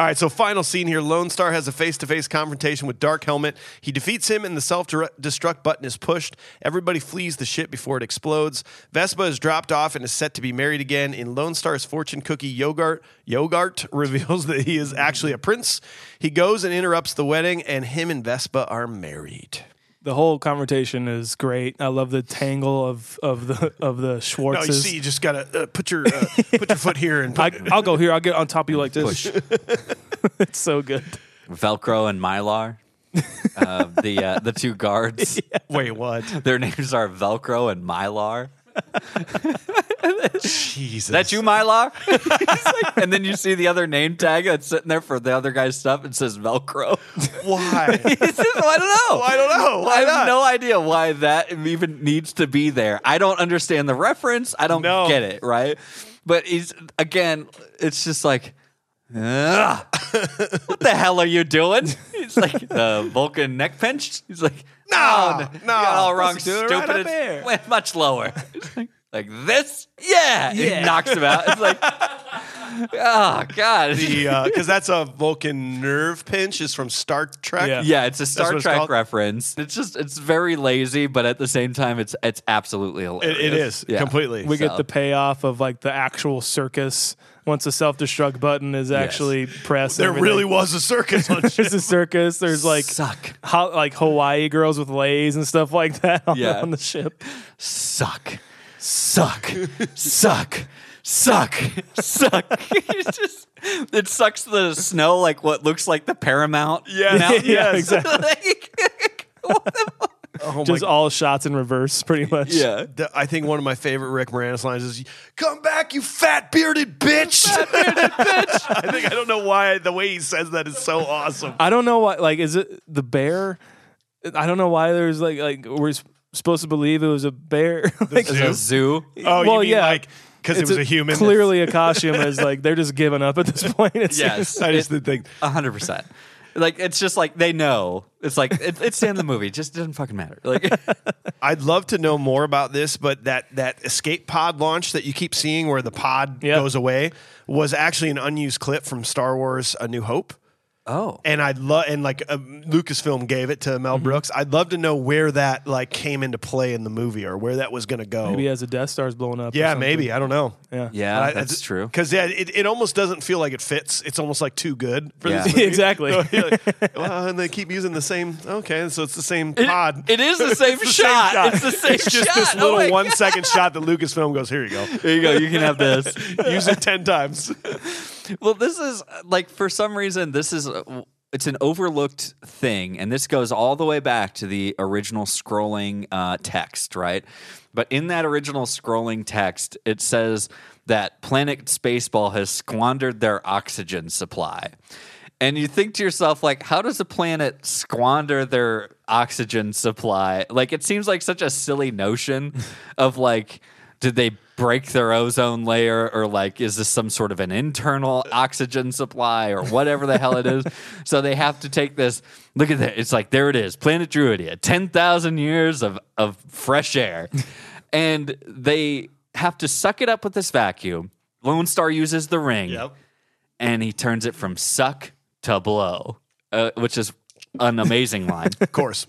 Speaker 1: All right, so final scene here. Lone Star has a face to face confrontation with Dark Helmet. He defeats him, and the self destruct button is pushed. Everybody flees the ship before it explodes. Vespa is dropped off and is set to be married again. In Lone Star's fortune cookie, Yogart, Yogart [laughs] reveals that he is actually a prince. He goes and interrupts the wedding, and him and Vespa are married.
Speaker 3: The whole conversation is great. I love the tangle of of the of the
Speaker 1: No, you
Speaker 3: Schwartzes.
Speaker 1: see, you just gotta uh, put your uh, put your foot here [laughs] and
Speaker 3: I, I'll go here. I'll get on top of you like this. [laughs] it's so good.
Speaker 2: Velcro and
Speaker 3: [laughs]
Speaker 2: Mylar. uh, the uh, the two guards,
Speaker 1: wait. What?
Speaker 2: their names are Velcro and Mylar.
Speaker 1: Jesus,
Speaker 2: That you,
Speaker 3: [laughs]
Speaker 2: Mylar? [laughs] He's like- and then you see the other name tag that's sitting there for the other guy's stuff. It says Velcro.
Speaker 1: [laughs] why?
Speaker 2: It's just- I don't know.
Speaker 1: I don't know. Why
Speaker 2: I have
Speaker 1: not?
Speaker 2: no idea why that even needs to be there. I don't understand the reference. I don't
Speaker 1: No.
Speaker 2: get it, right? But he's again, it's just like
Speaker 1: [laughs]
Speaker 2: ugh. what the hell are you doing? He's like the Vulcan neck pinched. He's like,
Speaker 1: No,
Speaker 2: you
Speaker 1: no.
Speaker 2: got all wrong,
Speaker 1: Let's do it right
Speaker 2: stupid.
Speaker 1: up
Speaker 2: It's- [laughs]
Speaker 1: there.
Speaker 2: went much lower. It's like, like this, yeah. He knocks him out. It's
Speaker 1: [laughs]
Speaker 2: like, oh god,
Speaker 1: because uh, that's a Vulcan nerve pinch is from Star Trek.
Speaker 3: Yeah.
Speaker 2: [laughs] Yeah, it's a
Speaker 1: what
Speaker 2: Star
Speaker 1: it's
Speaker 2: Trek
Speaker 1: called?
Speaker 2: reference. It's just it's very lazy, but at the same time, it's it's absolutely
Speaker 1: It,
Speaker 2: hilarious.
Speaker 1: it is
Speaker 2: Yeah.
Speaker 1: completely.
Speaker 3: We get the payoff of like the actual circus once the self destruct button is actually pressed.
Speaker 1: there
Speaker 3: everything.
Speaker 1: really was a circus. on
Speaker 3: There's a circus. There's like
Speaker 2: Suck.
Speaker 3: ho- like Hawaii girls with lays and stuff like that [laughs] on,
Speaker 2: Yeah.
Speaker 3: on the ship.
Speaker 2: Suck, suck, suck, suck, suck. [laughs] it's just it sucks the snow like what looks like the Paramount. Yeah,
Speaker 1: [laughs]
Speaker 3: Yeah, exactly.
Speaker 2: [laughs]
Speaker 3: Just all shots in reverse, pretty much.
Speaker 2: Oh [laughs] yeah.
Speaker 1: [laughs] The- I think one of my favorite Rick Moranis lines is "Come back, you fat bearded bitch." I think I don't know why the way he says that is so awesome.
Speaker 3: I don't know why. Like, is it the bear? I don't know why there's like like we're s- supposed to believe it was a bear. [laughs] like,
Speaker 2: It's a
Speaker 1: [laughs]
Speaker 2: zoo.
Speaker 1: [laughs] Oh, you
Speaker 3: well,
Speaker 1: mean
Speaker 3: yeah.
Speaker 1: like because it
Speaker 3: it's
Speaker 1: was a, human? [laughs]
Speaker 3: Clearly, Akashim is like they're just giving up at this [laughs] point. It's
Speaker 2: Yes,
Speaker 1: I just didn't think.
Speaker 2: hundred percent. Like it's just like they know It's like it, it's the end of the movie. It just doesn't fucking matter. [laughs] Like
Speaker 1: I'd love to know more about this, but that that escape pod launch that you keep seeing where the pod
Speaker 3: Yep.
Speaker 1: goes away was actually an unused clip from Star Wars: A New Hope.
Speaker 2: oh,
Speaker 1: And I'd love, and like um, Lucasfilm gave it to Mel
Speaker 2: Mm-hmm.
Speaker 1: Brooks. I'd love to know where that like came into play in the movie or where that was going to go.
Speaker 3: Maybe as the Death Star's blowing up. or
Speaker 1: yeah,
Speaker 3: something. [laughs]
Speaker 1: maybe I don't know.
Speaker 3: Yeah.
Speaker 2: yeah, that's true.
Speaker 1: Because yeah, it, it almost doesn't feel like it fits. It's almost like too good for
Speaker 2: Yeah.
Speaker 1: this
Speaker 2: [laughs]
Speaker 1: movie. [laughs]
Speaker 3: Exactly.
Speaker 1: You're like, well, and they keep using the same. Okay, so it's the same pod.
Speaker 2: it [laughs] is the
Speaker 1: It's
Speaker 2: same shot. It's the same
Speaker 1: It's just
Speaker 2: shot.
Speaker 1: this
Speaker 2: Oh [laughs]
Speaker 1: little
Speaker 2: my
Speaker 1: one second shot that Lucasfilm goes. Here you go.
Speaker 2: There you go. You can have this.
Speaker 1: Use it ten times.
Speaker 2: Well, this is uh, like for some reason this is uh, w- it's an overlooked thing, and this goes all the way back to the original scrolling uh, text, right? But in that original scrolling text, it says that Planet Spaceball has squandered their oxygen supply. And you think to yourself, like, how does a planet squander their oxygen supply? Like, it seems like such a silly notion of like, did they break their ozone layer or like is this some sort of an internal oxygen supply or whatever the hell it is so they have to take this look at that it's like there it is planet druidia 10,000 years of of fresh air and they have to suck it up with this vacuum lone star uses the ring and he turns it from suck to blow uh, which is an amazing
Speaker 3: [laughs]
Speaker 2: line
Speaker 1: Of course.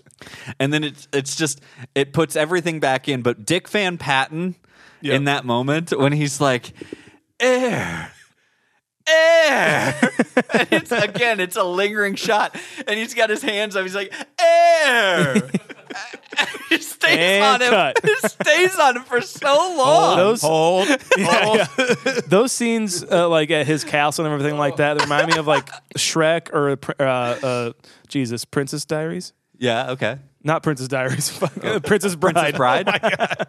Speaker 2: and then it's it's just it puts everything back in. But Dick Van Patten in that moment when he's like, air. Air. [laughs] and it's again, it's a lingering shot. And he's got his hands up. He's like, air.
Speaker 3: [laughs]
Speaker 2: [laughs] it stays
Speaker 3: And
Speaker 2: on him. [laughs]
Speaker 3: cut.
Speaker 2: It stays on him for so long.
Speaker 3: Those [laughs] those scenes, uh, like at his castle and everything like that, they remind me of like Shrek or uh, uh, Jesus Princess Diaries.
Speaker 2: yeah, okay.
Speaker 3: Not Princess Diaries, [laughs] fuck, uh, Princess Bride.
Speaker 2: Princess Bride.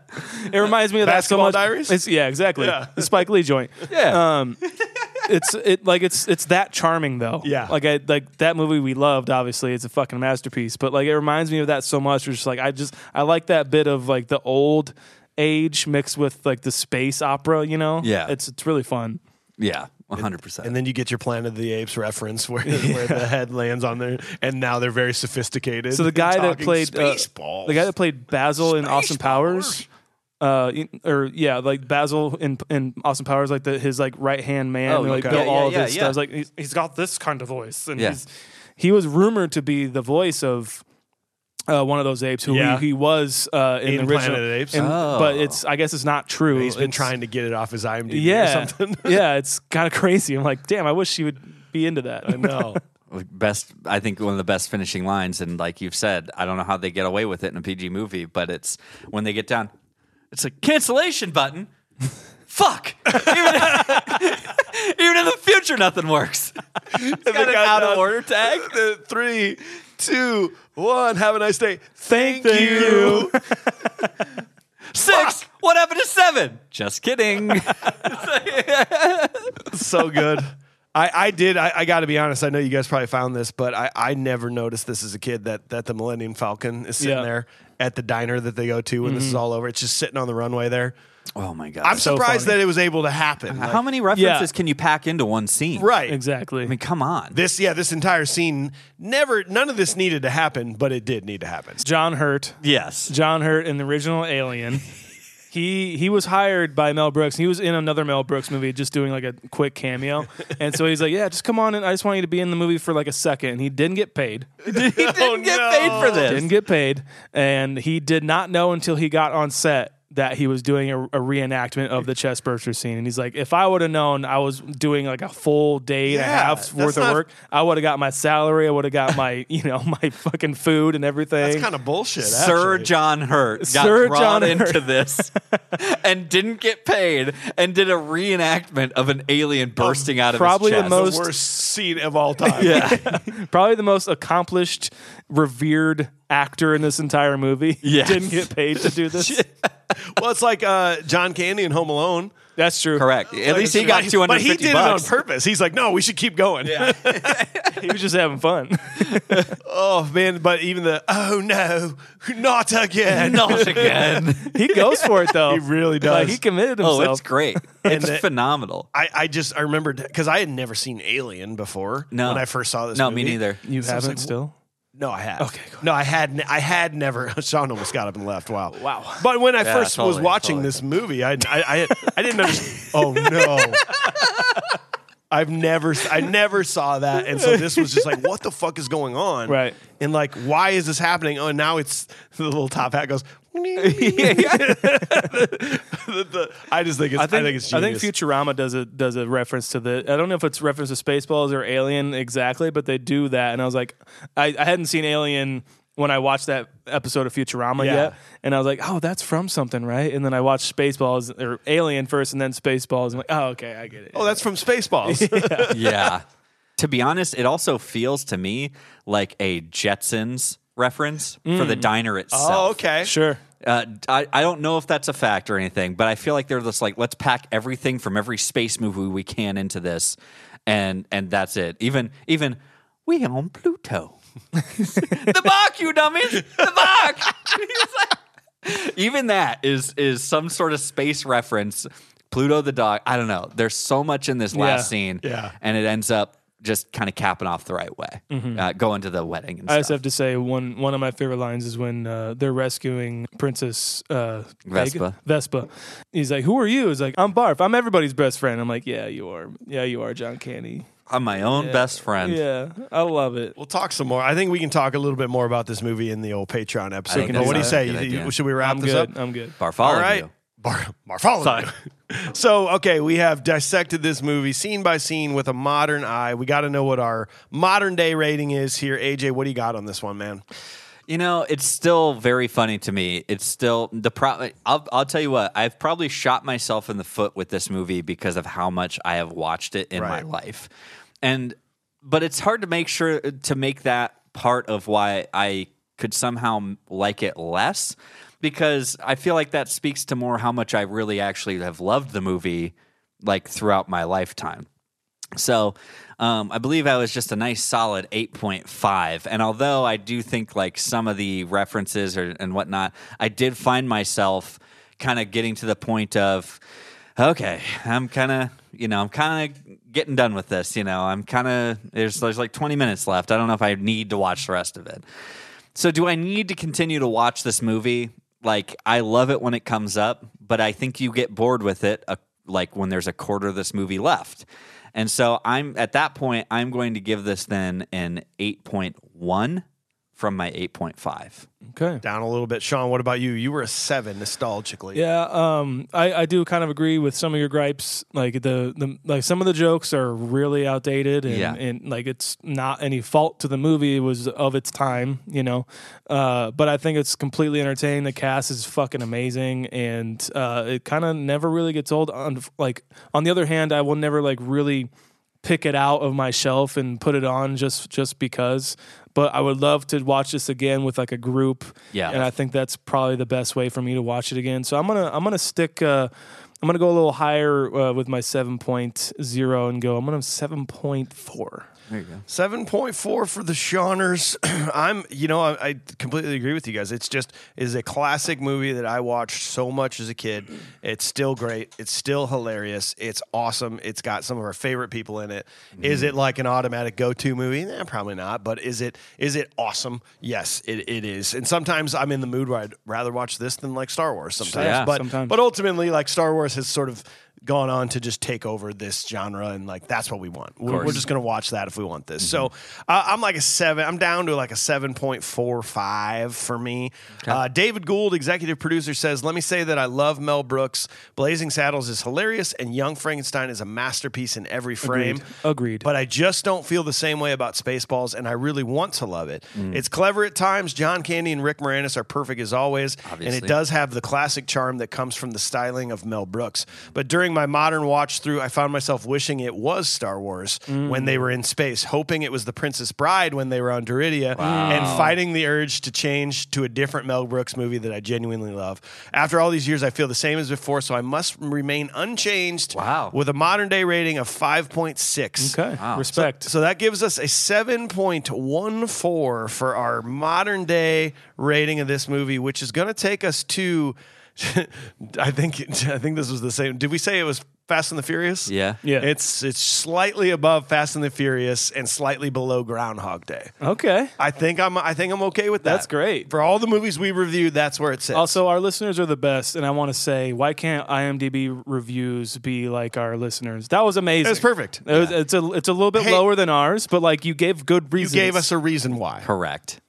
Speaker 3: It reminds me of that so
Speaker 1: Basketball
Speaker 3: much.
Speaker 1: Diaries?
Speaker 3: It's, yeah, exactly. The Spike Lee joint.
Speaker 2: [laughs] yeah.
Speaker 3: Um, it's it like it's it's that charming though.
Speaker 1: Yeah.
Speaker 3: Like I like that movie we loved. Obviously, it's a fucking masterpiece. But like it reminds me of that so much. It's just like I just I like that bit of like the old age mixed with like the space opera. You know.
Speaker 2: Yeah.
Speaker 3: It's it's really fun.
Speaker 2: yeah, 100%.
Speaker 1: And then you get your Planet of the Apes reference
Speaker 3: [laughs]
Speaker 1: where, where the head lands on there, and now they're very sophisticated. [laughs]
Speaker 3: So the guy that
Speaker 1: Talking
Speaker 3: played uh,
Speaker 1: Spaceballs.
Speaker 3: the guy that played Basil in Austin Powers, uh, y- or yeah, like Basil in in Austin Powers, like the, his like right hand man,
Speaker 2: Oh,
Speaker 3: who, like
Speaker 2: okay.
Speaker 3: built
Speaker 2: Yeah,
Speaker 3: all
Speaker 2: yeah,
Speaker 3: of his
Speaker 2: yeah,
Speaker 3: stuff. Like he's, he's got this kind of voice, and
Speaker 2: Yeah.
Speaker 3: he's, he was rumored to be the voice of. Uh, one of those apes who
Speaker 1: Yeah.
Speaker 3: he, he was uh, in,
Speaker 1: In
Speaker 3: the original,
Speaker 1: Planet of the Apes?
Speaker 3: and-
Speaker 2: Oh.
Speaker 3: but it's I guess it's not true.
Speaker 1: he's been
Speaker 3: It's-
Speaker 1: trying to get it off his IMDb
Speaker 3: yeah,
Speaker 1: or something. [laughs]
Speaker 3: yeah, it's kind of crazy. I'm like, damn, I wish she would be into that. I [laughs] know.
Speaker 2: like, best i think one of the best finishing lines and like you've said i don't know how they get away with it in a pg movie but it's when they get down it's a cancellation button [laughs] fuck even, [laughs] even in the future nothing works [laughs] it's got an
Speaker 1: got
Speaker 2: out of
Speaker 1: down-
Speaker 2: order
Speaker 1: [laughs]
Speaker 2: tag
Speaker 1: The three, two, one. Have a nice day. Thank,
Speaker 3: you.
Speaker 2: six what happened to seven just
Speaker 1: [laughs]
Speaker 2: kidding
Speaker 1: [laughs] so good. I, I did. I, I got to be honest. I know you guys probably found this, but I, I never noticed this as a kid that that the Millennium Falcon is sitting
Speaker 3: Yeah. Mm-hmm.
Speaker 1: there at the diner that they go to when this is all over. It's just sitting on the runway there.
Speaker 2: oh my god
Speaker 1: I'm surprised
Speaker 3: funny.
Speaker 1: that it was able to happen. Like,
Speaker 2: how many references can you pack into one scene
Speaker 1: right.
Speaker 3: exactly.
Speaker 2: i mean come
Speaker 1: [laughs]
Speaker 2: on
Speaker 1: This yeah, this entire scene never none of this needed to happen, but it did need to happen.
Speaker 3: John Hurt.
Speaker 2: yes
Speaker 3: John Hurt in the original Alien.
Speaker 1: [laughs]
Speaker 3: He he was hired by Mel Brooks. He was in another Mel Brooks movie, just doing like a quick
Speaker 1: [laughs]
Speaker 3: cameo. And so he's like, "Yeah, just come on in. I just want you to be in the movie for like a second. And he didn't
Speaker 1: [laughs]
Speaker 3: get paid.
Speaker 2: he didn't get paid for this
Speaker 3: Didn't get paid. And he did not know until he got on set that he was doing a, a reenactment of the chest burster scene. And he's like, "If I would have known I was doing like a full day and a
Speaker 1: Yeah,
Speaker 3: half's worth
Speaker 1: that's
Speaker 3: of
Speaker 1: not-
Speaker 3: work, I would have got my salary. I would have got my [laughs] you know my fucking food and everything."
Speaker 1: That's kind of bullshit.
Speaker 2: Sir
Speaker 1: actually.
Speaker 2: John Hurt got
Speaker 3: Sir
Speaker 2: drawn
Speaker 3: John
Speaker 2: into
Speaker 3: Hurt.
Speaker 2: this and didn't get paid and did a reenactment of an alien bursting out of
Speaker 3: probably the
Speaker 2: his chest.
Speaker 3: most-
Speaker 1: worst scene of all time.
Speaker 2: yeah,
Speaker 3: probably the most accomplished, revered actor in this entire movie. [laughs]
Speaker 2: Yes.
Speaker 3: Didn't get paid to
Speaker 2: [laughs]
Speaker 3: do this.
Speaker 1: [laughs] Well, it's like uh, John Candy in Home Alone.
Speaker 3: That's true.
Speaker 2: correct. At least he got
Speaker 1: But-
Speaker 2: two
Speaker 1: But
Speaker 2: hundred
Speaker 1: he
Speaker 2: fifty
Speaker 1: did
Speaker 2: bucks.
Speaker 1: it on
Speaker 2: [laughs]
Speaker 1: purpose. He's like, no, we should keep going.
Speaker 3: He was just having fun.
Speaker 1: [laughs]
Speaker 3: [laughs]
Speaker 1: Oh man, but even the oh no, not again.
Speaker 2: Not again.
Speaker 3: he goes for it though.
Speaker 1: He really does.
Speaker 3: Like, [laughs] he committed
Speaker 2: oh,
Speaker 3: himself.
Speaker 2: it's great. It's
Speaker 1: the-
Speaker 2: phenomenal.
Speaker 1: I, I just I remembered because I had never seen Alien before
Speaker 2: No,
Speaker 1: when I first saw this.
Speaker 2: No,
Speaker 1: movie.
Speaker 2: me neither.
Speaker 3: You haven't still.
Speaker 1: No, I had. Okay, no, I had. ne- I had never. [laughs] Sean almost got up and left. Wow. Wow. But when I first was
Speaker 2: totally,
Speaker 1: watching
Speaker 2: totally.
Speaker 1: this movie, I I I, I didn't understand. [laughs] oh no. I've never, I never saw that, and so this was just like, what the fuck is going on?
Speaker 3: Right.
Speaker 1: And like, why is this happening? Oh, and now it's the little top hat goes. [laughs] The- the- I just think it's. I think, it's. Genius.
Speaker 3: I think Futurama does a does a reference to the. I don't know if it's reference to Spaceballs or Alien exactly, but they do that. And I was like, I, I hadn't seen Alien when I watched that episode of Futurama
Speaker 1: Yeah.
Speaker 3: yet, and I was like, oh, that's from something, right? And then I watched Spaceballs or Alien first, and then Spaceballs. I'm like, oh, okay, I get it.
Speaker 1: Oh, that's from Spaceballs.
Speaker 2: yeah. To be honest, it also feels to me like a Jetsons reference for the diner itself.
Speaker 1: oh, okay.
Speaker 3: sure.
Speaker 2: Uh, I, I don't know if that's a fact or anything, but I feel like they're just like, let's pack everything from every space movie we can into this, and and that's it. Even even we on Pluto, [laughs] the Bach, you dummies, the Bach. [laughs] It's like- even that is is some sort of space reference. Pluto the dog. I don't know. There's so much in this last
Speaker 3: Yeah.
Speaker 2: scene,
Speaker 1: Yeah.
Speaker 2: and it ends up just kind of capping off the right way, uh, going to the wedding and stuff.
Speaker 3: Mm-hmm. I just have to say one one of my favorite lines is when uh, they're rescuing Princess uh,
Speaker 2: Vespa.
Speaker 3: Vega- Vespa. He's like, "Who are you?" He's like, "I'm Barf. I'm everybody's best friend." I'm like, "Yeah, you are. Yeah, you are, John Candy."
Speaker 2: I'm my own best friend.
Speaker 3: Yeah, I love it.
Speaker 1: We'll talk some more. I think we can talk a little bit more about this movie in the old Patreon episode.
Speaker 2: think
Speaker 1: But what do you
Speaker 2: that's
Speaker 1: say?
Speaker 2: a good
Speaker 1: You-
Speaker 2: idea.
Speaker 1: should we wrap
Speaker 3: I'm
Speaker 1: this
Speaker 3: good.
Speaker 1: up?
Speaker 3: I'm good.
Speaker 2: Bartholomew.
Speaker 1: All right. Bar- Bartholomew. [laughs] so, okay, we have dissected this movie scene by scene with a modern eye. We got to know what our modern day rating is here. AJ, what do you got on this one, man?
Speaker 2: You know, it's still very funny to me. It's still the problem. I'll, I'll tell you what. I've probably shot myself in the foot with this movie because of how much I have watched it in
Speaker 1: Right.
Speaker 2: my life, and but it's hard to make sure to make that part of why I could somehow m- like it less because I feel like that speaks to more how much I really actually have loved the movie like throughout my lifetime. So um, I believe I was just a nice solid 8.5. And although I do think like some of the references or, and whatnot, I did find myself kind of getting to the point of, okay, I'm kind of, you know, I'm kind of getting done with this. You know, I'm kind of, there's, there's like 20 minutes left. I don't know if I need to watch the rest of it. So do I need to continue to watch this movie? Like I love it when it comes up, but I think you get bored with it uh, like when there's a quarter of this movie left. And so I'm at that point I'm going to give this then an 8.1 from my 8.5.
Speaker 3: Okay.
Speaker 1: Down a little bit. Sean, what about you? You were a seven nostalgically.
Speaker 3: Yeah, um, I, I do kind of agree with some of your gripes. Like the, the like some of the jokes are really outdated, and,
Speaker 2: Yeah.
Speaker 3: and like it's not any fault to the movie. It was of its time, you know. Uh, but I think it's completely entertaining. The cast is fucking amazing, and uh, it kind of never really gets old. On like on the other hand, I will never like really pick it out of my shelf and put it on just just because. But I would love to watch this again with like a group.
Speaker 2: Yeah.
Speaker 3: and I think that's probably the best way for me to watch it again. So I'm gonna I'm gonna stick. Uh, I'm gonna go a little higher uh, with my 7.0 and go. I'm gonna 7.4.
Speaker 1: 7.4 for the Shawners. [clears throat] I'm, you know, I, I completely agree with you guys. It's just it is a classic movie that I watched so much as a kid. It's still great. It's still hilarious. It's awesome. It's got some of our favorite people in it. Is it like an automatic go-to movie? Nah, probably not. But is it is it awesome? Yes, it, it is. And sometimes I'm in the mood where I'd rather watch this than like Star Wars sometimes.
Speaker 2: Yeah.
Speaker 1: but
Speaker 3: Sometimes.
Speaker 1: but ultimately, like Star Wars has sort of gone on to just take over this genre, and like that's what we want. We're, we're just going to watch that if we want this.
Speaker 3: Mm-hmm.
Speaker 1: So uh, I'm like a seven. I'm down to like a seven point four five for me. Uh, David Gould, executive producer, says, "Let me say that I love Mel Brooks. Blazing Saddles is hilarious, and Young Frankenstein is a masterpiece in every frame.
Speaker 3: Agreed.
Speaker 1: But I just don't feel the same way about Spaceballs, and I really want to love it.
Speaker 2: Mm.
Speaker 1: It's clever at times. John Candy and Rick Moranis are perfect as always, and it
Speaker 2: Obviously.
Speaker 1: does have the classic charm that comes from the styling of Mel Brooks. But during my modern watch through, I found myself wishing it was Star Wars when
Speaker 2: Mm.
Speaker 1: they were in space, hoping it was The Princess Bride when they were on Deridia, and fighting the urge to change to a different Mel Brooks movie that I genuinely love. After all these years, I feel the same as before, so I must remain unchanged.
Speaker 2: Wow.
Speaker 1: With a modern day rating of 5.6.
Speaker 3: Okay, respect.
Speaker 1: [laughs] So that gives us a 7.14 for our modern day rating of this movie, [laughs] which is going to take us to. I think I think this was the same. Did we say it was Fast and the Furious.
Speaker 2: Yeah.
Speaker 3: Yeah.
Speaker 1: It's it's slightly above Fast and the Furious and slightly below Groundhog Day.
Speaker 3: Okay.
Speaker 1: I think I'm I think I'm okay with that.
Speaker 3: That's great.
Speaker 1: For all the movies we reviewed, that's where it sits.
Speaker 3: Also, our listeners are the best, and I want to say, why can't IMDb reviews be like our listeners? That was amazing.
Speaker 1: It was perfect.
Speaker 3: It was- it's a it's a little bit
Speaker 1: Hey.
Speaker 3: lower than ours, but like you gave good
Speaker 1: you
Speaker 3: reasons.
Speaker 1: gave us a reason why.
Speaker 2: Correct.